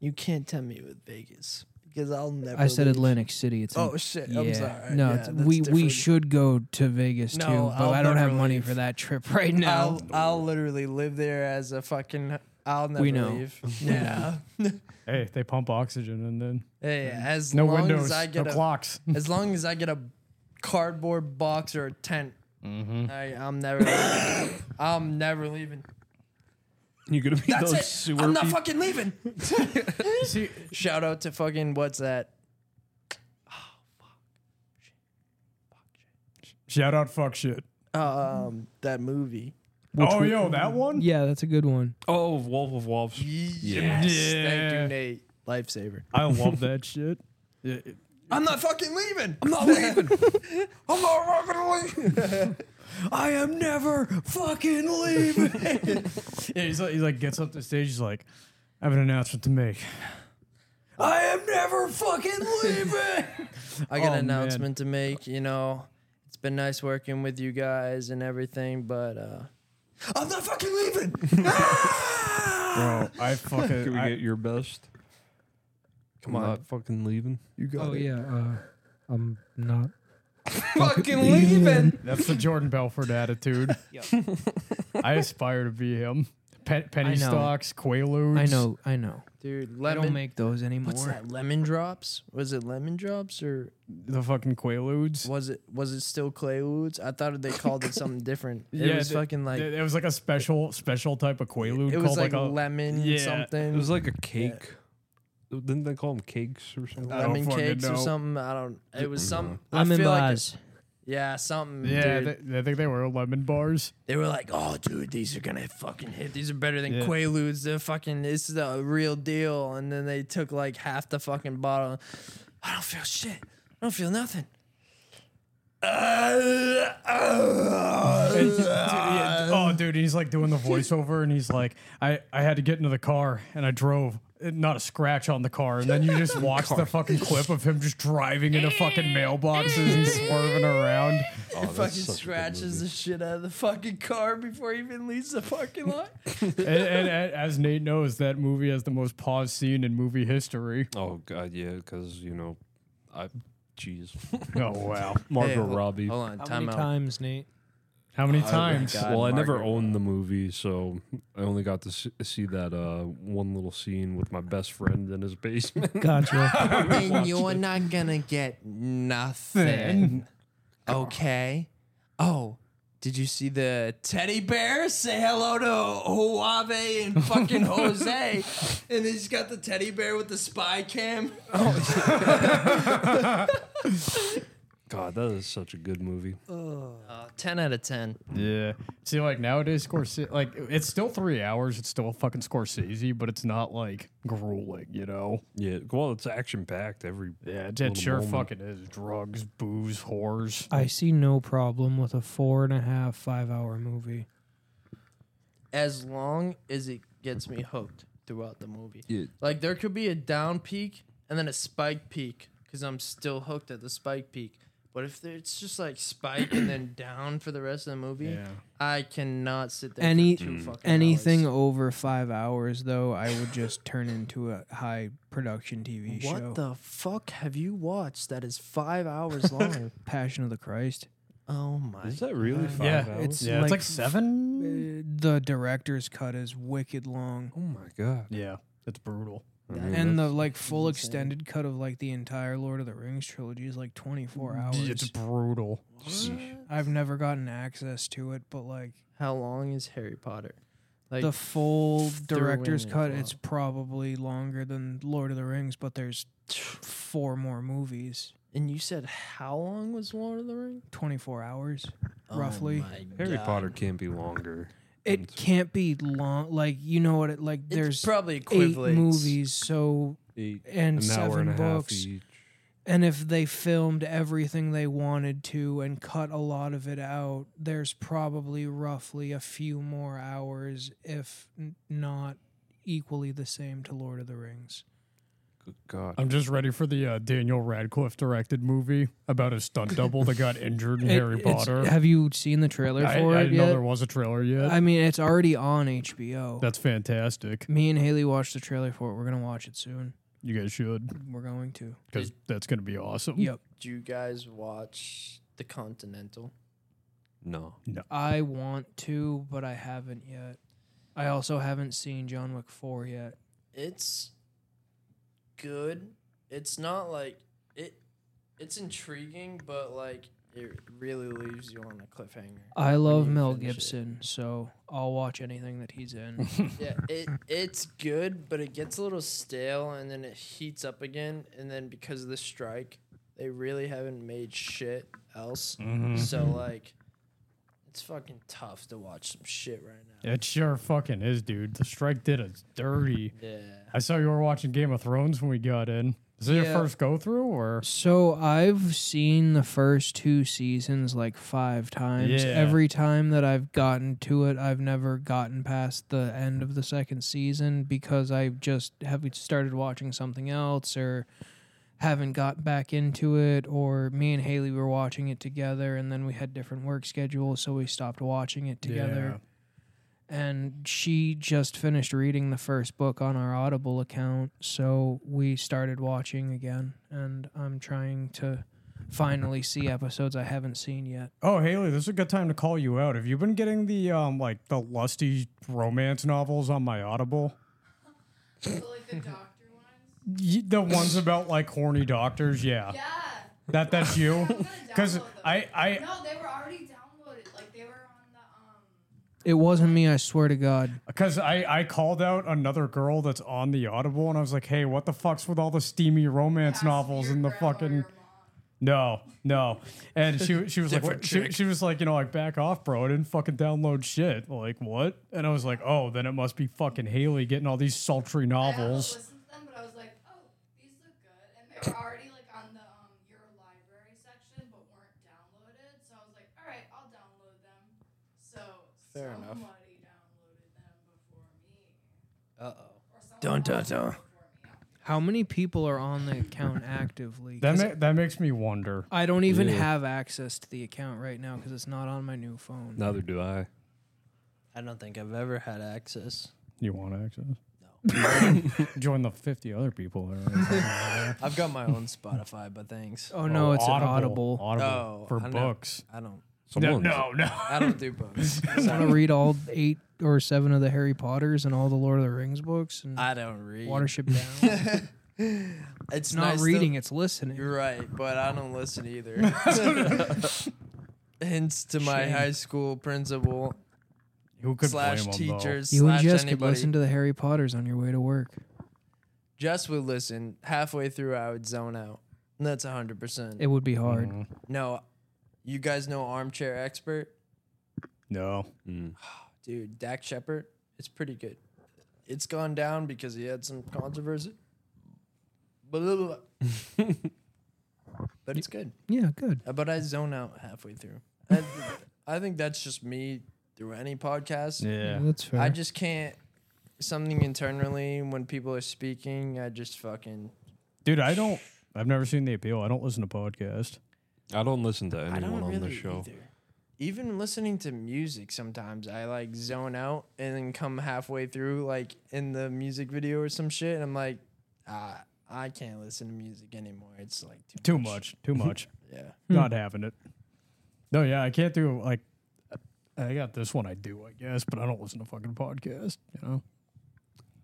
[SPEAKER 2] You can't tempt me with Vegas because I'll never.
[SPEAKER 4] I said
[SPEAKER 2] leave.
[SPEAKER 4] Atlantic City. It's in-
[SPEAKER 2] Oh shit!
[SPEAKER 4] yeah.
[SPEAKER 2] I'm sorry.
[SPEAKER 4] No,
[SPEAKER 2] Yeah,
[SPEAKER 4] it's-
[SPEAKER 2] that's
[SPEAKER 4] we we
[SPEAKER 2] different.
[SPEAKER 4] should go to Vegas
[SPEAKER 2] No,
[SPEAKER 4] too, but
[SPEAKER 2] I'll
[SPEAKER 4] I don't have
[SPEAKER 2] never
[SPEAKER 4] money
[SPEAKER 2] leave.
[SPEAKER 4] for that trip right now.
[SPEAKER 2] I'll I'll literally live there as a fucking. I'll never
[SPEAKER 4] We know.
[SPEAKER 2] leave. Yeah.
[SPEAKER 1] Hey, they pump oxygen and then
[SPEAKER 2] hey, as
[SPEAKER 1] no
[SPEAKER 2] long
[SPEAKER 1] windows,
[SPEAKER 2] as I
[SPEAKER 1] no
[SPEAKER 2] get a,
[SPEAKER 1] clocks.
[SPEAKER 2] as long as I get a cardboard box or a tent, I, I'm never. leaving. I'm never leaving.
[SPEAKER 3] You're gonna be
[SPEAKER 2] That's
[SPEAKER 3] those
[SPEAKER 2] it.
[SPEAKER 3] sewer
[SPEAKER 2] I'm not
[SPEAKER 3] people.
[SPEAKER 2] fucking leaving.
[SPEAKER 1] See,
[SPEAKER 2] Shout out to fucking what's that?
[SPEAKER 1] shout out fuck shit.
[SPEAKER 2] Um, that movie.
[SPEAKER 4] Which
[SPEAKER 1] oh,
[SPEAKER 4] we-
[SPEAKER 1] yo, that one.
[SPEAKER 4] Yeah, that's a good one.
[SPEAKER 3] Oh, Wolf of Wall Street.
[SPEAKER 2] Yes. Thank
[SPEAKER 1] Yeah.
[SPEAKER 2] you, Nate. Lifesaver.
[SPEAKER 1] I love that shit. Yeah, it-
[SPEAKER 2] I'm not fucking leaving. I'm not leaving. I'm not fucking leaving. I am never fucking leaving.
[SPEAKER 1] yeah, he's like, he like gets up the stage. He's like, I have an announcement to make.
[SPEAKER 2] I am never fucking leaving. I got
[SPEAKER 1] Oh,
[SPEAKER 2] an
[SPEAKER 1] man.
[SPEAKER 2] announcement to make. You know, it's been nice working with you guys and everything, but uh, I'm not fucking leaving. Ah!
[SPEAKER 1] Bro, I fucking.
[SPEAKER 3] Can we
[SPEAKER 1] I-
[SPEAKER 3] get your best?
[SPEAKER 2] Come
[SPEAKER 3] I'm
[SPEAKER 2] on.
[SPEAKER 3] not fucking leaving.
[SPEAKER 2] you got
[SPEAKER 4] Oh yeah, uh, I'm not.
[SPEAKER 2] fucking leaving.
[SPEAKER 1] That's the Jordan Belfort attitude. I aspire to be him. Pe- penny
[SPEAKER 4] I know.
[SPEAKER 1] stocks, Quaaludes.
[SPEAKER 4] I know, I know.
[SPEAKER 2] Dude,
[SPEAKER 4] I don't
[SPEAKER 2] lemon.
[SPEAKER 4] make those anymore.
[SPEAKER 2] What's that? Lemon drops? Was it lemon drops or
[SPEAKER 1] the fucking Quaaludes.
[SPEAKER 2] was it was it still Claywoods? I thought they called it something different. It
[SPEAKER 1] Yeah,
[SPEAKER 2] was
[SPEAKER 1] they-
[SPEAKER 2] fucking like
[SPEAKER 1] it, it was like a special special type of quaalude
[SPEAKER 2] it was
[SPEAKER 1] called
[SPEAKER 2] like,
[SPEAKER 1] like, a
[SPEAKER 2] lemon
[SPEAKER 1] yeah,
[SPEAKER 2] something.
[SPEAKER 3] It was like a cake. Didn't they call them cakes or something? Oh,
[SPEAKER 1] I don't
[SPEAKER 2] lemon
[SPEAKER 1] fucking
[SPEAKER 2] cakes or
[SPEAKER 1] know.
[SPEAKER 2] something. I don't. It was some. I
[SPEAKER 4] Lemon
[SPEAKER 2] feel like it-
[SPEAKER 4] bars.
[SPEAKER 2] yeah, something.
[SPEAKER 1] yeah.
[SPEAKER 2] dude. They,
[SPEAKER 1] They, I think they were lemon bars.
[SPEAKER 2] were like, "Oh, dude, these are gonna fucking hit. These are better than
[SPEAKER 1] Yeah.
[SPEAKER 2] Quaaludes. They're fucking. This is the real deal." And then they took like half the fucking bottle. I don't feel shit. I don't feel nothing.
[SPEAKER 1] And, dude, yeah, oh, dude, he's like doing the voiceover, and he's like, I, I had to get into the car, and I drove. and Not a scratch on the car, and then you just watch the fucking clip of him just driving into fucking mailboxes and swerving around.
[SPEAKER 2] It
[SPEAKER 3] Oh, that's
[SPEAKER 2] fucking
[SPEAKER 3] such a good
[SPEAKER 2] scratches
[SPEAKER 3] movie.
[SPEAKER 2] the shit out of the fucking car before he even leaves the parking lot.
[SPEAKER 1] And, and, and as Nate knows, that movie has the most paused scene in movie history.
[SPEAKER 3] Oh god, yeah, because you know, I, jeez,
[SPEAKER 1] Oh wow!
[SPEAKER 2] Hey,
[SPEAKER 3] Margot
[SPEAKER 2] hol-
[SPEAKER 3] Robbie.
[SPEAKER 2] Hold on,
[SPEAKER 4] How
[SPEAKER 2] time
[SPEAKER 4] many
[SPEAKER 2] out.
[SPEAKER 4] times, Nate?
[SPEAKER 1] How many
[SPEAKER 2] Oh my
[SPEAKER 1] times?
[SPEAKER 2] God.
[SPEAKER 3] well, I never
[SPEAKER 2] Margot
[SPEAKER 3] owned the movie, so I only got to see, see that uh, one little scene with my best friend in his basement.
[SPEAKER 4] Gotcha.
[SPEAKER 2] I mean, you're not gonna get nothing. Okay. Oh, did you see the teddy bear say hello to Huawei and fucking Jose? and he's got the teddy bear with the spy cam.
[SPEAKER 3] God, that is such a good movie.
[SPEAKER 2] Uh, 10 out of 10.
[SPEAKER 1] Yeah. See, like nowadays, Scorsese, like it's still three hours. It's still a fucking Scorsese, but it's not like grueling, you know?
[SPEAKER 3] Yeah, well, it's action packed. Every
[SPEAKER 1] Yeah, it,
[SPEAKER 3] little
[SPEAKER 1] sure
[SPEAKER 3] moment.
[SPEAKER 1] fucking is. Drugs, booze, whores.
[SPEAKER 4] I see no problem with a four and a half, five hour movie.
[SPEAKER 2] As long as it gets me hooked throughout the movie.
[SPEAKER 3] Yeah.
[SPEAKER 2] Like, there could be a down peak and then a spike peak because I'm still hooked at the spike peak. But if it's just like spike and then down for the rest of the movie, I cannot sit there.
[SPEAKER 4] Any-
[SPEAKER 2] for
[SPEAKER 3] Mm.
[SPEAKER 2] two fucking
[SPEAKER 4] Anything
[SPEAKER 2] hours.
[SPEAKER 4] over five hours, though, I would just turn into a high production TV
[SPEAKER 2] What
[SPEAKER 4] show.
[SPEAKER 2] the fuck have you watched that is five hours long?
[SPEAKER 4] Passion of the Christ.
[SPEAKER 2] oh my!
[SPEAKER 3] is that really
[SPEAKER 4] God.
[SPEAKER 3] five
[SPEAKER 1] Yeah,
[SPEAKER 3] hours?
[SPEAKER 4] it's-
[SPEAKER 1] yeah, it's
[SPEAKER 4] like
[SPEAKER 1] like
[SPEAKER 4] f- Uh,
[SPEAKER 1] seven.
[SPEAKER 2] Mm.
[SPEAKER 4] the director's cut is wicked long.
[SPEAKER 3] oh my god.
[SPEAKER 1] Yeah, it's brutal.
[SPEAKER 3] I
[SPEAKER 2] That-
[SPEAKER 3] mean,
[SPEAKER 4] And the
[SPEAKER 3] that's-
[SPEAKER 4] like full
[SPEAKER 2] insane.
[SPEAKER 4] extended cut of like the entire Lord of the Rings trilogy is like
[SPEAKER 3] Mm,
[SPEAKER 4] 24 hours.
[SPEAKER 1] It's brutal.
[SPEAKER 3] Sheesh.
[SPEAKER 4] I've never gotten access to it, but like
[SPEAKER 2] How long is Harry Potter? Like
[SPEAKER 4] the full
[SPEAKER 2] threw
[SPEAKER 4] director's
[SPEAKER 2] in as
[SPEAKER 4] cut,
[SPEAKER 2] well.
[SPEAKER 4] it's probably longer than Lord of the Rings, but there's four more movies.
[SPEAKER 2] and you said how long was Lord of the Ring?
[SPEAKER 4] 24 hours,
[SPEAKER 2] Oh
[SPEAKER 4] roughly.
[SPEAKER 2] my
[SPEAKER 3] Harry
[SPEAKER 2] God.
[SPEAKER 3] Potter can't be longer.
[SPEAKER 4] It can't be long. Like you know what? It like
[SPEAKER 2] It's
[SPEAKER 4] there's
[SPEAKER 2] probably
[SPEAKER 4] eight
[SPEAKER 2] equivalent
[SPEAKER 4] movies, so
[SPEAKER 3] Eight,
[SPEAKER 4] and
[SPEAKER 3] an hour
[SPEAKER 4] seven
[SPEAKER 3] and a
[SPEAKER 4] books.
[SPEAKER 3] half each.
[SPEAKER 4] And if they filmed everything they wanted to and cut a lot of it out, there's probably roughly a few more hours, if n- not equally the same to Lord of the Rings.
[SPEAKER 3] Good God.
[SPEAKER 1] I'm just ready for the uh, Daniel Radcliffe directed movie about a stunt double that got injured in
[SPEAKER 4] It-
[SPEAKER 1] Harry
[SPEAKER 4] it's-
[SPEAKER 1] Potter.
[SPEAKER 4] Have you seen the trailer
[SPEAKER 1] I, I
[SPEAKER 4] for it
[SPEAKER 1] didn't know
[SPEAKER 4] yet?
[SPEAKER 1] there was a trailer yet.
[SPEAKER 4] I mean, it's already on HBO.
[SPEAKER 1] That's fantastic.
[SPEAKER 4] Me and Haley watched the trailer for it. We're gonna watch it soon.
[SPEAKER 1] You guys should
[SPEAKER 4] We're going to.
[SPEAKER 1] because that's gonna be awesome.
[SPEAKER 4] Yep.
[SPEAKER 2] Do you guys watch The Continental?
[SPEAKER 3] no.
[SPEAKER 4] I want to, but I haven't yet. I also haven't seen John Wick 4 yet.
[SPEAKER 2] It's good. It's not like it. It's intriguing, but like it really leaves you on a cliffhanger.
[SPEAKER 4] I love Mel
[SPEAKER 2] finish it.
[SPEAKER 4] Gibson, so I'll watch anything that he's in.
[SPEAKER 2] Yeah, it it's good, but it gets a little stale, and then it heats up again, and then because of the strike, they really haven't made shit else. So like, it's fucking tough to watch some shit right now.
[SPEAKER 1] It sure fucking is, dude. The strike did us dirty.
[SPEAKER 2] Yeah.
[SPEAKER 1] I saw you were watching Game of Thrones when we got in. Is it your
[SPEAKER 4] Yeah.
[SPEAKER 1] first go through or?
[SPEAKER 4] so I've seen the first two seasons like five times.
[SPEAKER 1] Yeah.
[SPEAKER 4] Every time that I've gotten to it, I've never gotten past the end of the second season because I just have started watching something else or haven't got back into it or me and Haley were watching it together and then we had different work schedules so we stopped watching it together. and she just finished reading the first book on our Audible account, so we started watching again, and I'm trying to finally see episodes I haven't seen yet.
[SPEAKER 1] Oh, Haley, this is a good time to call you out. Have you been getting the um like the lusty romance novels on my Audible?
[SPEAKER 5] So, like the doctor ones?
[SPEAKER 1] Y- The ones about like horny doctors, yeah.
[SPEAKER 5] Yeah.
[SPEAKER 1] That that's
[SPEAKER 5] I
[SPEAKER 1] you.
[SPEAKER 5] was gonna
[SPEAKER 1] Cuz
[SPEAKER 5] download them.
[SPEAKER 1] Uh, I I
[SPEAKER 5] No, they were already downloaded. Like they were on the um.
[SPEAKER 4] It wasn't me, I swear to God.
[SPEAKER 1] Because I, I called out another girl that's on the Audible and I was like, hey, what the fuck's with all the steamy romance
[SPEAKER 5] Ask
[SPEAKER 1] novels
[SPEAKER 5] your
[SPEAKER 1] and the
[SPEAKER 5] grandma or
[SPEAKER 1] fucking.
[SPEAKER 5] your mom.
[SPEAKER 1] No, no. And she she was like,
[SPEAKER 2] Different
[SPEAKER 1] what- she,
[SPEAKER 2] chick.
[SPEAKER 1] she was like, you know, like back off, bro. I didn't fucking download shit. Like what? And I was like, oh, then it must be fucking Haley getting all these sultry
[SPEAKER 5] I haven't
[SPEAKER 1] novels.
[SPEAKER 5] listened to them, but I was like, oh, these look good, and they were already like on the um your library section, but weren't downloaded.
[SPEAKER 2] Fair enough.
[SPEAKER 5] Somebody downloaded them before me.
[SPEAKER 2] Uh oh.
[SPEAKER 5] Or someone
[SPEAKER 2] Dun, dun,
[SPEAKER 5] else
[SPEAKER 2] dun.
[SPEAKER 5] before me.
[SPEAKER 4] How many people are on the account actively?
[SPEAKER 1] That
[SPEAKER 4] 'Cause
[SPEAKER 1] ma- that makes me wonder.
[SPEAKER 4] I don't even
[SPEAKER 3] Yeah.
[SPEAKER 4] have access to the account right now because it's not on my new phone.
[SPEAKER 3] Neither do I.
[SPEAKER 2] I don't think I've ever had access.
[SPEAKER 1] You want access? Join the fifty other people. There.
[SPEAKER 2] I've got my own Spotify, but thanks.
[SPEAKER 4] Oh no, it's an Audible.
[SPEAKER 1] Audible
[SPEAKER 2] Oh,
[SPEAKER 1] for
[SPEAKER 2] I know.
[SPEAKER 1] books.
[SPEAKER 2] I don't.
[SPEAKER 1] No,
[SPEAKER 3] Someone.
[SPEAKER 1] no, no.
[SPEAKER 2] I don't do books.
[SPEAKER 4] I want to read all eight or seven of the Harry Potters and all the Lord of the Rings books and
[SPEAKER 2] I don't read.
[SPEAKER 4] Watership Down. It's
[SPEAKER 2] It's
[SPEAKER 4] not
[SPEAKER 2] nice to-
[SPEAKER 4] reading, it's listening.
[SPEAKER 2] You're right, but I don't listen either. Hence to my
[SPEAKER 4] Shame.
[SPEAKER 2] high school principal
[SPEAKER 1] Who could
[SPEAKER 2] slash
[SPEAKER 1] blame 'em, though?
[SPEAKER 2] teachers
[SPEAKER 4] You and
[SPEAKER 2] slash
[SPEAKER 4] Jess could
[SPEAKER 2] anybody.
[SPEAKER 4] listen to the Harry Potters on your way to work.
[SPEAKER 2] Jess would listen. Halfway through, I would zone out. And That's hundred percent.
[SPEAKER 4] It would be hard.
[SPEAKER 1] Mhm.
[SPEAKER 2] No, you guys know Armchair Expert,
[SPEAKER 1] No.
[SPEAKER 3] Mm.
[SPEAKER 2] dude. Dak Shepard. It's pretty good. It's gone down because he had some controversy. Blah, blah, blah. but it's good.
[SPEAKER 4] Yeah, good.
[SPEAKER 2] Uh, But I zone out halfway through. I, I think that's just me through any podcast.
[SPEAKER 1] Yeah.
[SPEAKER 4] That's fair.
[SPEAKER 2] I just can't. Something internally when people are speaking, I just fucking.
[SPEAKER 1] Dude, I don't. I've never seen the appeal. I don't listen to podcasts.
[SPEAKER 3] I don't listen to
[SPEAKER 2] I
[SPEAKER 3] anyone
[SPEAKER 2] don't
[SPEAKER 3] on
[SPEAKER 2] really
[SPEAKER 3] the show.
[SPEAKER 2] either. Even listening to music, sometimes I like zone out and then come halfway through, like in the music video or some shit, and I'm like, ah, I can't listen to music anymore. It's like too,
[SPEAKER 1] Too much. Too much.
[SPEAKER 2] Yeah.
[SPEAKER 1] Not having it. No, yeah, I can't do like. I got this one. I do, I guess, but I don't listen to fucking podcasts. You know.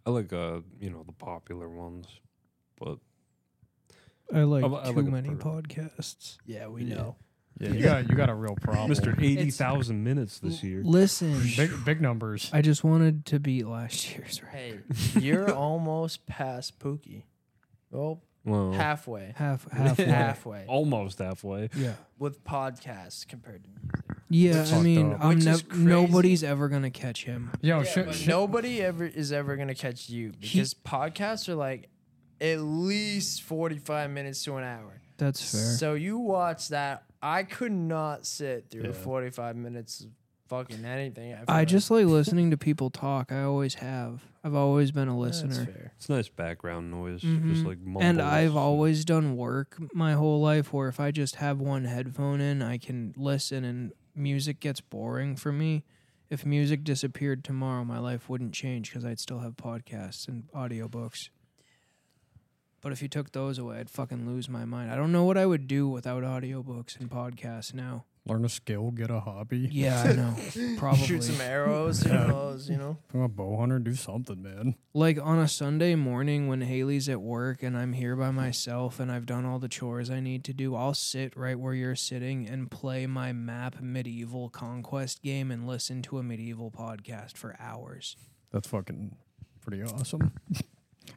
[SPEAKER 3] I like uh, you know, the popular ones. But
[SPEAKER 4] I like
[SPEAKER 3] I li- I
[SPEAKER 4] too
[SPEAKER 3] like a
[SPEAKER 4] many
[SPEAKER 3] bird.
[SPEAKER 4] podcasts.
[SPEAKER 2] Yeah, we
[SPEAKER 3] Yeah.
[SPEAKER 2] know.
[SPEAKER 1] Yeah. You got you got a real problem,
[SPEAKER 3] Mr. Eighty thousand minutes this year.
[SPEAKER 4] Listen,
[SPEAKER 1] Big big numbers.
[SPEAKER 4] I just wanted to beat last year's record.
[SPEAKER 2] Hey, you're almost past Pookie. Well,
[SPEAKER 3] Well,
[SPEAKER 2] halfway.
[SPEAKER 4] Half, halfway.
[SPEAKER 2] Halfway.
[SPEAKER 3] almost halfway.
[SPEAKER 4] Yeah.
[SPEAKER 2] With podcasts compared to music.
[SPEAKER 4] Yeah, I
[SPEAKER 1] fucked
[SPEAKER 4] mean,
[SPEAKER 1] up.
[SPEAKER 4] I'm
[SPEAKER 2] Which is
[SPEAKER 4] nev-
[SPEAKER 2] crazy.
[SPEAKER 4] nobody's ever gonna catch him.
[SPEAKER 1] Yo, shit, shit.
[SPEAKER 2] Nobody ever is ever gonna catch you because podcasts are like at least forty five minutes to an hour.
[SPEAKER 4] That's fair.
[SPEAKER 2] So you watch that. I could not sit through
[SPEAKER 1] Yeah.
[SPEAKER 2] forty five minutes of fucking anything. feel
[SPEAKER 4] I
[SPEAKER 2] like.
[SPEAKER 4] just like listening to people talk. I always have. I've always been a
[SPEAKER 2] That's
[SPEAKER 4] listener.
[SPEAKER 2] fair.
[SPEAKER 3] It's nice background noise,
[SPEAKER 4] Mhm.
[SPEAKER 3] just like mumbles.
[SPEAKER 4] And I've always done work my whole life where if I just have one headphone in, I can listen and music gets boring for me. If music disappeared tomorrow, my life wouldn't change because I'd still have podcasts and audiobooks. But if you took those away, I'd fucking lose my mind. I don't know what I would do without audiobooks and podcasts now.
[SPEAKER 1] Learn a skill, get a hobby.
[SPEAKER 4] Yeah, I know. Probably.
[SPEAKER 2] Shoot some arrows, who knows, you know.
[SPEAKER 1] I'm a bow hunter. Do something, man.
[SPEAKER 4] like on a Sunday morning when Haley's at work and I'm here by myself and I've done all the chores I need to do, I'll sit right where you're sitting and play my map medieval conquest game and listen to a medieval podcast for hours.
[SPEAKER 1] That's fucking pretty awesome.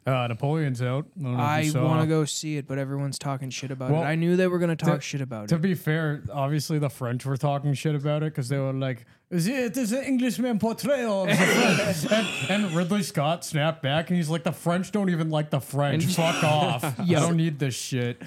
[SPEAKER 1] Uh, Napoleon's out. I, don't know if
[SPEAKER 4] I
[SPEAKER 1] you saw.
[SPEAKER 4] want to go see it, but everyone's talking shit about
[SPEAKER 1] Well,
[SPEAKER 4] it. I knew they were going to talk
[SPEAKER 1] to-
[SPEAKER 4] shit about
[SPEAKER 1] To
[SPEAKER 4] it.
[SPEAKER 1] be fair, obviously the French were talking shit about it because they were like, "Is it is an Englishman portrayal?" Of the French?" and, and Ridley Scott snapped back and he's like, "The French don't even like the French. Fuck off. I don't need this shit."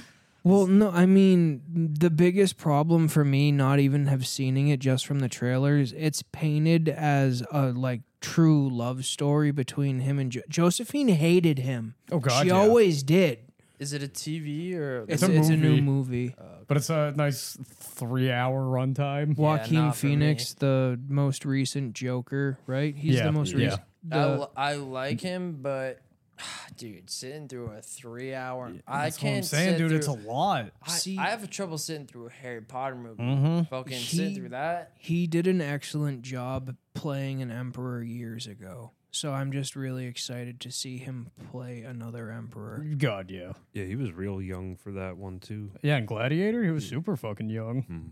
[SPEAKER 4] Well, no, I mean, the biggest problem for me, not even have seen it just from the trailers, it's painted as a like true love story between him and jo- Josephine hated him.
[SPEAKER 1] Oh, God,
[SPEAKER 4] she
[SPEAKER 1] yeah.
[SPEAKER 4] always did.
[SPEAKER 2] Is it a TV or
[SPEAKER 4] It's,
[SPEAKER 1] a
[SPEAKER 4] it's a new
[SPEAKER 1] movie.
[SPEAKER 4] movie.
[SPEAKER 2] Oh,
[SPEAKER 1] But it's a nice three-hour runtime.
[SPEAKER 4] Joaquin
[SPEAKER 2] not for
[SPEAKER 4] Phoenix, the most recent Joker, right? He's
[SPEAKER 1] Yeah.
[SPEAKER 4] the most
[SPEAKER 1] Yeah.
[SPEAKER 4] recent.
[SPEAKER 2] I,
[SPEAKER 4] the-
[SPEAKER 2] li- I like him, but dude, sitting through a three hour, I
[SPEAKER 1] That's what
[SPEAKER 2] can't.
[SPEAKER 1] I'm saying,
[SPEAKER 2] sit
[SPEAKER 1] dude.
[SPEAKER 2] Through,
[SPEAKER 1] It's a lot.
[SPEAKER 2] I-
[SPEAKER 4] See- Mm-hmm.
[SPEAKER 2] I have trouble sitting through a Harry Potter movie. Fucking sit
[SPEAKER 4] He-
[SPEAKER 2] through that.
[SPEAKER 4] he did an excellent job playing an emperor years ago. So I'm just really excited to see him play another emperor.
[SPEAKER 1] God, yeah,
[SPEAKER 3] yeah, he was real young for that one too.
[SPEAKER 1] yeah. And Gladiator, he
[SPEAKER 2] Hmm.
[SPEAKER 1] was super fucking young.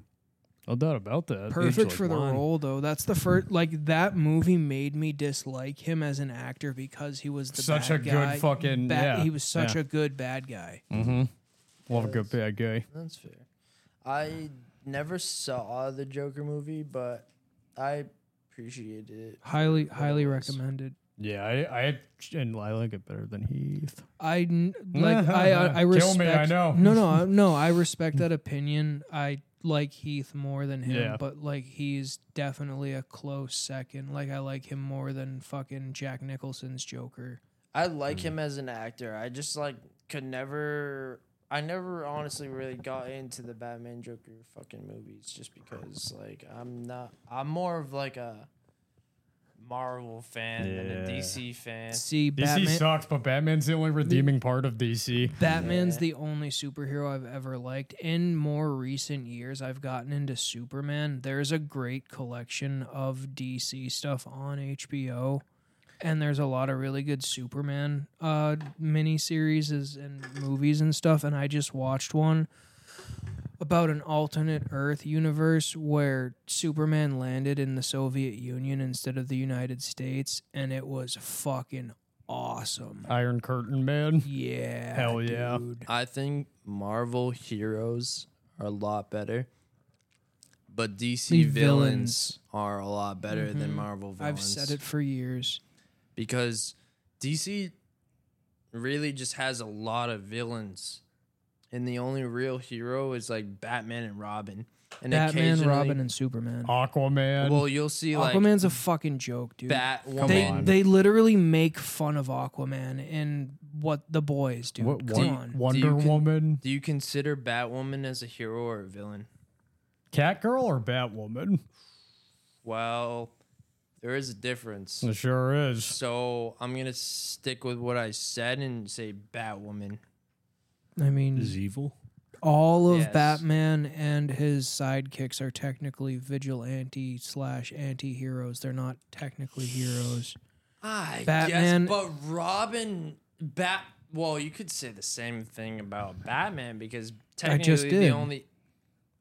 [SPEAKER 1] No doubt about that.
[SPEAKER 4] perfect
[SPEAKER 3] like
[SPEAKER 4] for the
[SPEAKER 3] wine.
[SPEAKER 4] role though. That's the first like that movie made me dislike him as an actor because he was the
[SPEAKER 1] Such
[SPEAKER 4] bad
[SPEAKER 1] a good
[SPEAKER 4] guy.
[SPEAKER 1] fucking-
[SPEAKER 4] Ba-
[SPEAKER 1] yeah,
[SPEAKER 4] he was such
[SPEAKER 1] yeah.
[SPEAKER 4] a good bad guy.
[SPEAKER 1] Mm-hmm. Love a good bad guy.
[SPEAKER 2] That's fair. I never saw the Joker movie, but I appreciated it.
[SPEAKER 4] Highly highly
[SPEAKER 2] Otherwise.
[SPEAKER 4] recommended.
[SPEAKER 1] Yeah, I, I and I like it better than Heath.
[SPEAKER 4] I n- like I I, I respect
[SPEAKER 1] Kill me, I know.
[SPEAKER 4] No, no, I- no, I respect that opinion. I like Heath more than him,
[SPEAKER 1] Yeah.
[SPEAKER 4] but like he's definitely a close second. Like I like him more than fucking Jack Nicholson's Joker.
[SPEAKER 2] I like
[SPEAKER 4] Mm.
[SPEAKER 2] him as an actor. I just like could never. I never honestly really got into the Batman Joker fucking movies just because like I'm not. I'm more of like a Marvel fan than a
[SPEAKER 1] Yeah.
[SPEAKER 2] DC fan.
[SPEAKER 4] See,
[SPEAKER 1] DC
[SPEAKER 4] Batman.
[SPEAKER 1] sucks, but Batman's the only redeeming part of DC.
[SPEAKER 4] Batman's
[SPEAKER 2] Yeah.
[SPEAKER 4] the only superhero I've ever liked. In more recent years, I've gotten into Superman. There's a great collection of DC stuff on HBO, and there's a lot of really good Superman uh, miniseries is- and movies and stuff. And I just watched one about an alternate Earth universe where Superman landed in the Soviet Union instead of the United States, and it was fucking awesome.
[SPEAKER 1] Iron Curtain Man.
[SPEAKER 4] Yeah.
[SPEAKER 1] Hell yeah.
[SPEAKER 4] dude.
[SPEAKER 2] I think Marvel heroes are a lot better, but DC
[SPEAKER 4] The
[SPEAKER 2] villains,
[SPEAKER 4] villains. Mm-hmm.
[SPEAKER 2] are a lot better than Marvel villains.
[SPEAKER 4] I've said it for years.
[SPEAKER 2] because DC really just has a lot of villains, and the only real hero is like Batman and Robin, and
[SPEAKER 4] Batman,
[SPEAKER 2] occasionally-
[SPEAKER 4] Robin, and Superman.
[SPEAKER 1] Aquaman.
[SPEAKER 2] Well, you'll see like
[SPEAKER 4] Aquaman's a fucking joke, dude. they
[SPEAKER 1] on.
[SPEAKER 2] Batwoman.
[SPEAKER 4] they literally make fun of Aquaman and what the boys do.
[SPEAKER 1] what,
[SPEAKER 4] Come
[SPEAKER 1] Won-
[SPEAKER 4] on.
[SPEAKER 1] Wonder
[SPEAKER 2] Do you con-
[SPEAKER 1] Woman.
[SPEAKER 2] Do you consider Batwoman as a hero or a villain?
[SPEAKER 1] Catgirl or Batwoman?
[SPEAKER 2] Well, there is a difference.
[SPEAKER 1] It sure is.
[SPEAKER 2] So I'm gonna stick with what I said and say Batwoman.
[SPEAKER 4] I mean,
[SPEAKER 3] Is evil?
[SPEAKER 4] all of
[SPEAKER 2] Yes.
[SPEAKER 4] Batman and his sidekicks are technically vigilante slash anti heroes. They're not technically heroes.
[SPEAKER 2] I
[SPEAKER 4] Batman-
[SPEAKER 2] guess, but Robin Bat. Well, you could say the same thing about Batman because technically
[SPEAKER 4] just
[SPEAKER 2] the
[SPEAKER 4] did.
[SPEAKER 2] only.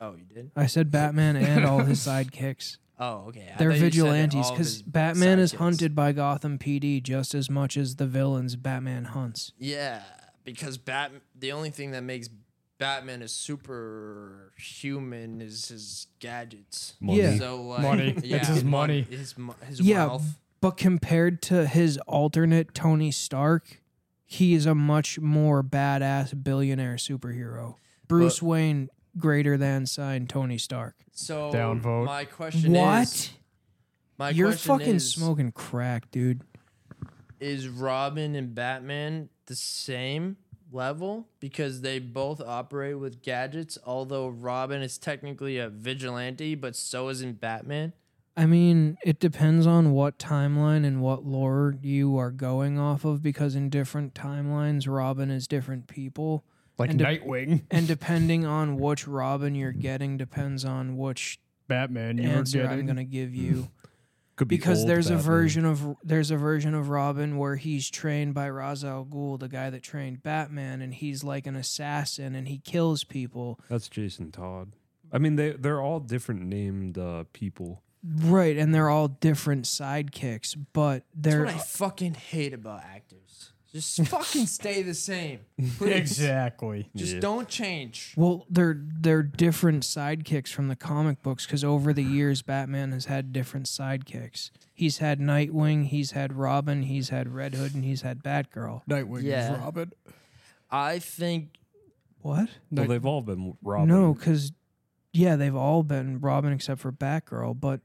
[SPEAKER 2] Oh, you did.
[SPEAKER 4] I said Batman and all his sidekicks.
[SPEAKER 2] Oh, okay. I
[SPEAKER 4] They're
[SPEAKER 2] thought you said that
[SPEAKER 4] vigilantes
[SPEAKER 2] all of
[SPEAKER 4] because
[SPEAKER 2] his
[SPEAKER 4] Batman is
[SPEAKER 2] sidekicks-
[SPEAKER 4] hunted by Gotham PD just as much as the villains Batman hunts.
[SPEAKER 2] Yeah, because Bat. The only thing that makes Batman a superhuman is his gadgets.
[SPEAKER 3] Money.
[SPEAKER 4] Yeah.
[SPEAKER 2] So like,
[SPEAKER 1] Money.
[SPEAKER 2] Yeah,
[SPEAKER 1] It's his
[SPEAKER 2] mon-
[SPEAKER 1] money.
[SPEAKER 2] His mo- his
[SPEAKER 4] Yeah,
[SPEAKER 2] wealth.
[SPEAKER 4] but compared to his alternate Tony Stark, he is a much more badass billionaire superhero. Bruce Wayne greater than sign Tony Stark.
[SPEAKER 2] So
[SPEAKER 1] Downvote.
[SPEAKER 2] My question
[SPEAKER 4] what?
[SPEAKER 2] is. My
[SPEAKER 4] You're
[SPEAKER 2] question
[SPEAKER 4] fucking
[SPEAKER 2] is,
[SPEAKER 4] smoking crack, dude.
[SPEAKER 2] Is Robin and Batman the same level because they both operate with gadgets? Although Robin is technically a vigilante, but so isn't Batman.
[SPEAKER 4] I mean, it depends on what timeline and what lore you are going off of because in different timelines Robin is different people.
[SPEAKER 1] Like
[SPEAKER 4] And a-
[SPEAKER 1] Nightwing.
[SPEAKER 4] And depending on which Robin you're getting depends on which
[SPEAKER 1] Batman, you were
[SPEAKER 4] answer I'm
[SPEAKER 1] getting.
[SPEAKER 4] going to give you.
[SPEAKER 3] Could be
[SPEAKER 4] because
[SPEAKER 3] old
[SPEAKER 4] there's a
[SPEAKER 3] Batman.
[SPEAKER 4] version of there's a version of Robin where he's trained by Ra's al Ghul, the guy that trained Batman, and he's like an assassin and he kills people.
[SPEAKER 3] That's Jason Todd. I mean, they they're all different named uh, people.
[SPEAKER 4] Right, and they're all different sidekicks, but
[SPEAKER 2] That's
[SPEAKER 4] they're
[SPEAKER 2] what I fucking hate about actors. Just fucking stay the same.
[SPEAKER 1] Exactly.
[SPEAKER 2] Just
[SPEAKER 3] Yeah.
[SPEAKER 2] don't change.
[SPEAKER 4] well, they're they're different sidekicks from the comic books because over the years Batman has had different sidekicks. He's had Nightwing, he's had Robin, he's had Red Hood, and he's had Batgirl.
[SPEAKER 1] Nightwing
[SPEAKER 2] Yeah.
[SPEAKER 1] is Robin.
[SPEAKER 2] I think
[SPEAKER 3] Well,
[SPEAKER 4] What?
[SPEAKER 1] Like-
[SPEAKER 3] they've all been Robin.
[SPEAKER 4] No, because yeah, they've all been Robin except for Batgirl, but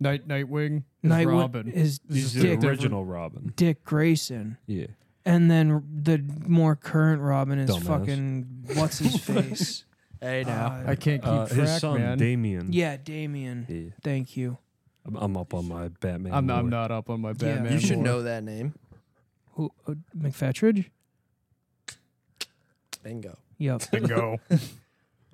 [SPEAKER 1] Night Nightwing is
[SPEAKER 4] Night
[SPEAKER 1] Robin.
[SPEAKER 4] is
[SPEAKER 3] he's
[SPEAKER 4] Dick,
[SPEAKER 3] the original Robin.
[SPEAKER 4] Dick Grayson,
[SPEAKER 3] Yeah,
[SPEAKER 4] and then the more current Robin is
[SPEAKER 3] Dumbass.
[SPEAKER 4] fucking what's his face?
[SPEAKER 2] hey
[SPEAKER 4] Uh,
[SPEAKER 1] I can't keep
[SPEAKER 3] uh,
[SPEAKER 1] track,
[SPEAKER 3] his son
[SPEAKER 1] man.
[SPEAKER 3] Damien.
[SPEAKER 4] yeah, Damien.
[SPEAKER 3] Yeah.
[SPEAKER 4] Thank you.
[SPEAKER 3] I'm, I'm up on my Batman.
[SPEAKER 1] I'm, I'm
[SPEAKER 3] lore.
[SPEAKER 1] not up on my
[SPEAKER 4] Yeah.
[SPEAKER 1] Batman.
[SPEAKER 2] you should
[SPEAKER 1] lore.
[SPEAKER 2] know that name.
[SPEAKER 4] Who? Uh, McFetridge.
[SPEAKER 2] Bingo.
[SPEAKER 4] Yep.
[SPEAKER 1] Bingo.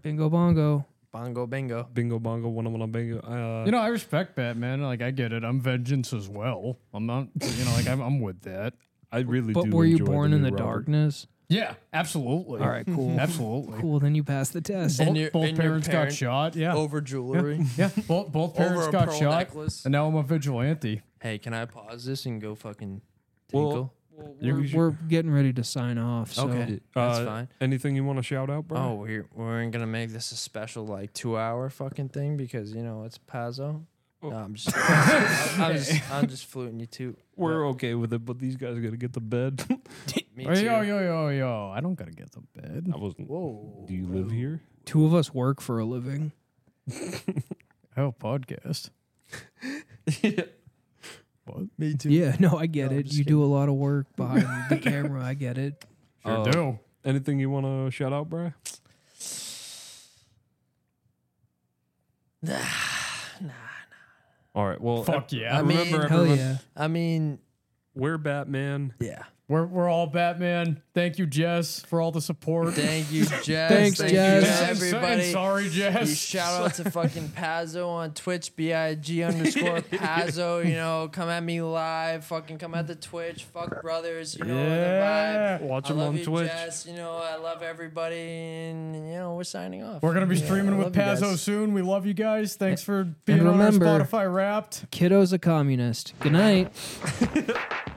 [SPEAKER 4] Bingo bongo.
[SPEAKER 2] Bongo bingo.
[SPEAKER 3] Bingo bongo, one on bingo. Uh,
[SPEAKER 1] you know, I respect Batman. Like, I get it. I'm vengeance as well. I'm not, you know, like, I'm, I'm with that.
[SPEAKER 3] I really
[SPEAKER 4] But
[SPEAKER 3] do.
[SPEAKER 4] were you
[SPEAKER 3] enjoy
[SPEAKER 4] born in
[SPEAKER 3] new
[SPEAKER 4] the
[SPEAKER 3] Robin.
[SPEAKER 4] darkness?
[SPEAKER 1] Yeah, absolutely.
[SPEAKER 4] All right, cool.
[SPEAKER 1] Absolutely.
[SPEAKER 4] cool. Then you passed the test.
[SPEAKER 2] And
[SPEAKER 1] Both,
[SPEAKER 2] your-
[SPEAKER 1] both
[SPEAKER 2] and your
[SPEAKER 1] parents
[SPEAKER 2] parent-
[SPEAKER 1] got shot. Yeah.
[SPEAKER 2] Over jewelry.
[SPEAKER 1] Yeah. Both, both parents
[SPEAKER 2] Over a
[SPEAKER 1] got
[SPEAKER 2] pearl
[SPEAKER 1] shot.
[SPEAKER 2] necklace.
[SPEAKER 1] And now I'm a vigilante.
[SPEAKER 2] Hey, can I pause this and go fucking tinkle?
[SPEAKER 3] Well,
[SPEAKER 4] We're, we're getting ready to sign off. So
[SPEAKER 2] Okay.
[SPEAKER 3] Uh,
[SPEAKER 2] That's fine.
[SPEAKER 3] Anything you want to shout out, bro?
[SPEAKER 2] Oh, we're we're gonna make this a special like two hour fucking thing because you know it's Pazzo.
[SPEAKER 3] Oh.
[SPEAKER 2] No, I'm just, I'm just, I'm just fluting you too.
[SPEAKER 3] we're okay with it, but these guys are gonna get to bed.
[SPEAKER 2] Me
[SPEAKER 1] Oh,
[SPEAKER 2] too.
[SPEAKER 1] yo, yo, yo, yo. I don't gotta get to bed.
[SPEAKER 3] I wasn't.
[SPEAKER 2] Whoa.
[SPEAKER 3] Do you live here?
[SPEAKER 4] Two of us work for a living.
[SPEAKER 1] I have a podcast. What?
[SPEAKER 2] Me too.
[SPEAKER 4] Yeah, no, I get
[SPEAKER 2] No, I'm
[SPEAKER 4] it.
[SPEAKER 2] just
[SPEAKER 4] You do a lot of work behind the camera. I get it.
[SPEAKER 1] Sure
[SPEAKER 3] Uh,
[SPEAKER 1] do.
[SPEAKER 3] Anything you want to shout out, Bry? All right. Well,
[SPEAKER 1] Fuck
[SPEAKER 3] ev-
[SPEAKER 1] yeah.
[SPEAKER 2] I mean,
[SPEAKER 3] remember
[SPEAKER 2] hell
[SPEAKER 4] Hell
[SPEAKER 3] everyone.
[SPEAKER 4] yeah.
[SPEAKER 2] I mean,
[SPEAKER 3] We're Batman.
[SPEAKER 2] yeah.
[SPEAKER 1] We're, we're all Batman. Thank you, Jess, for all the support.
[SPEAKER 2] Thank you, Jess.
[SPEAKER 4] Thanks,
[SPEAKER 2] Thank you,
[SPEAKER 4] Jess.
[SPEAKER 1] Jess, and so- and
[SPEAKER 2] everybody.
[SPEAKER 1] sorry, Jess.
[SPEAKER 2] You shout out to fucking Pazzo on Twitch, B I G underscore Pazzo. You know, come at me live. Fucking come at the Twitch. Fuck brothers. You know
[SPEAKER 1] Yeah.
[SPEAKER 2] the vibe.
[SPEAKER 3] Watch
[SPEAKER 2] I
[SPEAKER 3] them
[SPEAKER 2] love
[SPEAKER 3] on
[SPEAKER 2] you,
[SPEAKER 3] Twitch.
[SPEAKER 2] Jess. You know, I love everybody. And, you know, we're signing off.
[SPEAKER 1] We're gonna be
[SPEAKER 2] Yeah,
[SPEAKER 1] streaming
[SPEAKER 2] I
[SPEAKER 1] with
[SPEAKER 2] love you guys.
[SPEAKER 1] Pazzo soon. We love you guys. Thanks for being on
[SPEAKER 4] remember-
[SPEAKER 1] our Spotify Wrapped.
[SPEAKER 4] Kiddo's a communist. Good night.